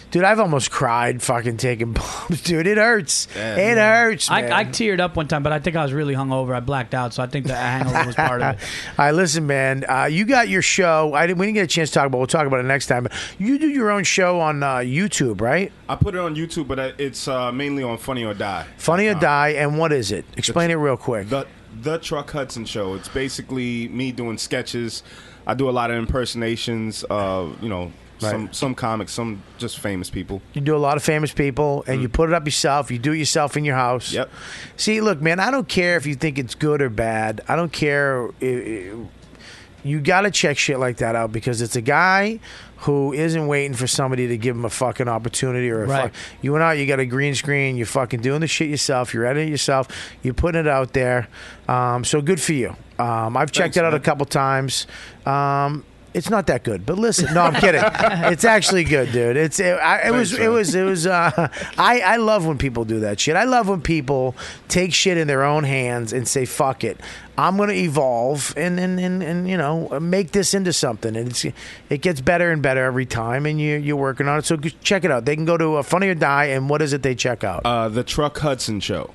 [SPEAKER 10] dude, I've almost cried fucking taking bombs, dude. It hurts. It hurts. Man.
[SPEAKER 9] I, I teared up one time, but I think I was really hungover. I blacked out, so I think the hangover was part of it.
[SPEAKER 10] All right, listen, man. Uh, you got your show. I didn't, we didn't get a chance to talk about. it. We'll talk about it next time. You do your own show on uh, YouTube, right?
[SPEAKER 12] I put it on YouTube, but I- it's uh, mainly on Funny or Die.
[SPEAKER 10] Funny or die, and what is it? Explain it real quick.
[SPEAKER 12] The the Truck Hudson Show. It's basically me doing sketches. I do a lot of impersonations of you know some
[SPEAKER 10] Right.
[SPEAKER 12] some comics, some just famous people.
[SPEAKER 10] You do a lot of famous people, and you put it up yourself. You do it yourself in your house. Yep. See, look, man, I don't care if you think it's good or bad. I don't care. i- i- you got to check shit like that out because it's a guy who isn't waiting for somebody to give him a fucking opportunity or a
[SPEAKER 9] Right.
[SPEAKER 10] fuck. You went out, you got a green screen, you're fucking doing the shit yourself, you're editing it yourself, you're putting it out there. Um, so good for you. Um, I've checked it out a couple times. Um, It's not that good, but listen. No, I'm kidding. it's actually good, dude. It's it, I, it was it was it was. Uh, I I love when people do that shit. I love when people take shit in their own hands and say fuck it. I'm gonna evolve and and, and, and you know make this into something. And it's it gets better and better every time. And you you're working on it. So check it out. They can go to uh, Funny or Die. And what is it they check out?
[SPEAKER 12] Uh, the Truck Hudson Show.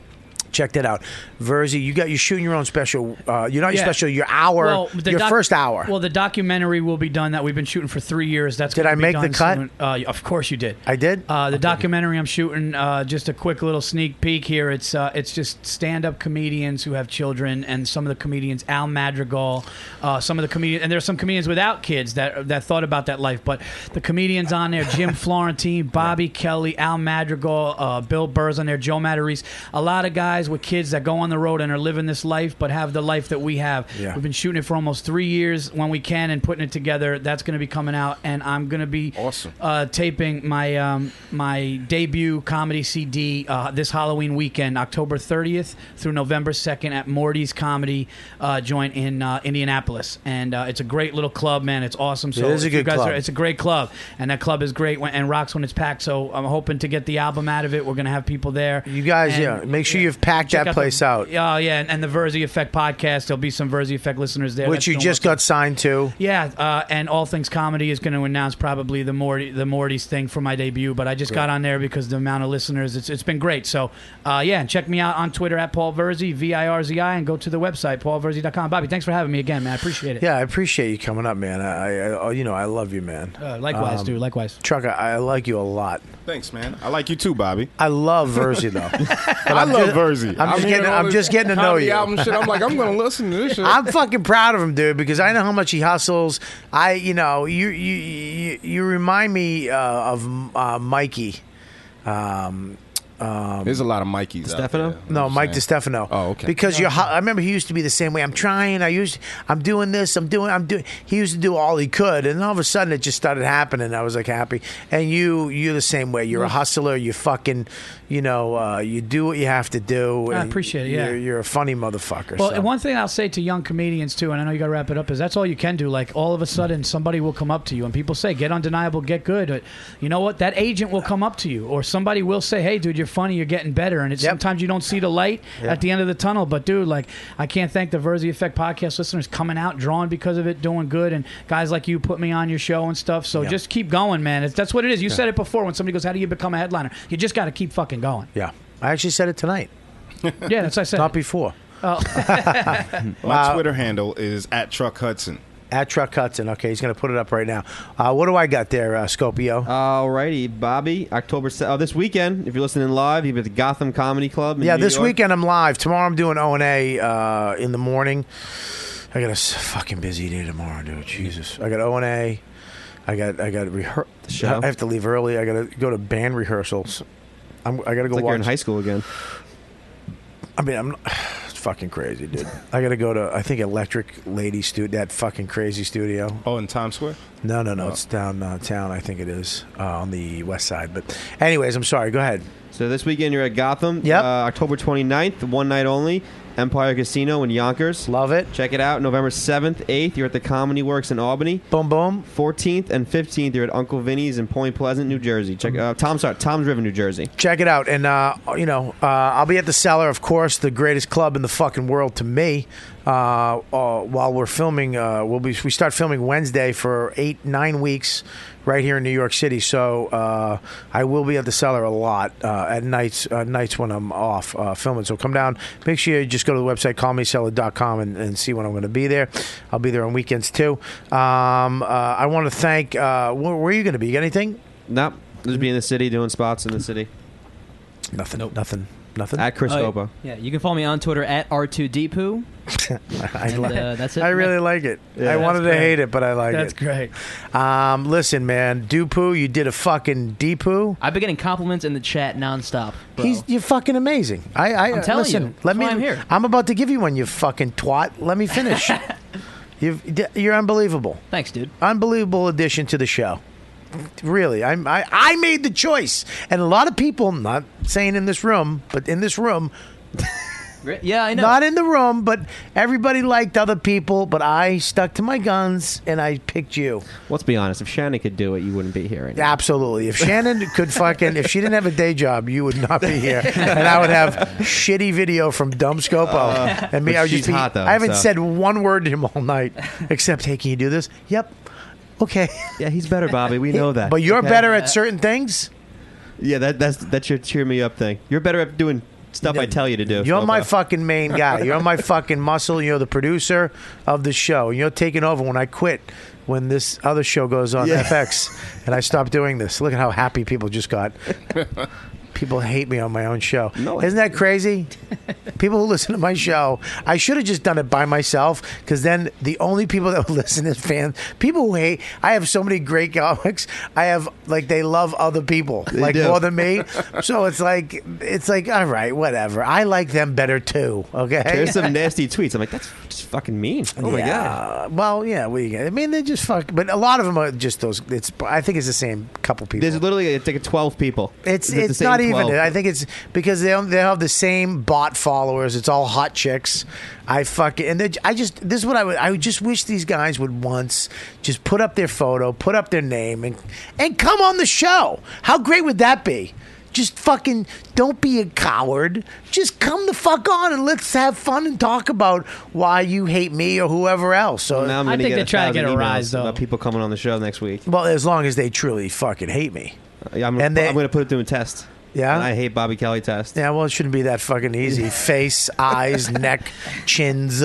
[SPEAKER 10] Check that out, Verzi. You got you're shooting your own special. Uh, you're not your special. Your hour.
[SPEAKER 6] the
[SPEAKER 10] your
[SPEAKER 6] doc-
[SPEAKER 10] first hour.
[SPEAKER 6] Well, the documentary will be done that we've been shooting for three years. That's
[SPEAKER 10] Did
[SPEAKER 6] gonna
[SPEAKER 10] I
[SPEAKER 6] be
[SPEAKER 10] make the
[SPEAKER 6] done
[SPEAKER 10] cut?
[SPEAKER 6] soon. Uh, of course you did.
[SPEAKER 10] I did.
[SPEAKER 6] Uh, the documentary I'm shooting, uh, just a quick little sneak peek here. It's uh, it's just stand-up comedians who have children, and some of the comedians, Al Madrigal, uh, some of the comedians, and there's some comedians without kids that that thought about that life. But the comedians on there, Jim Florentine, Bobby Kelly, Al Madrigal, uh, Bill Burr's on there, Joe Matarese, a lot of guys with kids that go on the road and are living this life, but have the life that we have.
[SPEAKER 10] Yeah.
[SPEAKER 6] We've been shooting it for almost three years when we can and putting it together. That's going to be coming out, and I'm going to be awesome uh, taping my um, my debut comedy CD uh, this Halloween weekend, October 30th through November 2nd at Morty's Comedy uh, Joint in uh, Indianapolis, and uh, it's a great little club, man. It's awesome. So
[SPEAKER 10] It is a
[SPEAKER 6] if you
[SPEAKER 10] good
[SPEAKER 6] guys
[SPEAKER 10] club.
[SPEAKER 6] Are, it's a great club, and that club is great when, and rocks when it's packed. So I'm hoping to get the album out of it. We're going to have people there.
[SPEAKER 10] You guys,
[SPEAKER 6] And-
[SPEAKER 10] yeah, make sure you've packed
[SPEAKER 6] Check
[SPEAKER 10] that
[SPEAKER 6] the-
[SPEAKER 10] place out.
[SPEAKER 6] Oh yeah, and, and the Verzi Effect podcast. There'll be some Verzi Effect listeners there.
[SPEAKER 10] Which
[SPEAKER 6] That's
[SPEAKER 10] you
[SPEAKER 6] doing
[SPEAKER 10] just got signed to.
[SPEAKER 6] yeah, uh, and All Things Comedy is going to announce probably the Morty the Morty's thing for my debut. But I just got
[SPEAKER 10] Right.
[SPEAKER 6] on there because the amount of listeners, it's, it's been great. So uh, yeah, and check me out on Twitter at Paul Verzi V I R Z I, and go to the website paulverzi.com. Bobby, thanks for having me again, man. I appreciate it.
[SPEAKER 10] Yeah, I appreciate you coming up, man. I, I oh, you know, I love you, man.
[SPEAKER 6] Uh, likewise,
[SPEAKER 10] Um,
[SPEAKER 6] dude. Likewise.
[SPEAKER 10] Chuck, I, I like you a lot.
[SPEAKER 12] Thanks, man. I like you too, Bobby.
[SPEAKER 10] I love Verzi though. But
[SPEAKER 12] I
[SPEAKER 10] I'm
[SPEAKER 12] love
[SPEAKER 10] just-
[SPEAKER 12] Verzi.
[SPEAKER 10] I'm just
[SPEAKER 12] hearing
[SPEAKER 10] getting.
[SPEAKER 12] all
[SPEAKER 10] I'm
[SPEAKER 12] this
[SPEAKER 10] just getting to know
[SPEAKER 12] comedy
[SPEAKER 10] you.
[SPEAKER 12] Album shit. I'm like, I'm gonna listen to this shit.
[SPEAKER 10] I'm fucking proud of him, dude, because I know how much he hustles. I, you know, you you you, you remind me uh, of uh, Mikey. Um, um,
[SPEAKER 12] There's a lot of Mikeys. out there.
[SPEAKER 10] No,
[SPEAKER 12] I'm
[SPEAKER 10] Mike
[SPEAKER 12] saying.
[SPEAKER 10] DeStefano.
[SPEAKER 12] Oh, okay.
[SPEAKER 10] Because you're, hu- I remember he used to be the same way. I'm trying. I used. I'm doing this. I'm doing. I'm doing. He used to do all he could, and all of a sudden it just started happening. I was like happy. And you, you're the same way.
[SPEAKER 6] Mm.
[SPEAKER 10] You're a hustler. You fucking, you know, uh, you do what you have to do.
[SPEAKER 6] I
[SPEAKER 10] and
[SPEAKER 6] appreciate it, yeah.
[SPEAKER 10] you're, you're a funny motherfucker.
[SPEAKER 6] Well,
[SPEAKER 10] so.
[SPEAKER 6] and one thing I'll say to young comedians too, and I know you got to wrap it up, is that's all you can do. Like all of a sudden, somebody will come up to you, and people say, "Get undeniable, get good." Or, you know what? That agent will come up to you, or somebody will say, "Hey, dude, you're funny. You're getting better." And it's sometimes you don't see the light
[SPEAKER 21] Yeah.
[SPEAKER 6] at the end of the tunnel. But dude, like I can't thank the Verzi Effect podcast listeners coming out, drawn because of it, doing good, and guys like you put me on your show and stuff. So
[SPEAKER 10] Yeah.
[SPEAKER 6] just keep going, man. It's, that's what it is. You
[SPEAKER 10] Yeah.
[SPEAKER 6] said it before when somebody goes, "How do you become a headliner?" You just got to keep fucking going.
[SPEAKER 10] yeah, I actually said it tonight.
[SPEAKER 6] Yeah, that's what I said. Oh,
[SPEAKER 10] Not before. uh,
[SPEAKER 12] My Twitter handle is at Truck Hudson.
[SPEAKER 10] At Truck Hudson. Okay, he's going to put it up right now. Uh, what do I got there, uh, Scopio?
[SPEAKER 13] Alrighty, Bobby. October se- oh, this weekend. If you're listening live, you'll be at the Gotham Comedy Club. in
[SPEAKER 10] Yeah,
[SPEAKER 13] New
[SPEAKER 10] this
[SPEAKER 13] York.
[SPEAKER 10] weekend I'm live. Tomorrow I'm doing O and A uh, in the morning. I got a s- fucking busy day tomorrow, dude. Jesus, I got O and A. I got I got rehear.
[SPEAKER 13] show.
[SPEAKER 10] I have to leave early. I got to go to band rehearsals. I'm, I got to go
[SPEAKER 13] It's like
[SPEAKER 10] watch.
[SPEAKER 13] you're in high school again.
[SPEAKER 10] I mean, I'm. It's fucking crazy, dude. I got to go to I think Electric Lady Studio. That fucking crazy studio.
[SPEAKER 12] Oh, in Times Square.
[SPEAKER 10] No, no,
[SPEAKER 13] Oh.
[SPEAKER 10] no. It's downtown. I think it is uh, on the west side. But, anyways, I'm sorry. Go ahead.
[SPEAKER 13] So this weekend you're at Gotham. Yep. Uh, October 29th, one night only. Empire Casino in Yonkers.
[SPEAKER 10] Love it.
[SPEAKER 13] Check it out. November 7th, 8th, you're at the Comedy Works in Albany.
[SPEAKER 10] Boom, boom.
[SPEAKER 13] 14th and 15th, you're at Uncle Vinny's in Point Pleasant, New Jersey. Check uh, Tom's sorry, Tom's River, New Jersey.
[SPEAKER 10] Check it out. And, uh, you know, uh, I'll be at the Cellar, of course, the greatest club in the fucking world to me. Uh, uh, while we're filming, uh, we'll be, we start filming Wednesday for eight, nine weeks right here in New York City. So uh, I will be at the Cellar a lot uh, at nights uh, nights when I'm off uh, filming. So come down. Make sure you just go to the website, callmeseller.com, and, and see when I'm going to be there. I'll be there on weekends, too. Um, uh, I want to thank, uh, where, where are you going to be? You got anything?
[SPEAKER 13] Nope. Just be in the city, doing spots in the city.
[SPEAKER 10] Nothing. Nothing. Nothing.
[SPEAKER 13] At Chris
[SPEAKER 22] Oh, yeah.
[SPEAKER 13] Copa.
[SPEAKER 22] Yeah, you can follow me on Twitter at r2dpoo.
[SPEAKER 10] I
[SPEAKER 22] And,
[SPEAKER 10] like-
[SPEAKER 22] uh, that's it.
[SPEAKER 10] I really like it.
[SPEAKER 22] Yeah.
[SPEAKER 10] I
[SPEAKER 22] That's
[SPEAKER 10] wanted to
[SPEAKER 22] great.
[SPEAKER 10] hate it, but I like
[SPEAKER 22] That's
[SPEAKER 10] it.
[SPEAKER 22] great.
[SPEAKER 10] Um, listen, man, Dupu, you did a fucking Deepu.
[SPEAKER 22] I've been getting compliments in the chat nonstop. Bro.
[SPEAKER 10] He's you're fucking amazing. I, I
[SPEAKER 22] I'm telling
[SPEAKER 10] listen,
[SPEAKER 22] you.
[SPEAKER 10] Let
[SPEAKER 22] That's
[SPEAKER 10] me.
[SPEAKER 22] why I'm here.
[SPEAKER 10] about to give you one. You fucking twat. Let me finish. You've, you're unbelievable.
[SPEAKER 22] Thanks, dude.
[SPEAKER 10] Unbelievable addition to the show. Really, I'm, I I made the choice, and a lot of people, not saying in this room, but in this room,
[SPEAKER 15] Yeah, I know.
[SPEAKER 10] Not in the room, but everybody liked other people, but I stuck to my guns and I picked you.
[SPEAKER 13] Let's be honest. If Shannon could do it, you wouldn't be here. Right now.
[SPEAKER 10] Absolutely. If Shannon could fucking, if she didn't have a day job, you would not be here, and I would have shitty video from Dumb Scopo.
[SPEAKER 13] Uh,
[SPEAKER 10] and me,
[SPEAKER 13] but
[SPEAKER 10] I would
[SPEAKER 13] she's
[SPEAKER 10] just be.
[SPEAKER 13] hot, though,
[SPEAKER 10] I haven't
[SPEAKER 13] so.
[SPEAKER 10] said one word to him all night, except, "Hey, can you do this?" Yep. Okay.
[SPEAKER 13] Yeah, he's better, Bobby. We know that.
[SPEAKER 10] But you're
[SPEAKER 13] Okay?
[SPEAKER 10] better at certain things.
[SPEAKER 13] Yeah, that, that's that's your cheer me up thing. You're better at doing stuff I tell you to do.
[SPEAKER 10] You're my
[SPEAKER 13] Scopo.
[SPEAKER 10] fucking main guy. You're my fucking muscle. You're the producer of the show. You're taking over when I quit. When this other show goes on
[SPEAKER 13] Yeah.
[SPEAKER 10] FX, and I stop doing this. Look at how happy people just got. People hate me on my own show. Isn't that crazy? people who listen to my show, I should have just done it by myself because then the only people that would listen is fans. People who hate, I have so many great comics. I have, like, they love other people, like,
[SPEAKER 13] do.
[SPEAKER 10] more than me. so it's like, it's like, all right, whatever. I like them better too, okay?
[SPEAKER 13] There's some nasty tweets. I'm like, that's just fucking mean. Oh my god.
[SPEAKER 10] god! Well, yeah. What do you get? I mean, they just fuck. But a lot of them are just those. It's. I think it's the same couple people.
[SPEAKER 13] There's literally it's like 12 people.
[SPEAKER 10] It's
[SPEAKER 13] the
[SPEAKER 10] it's
[SPEAKER 13] same
[SPEAKER 10] not even.
[SPEAKER 13] 12.
[SPEAKER 10] I think it's because they don't- they have the same bot followers. It's all hot chicks. I fuck and they, I just this is what I would I would just wish these guys would once just put up their photo, put up their name, and and come on the show. How great would that be? Just fucking don't be a coward. Just come the fuck on and let's have fun and talk about why you hate me or whoever else. So
[SPEAKER 13] Now I'm gonna get thousand emails about people coming on the show next week.
[SPEAKER 10] Well, as long as they truly fucking hate me.
[SPEAKER 13] Yeah, I'm,
[SPEAKER 10] And they-
[SPEAKER 13] I'm gonna put it through a test.
[SPEAKER 10] Yeah?
[SPEAKER 13] And I hate Bobby Kelly test.
[SPEAKER 10] Yeah, well, it shouldn't be that fucking easy. Face, eyes, neck, chins.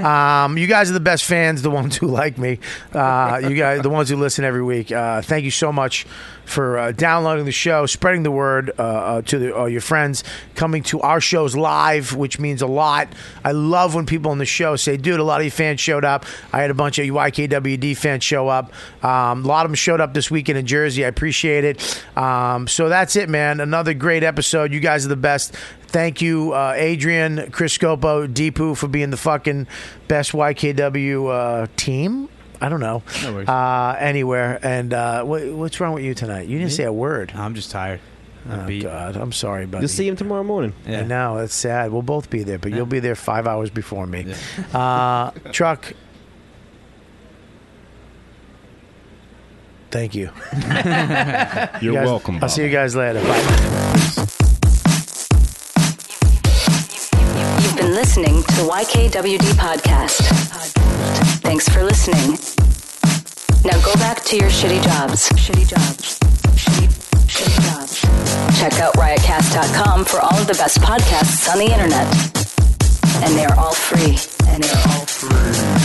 [SPEAKER 10] Um, you guys are the best fans, the ones who like me. Uh, you guys, the ones who listen every week. Uh, thank you so much for uh, downloading the show, spreading the word uh, uh, to the, uh, your friends, coming to our shows live, which means a lot. I love when people on the show say, dude, a lot of you fans showed up. I had a bunch of YKWD fans show up. Um, a lot of them showed up this weekend in Jersey. I appreciate it. Um, so that's it, man. Another great episode. You guys are the best. Thank you, uh, Adrian, Chris Scopo, Deepu, for being the fucking best YKW uh, team. I don't know.
[SPEAKER 8] No worries.
[SPEAKER 10] uh, anywhere. And uh, what, what's wrong with you tonight? You didn't say a word.
[SPEAKER 8] I'm just tired.
[SPEAKER 10] Oh, God. I'm sorry, buddy.
[SPEAKER 13] You'll see him tomorrow morning.
[SPEAKER 10] I know that's sad. We'll both be there, but you'll be there five hours before me. Uh, Truck. Thank you.
[SPEAKER 12] You're
[SPEAKER 10] You guys-
[SPEAKER 12] welcome.
[SPEAKER 10] I'll see you guys later. Bye.
[SPEAKER 23] You've been listening to the YKWD podcast. Thanks for listening. Now go back to your shitty jobs. Shitty jobs. Shitty, shitty jobs. Check out riotcast.com for all of the best podcasts on the internet. And they're all free. And they're all free.